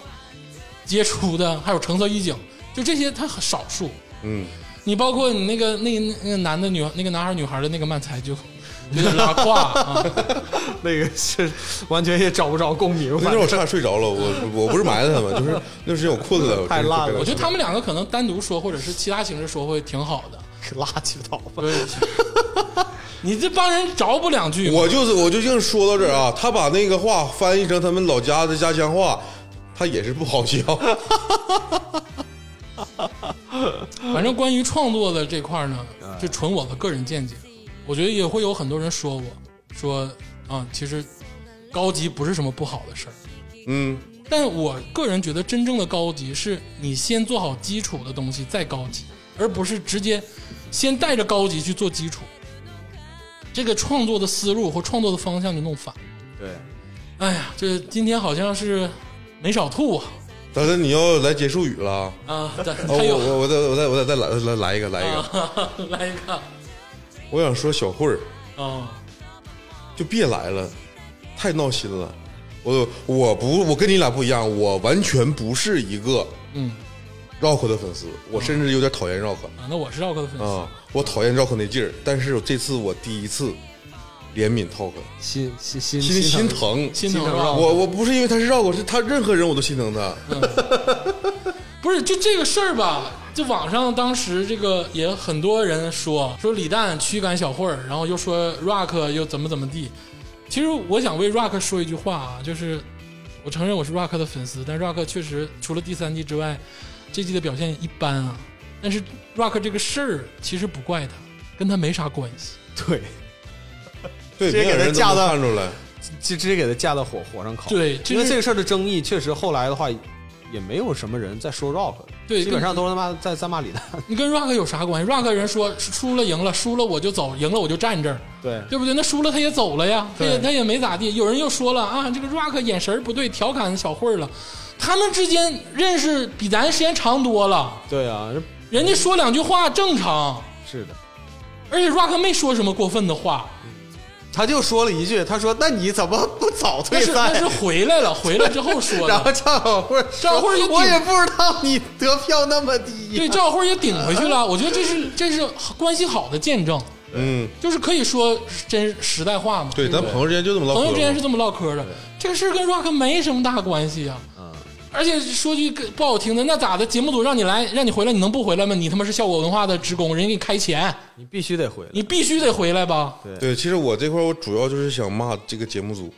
杰出的，还有橙色预警，就这些它很少数。嗯，你包括你那个那个那个男的女那个男孩女孩的那个漫才就 有点拉胯啊。 那个是完全也找不着 共鸣，那天我差点睡着了，我我不是埋汰他们，就是那时间我困了，我真是太烂了我觉得他们两个可能单独说，或者是其他形式说会挺好的。拉鸡巴倒吧。 你这帮人找补两句，我就是我就硬说到这儿啊，他把那个话翻译成他们老家的家乡话，他也是不好笑。反正关于创作的这块儿呢，嗯就纯我的个人见解，我觉得也会有很多人说我说啊，其实高级不是什么不好的事儿，嗯，但我个人觉得，真正的高级是你先做好基础的东西再高级，而不是直接先带着高级去做基础。这个创作的思路或创作的方向就弄反。对，哎呀，这今天好像是没少吐啊但是你要来结束语了啊，啊！咱还哦我有、我我再我再我再再来来来一个来一个，啊， 来一个我想说小慧儿啊，就别来了，太闹心了。我我不我跟你俩不一样，我完全不是一个嗯 Rock 的粉丝，我甚至有点讨厌 Rock 啊，那我是赵哥的粉丝，啊，我讨厌 Rock 那劲儿。但是我这次我第一次怜悯 Talk，心心心心里心疼疼。心疼心是疼吧？ Rock 我我不是因为他是 Rock，是他任何人我都心疼他。不是，就这个事儿吧，就网上当时这个也很多人说说李诞驱赶小慧儿，然后又说 Rock 又怎么怎么地。其实我想为 Rock 说一句话啊，就是我承认我是 Rock 的粉丝，但 Rock 确实除了第三季之外，这季的表现一般啊。但是 Rock 这个事儿其实不怪他，跟他没啥关系。 对，对，直接没有给他人都架能到看出来。直直接给他架到火火上烤。对这因为是这个事儿的争议，确实后来的话也没有什么人在说 Rock，对基本上都是他妈在在骂李诞。你跟 Rock 有啥关系？Rock 人说输了赢了，输了我就走，赢了我就站这儿。对对不对？那输了他也走了呀，他也对他也没咋地。有人又说了啊，这个 Rock 眼神儿不对，调侃小慧儿了。他们之间认识比咱时间长多了， 对啊，人家说两句话正常，是的，而且 Rock 没说什么过分的话，他就说了一句，他说：“那你怎么不早那退是那赛是回来了，回来之后？”说 然后的。赵小慧说，赵慧就顶我也不知道你得票那么低、对，赵慧儿也顶回去了，我觉得这是这是关系好的见证，嗯，就是可以说真实代话嘛。对，咱朋友之间就这么唠嗑嘛。嗯朋友之间是这么唠嗑的，这个事儿跟 Rock 没什么大关系啊。嗯而且说句不好听的，那咋的？节目组让你来，让你回来，你能不回来吗？你他妈是效果文化的职工，人家给你开钱，你必须得回来。你必须得回来吧？对，其实我这块儿我主要就是想骂这个节目组，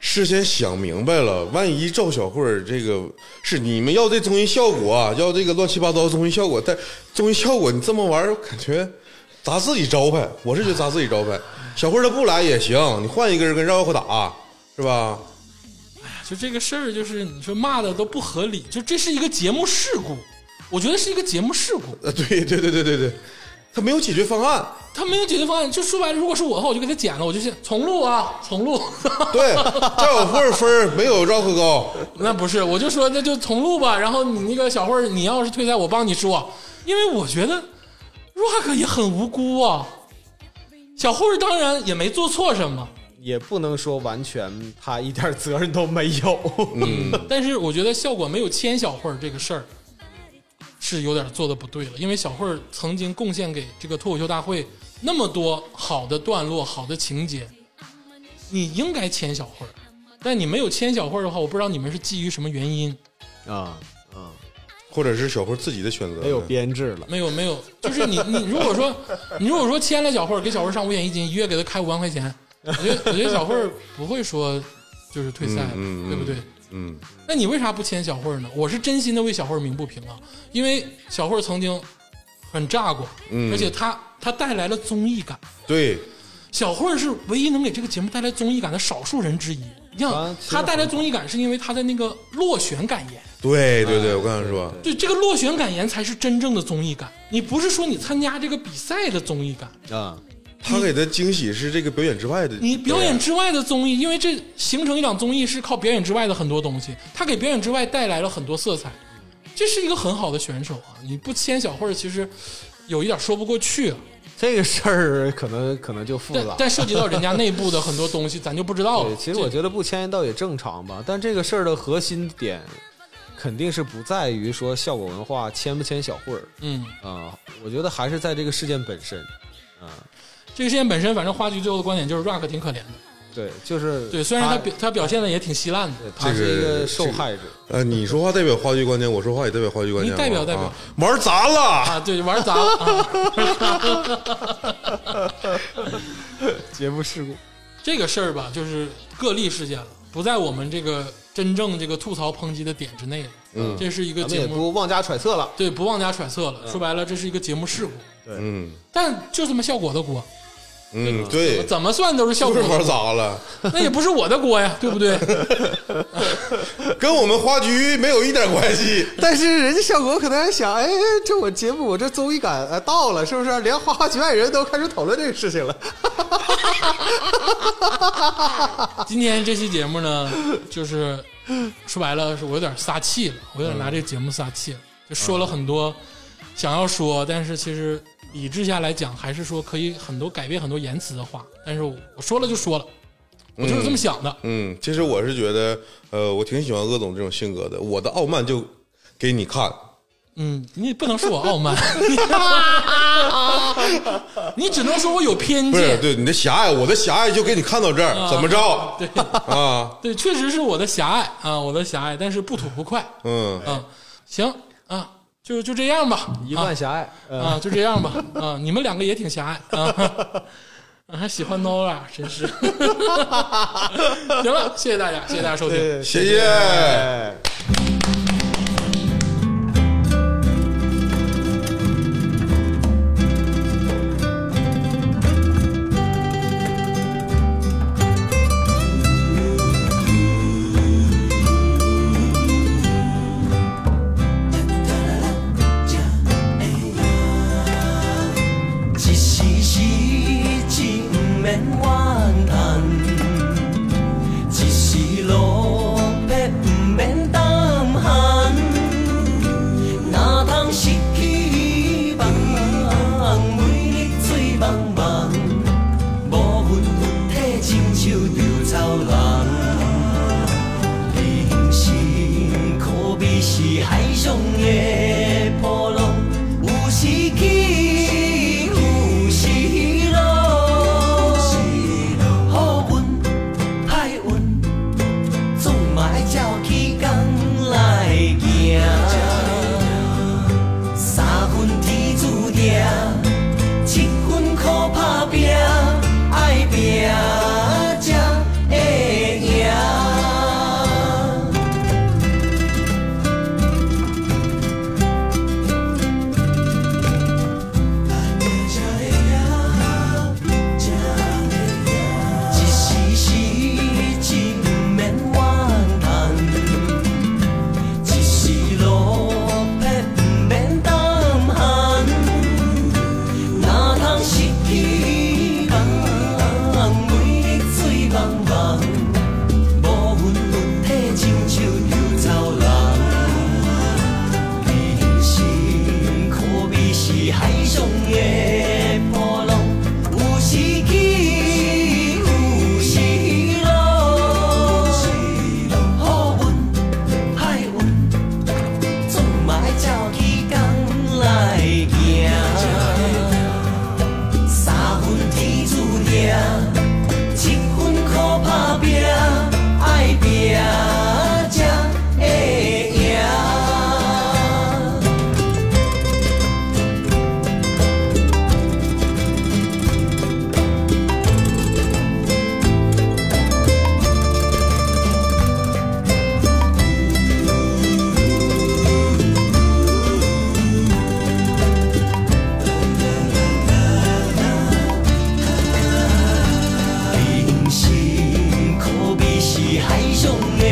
事先想明白了，万一赵小慧儿这个是你们要这综艺效果啊，要这个乱七八糟综艺效果，但综艺效果你这么玩儿，感觉砸自己招牌，我是觉得砸自己招牌。小慧儿她不来也行，你换一个人跟绕绕打是吧？就这个事儿，就是你说骂的都不合理，就这是一个节目事故，我觉得是一个节目事故，呃，对对对对对对，他没有解决方案，他没有解决方案。就说白了，如果是我的话，我就给他剪了，我就先重录啊，重录。对，赵小慧儿分儿没有赵可高，那不是，我就说那就重录吧。然后你那个小慧儿，你要是退赛，我帮你说，因为我觉得 Rock 也很无辜啊。小慧儿当然也没做错什么，也不能说完全他一点责任都没有。嗯 但是我觉得效果没有签小慧儿这个事儿是有点做的不对了，因为小慧儿曾经贡献给这个脱口秀大会那么多好的段落、好的情节，你应该签小慧儿，但你没有签小慧儿的话，我不知道你们是基于什么原因。啊啊，或者是小慧儿自己的选择呢，没有编制了。没有没有，就是你你如果说你如果说签了小慧儿，给小慧儿上五险一金，一月给她开五万块钱，我觉得我觉得小慧儿不会说就是退赛，嗯嗯嗯对不对？嗯，那你为啥不签小慧儿呢？我是真心的为小慧儿鸣不平啊，因为小慧儿曾经很炸过，嗯而且她她带来了综艺感，对，小慧儿是唯一能给这个节目带来综艺感的少数人之一。你想啊，其实她带来综艺感是因为她的那个落选感言。对对对，我刚才说，对，这个落选感言才是真正的综艺感。你不是说你参加这个比赛的综艺感，啊，他给的惊喜是这个表演之外的，啊你表演之外的综艺，因为这形成一档综艺是靠表演之外的很多东西，它给表演之外带来了很多色彩。这是一个很好的选手啊，你不签小慧儿其实有一点说不过去、啊，这个事儿可能可能就复但杂。 但涉及到人家内部的很多东西，咱就不知道了对，。其实我觉得不签倒也正常吧，但这个事儿的核心点肯定是不在于说效果文化签不签小慧儿嗯，啊、我觉得还是在这个事件本身。这个事件本身，反正花局最后的观点就是 Rock 挺可怜的，对，就是对，虽然他他表他表现的也挺稀烂的，对他这个是一这个个受害者，呃，你说话代表话剧观点，我说话也代表话剧观点你啊。代表代表啊玩砸了，啊，对，玩砸了啊。节目事故。这个事儿吧，就是个例事件了，不在我们这个真正这个吐槽抨击的点之内了。嗯，这是一个咱们节也目，不嗯妄加揣测了。对，不妄加揣测了。说白了，这是一个节目事故，嗯，但就他妈效果的锅，嗯，对，怎么算都是效就果是，玩砸 了，那也不是我的锅呀，对不对？跟我们花局没有一点关系。但是人家效果可能还想，哎，这我节目我这综艺感哎到了，是不是？连花花局外人都开始讨论这个事情了。今天这期节目呢， 就是说白了，是我有点撒气了，我有点拿这个节目撒气了，就说了很多想要说，但是其实理智下来讲，还是说可以很多改变很多言辞的话，但是我说了就说了，我就是这么想的。嗯，其实我是觉得，呃，我挺喜欢鄂总这种性格的。我的傲慢就给你看，嗯，你不能说我傲慢，你只能说我有偏不是见。对你的狭隘，我的狭隘就给你看到这儿，怎么着对啊？对，确实是我的狭隘啊，我的狭隘，但是不吐不快。嗯，啊，行啊，就就这样吧，一贯狭隘，呃啊啊，就这样吧，啊，你们两个也挺狭隘啊，啊还喜欢 Nora，真是。 行了，谢谢大家，谢谢大家收听。 对谢谢。哎。一时时情不免怨叹，一时落魄不免胆寒，哪通失去希望？每日醉茫茫，无魂有体，亲像稻草人。人生可比是海上的波浪，有时起，有时落。好运歹运，总嘛要照起工来行。三分天注定，七分靠打拼，爱拼才会赢。一时时情不免怨叹，一时落魄不免胆寒。哪通失去希望？每日醉茫茫，无魂有体，亲像稻草人。人生可比是海上的波浪，有时起，有时落。好运歹运。总莫照起工来行。三分天注定，七分靠打拼，爱拼才会赢。人生可比是海上的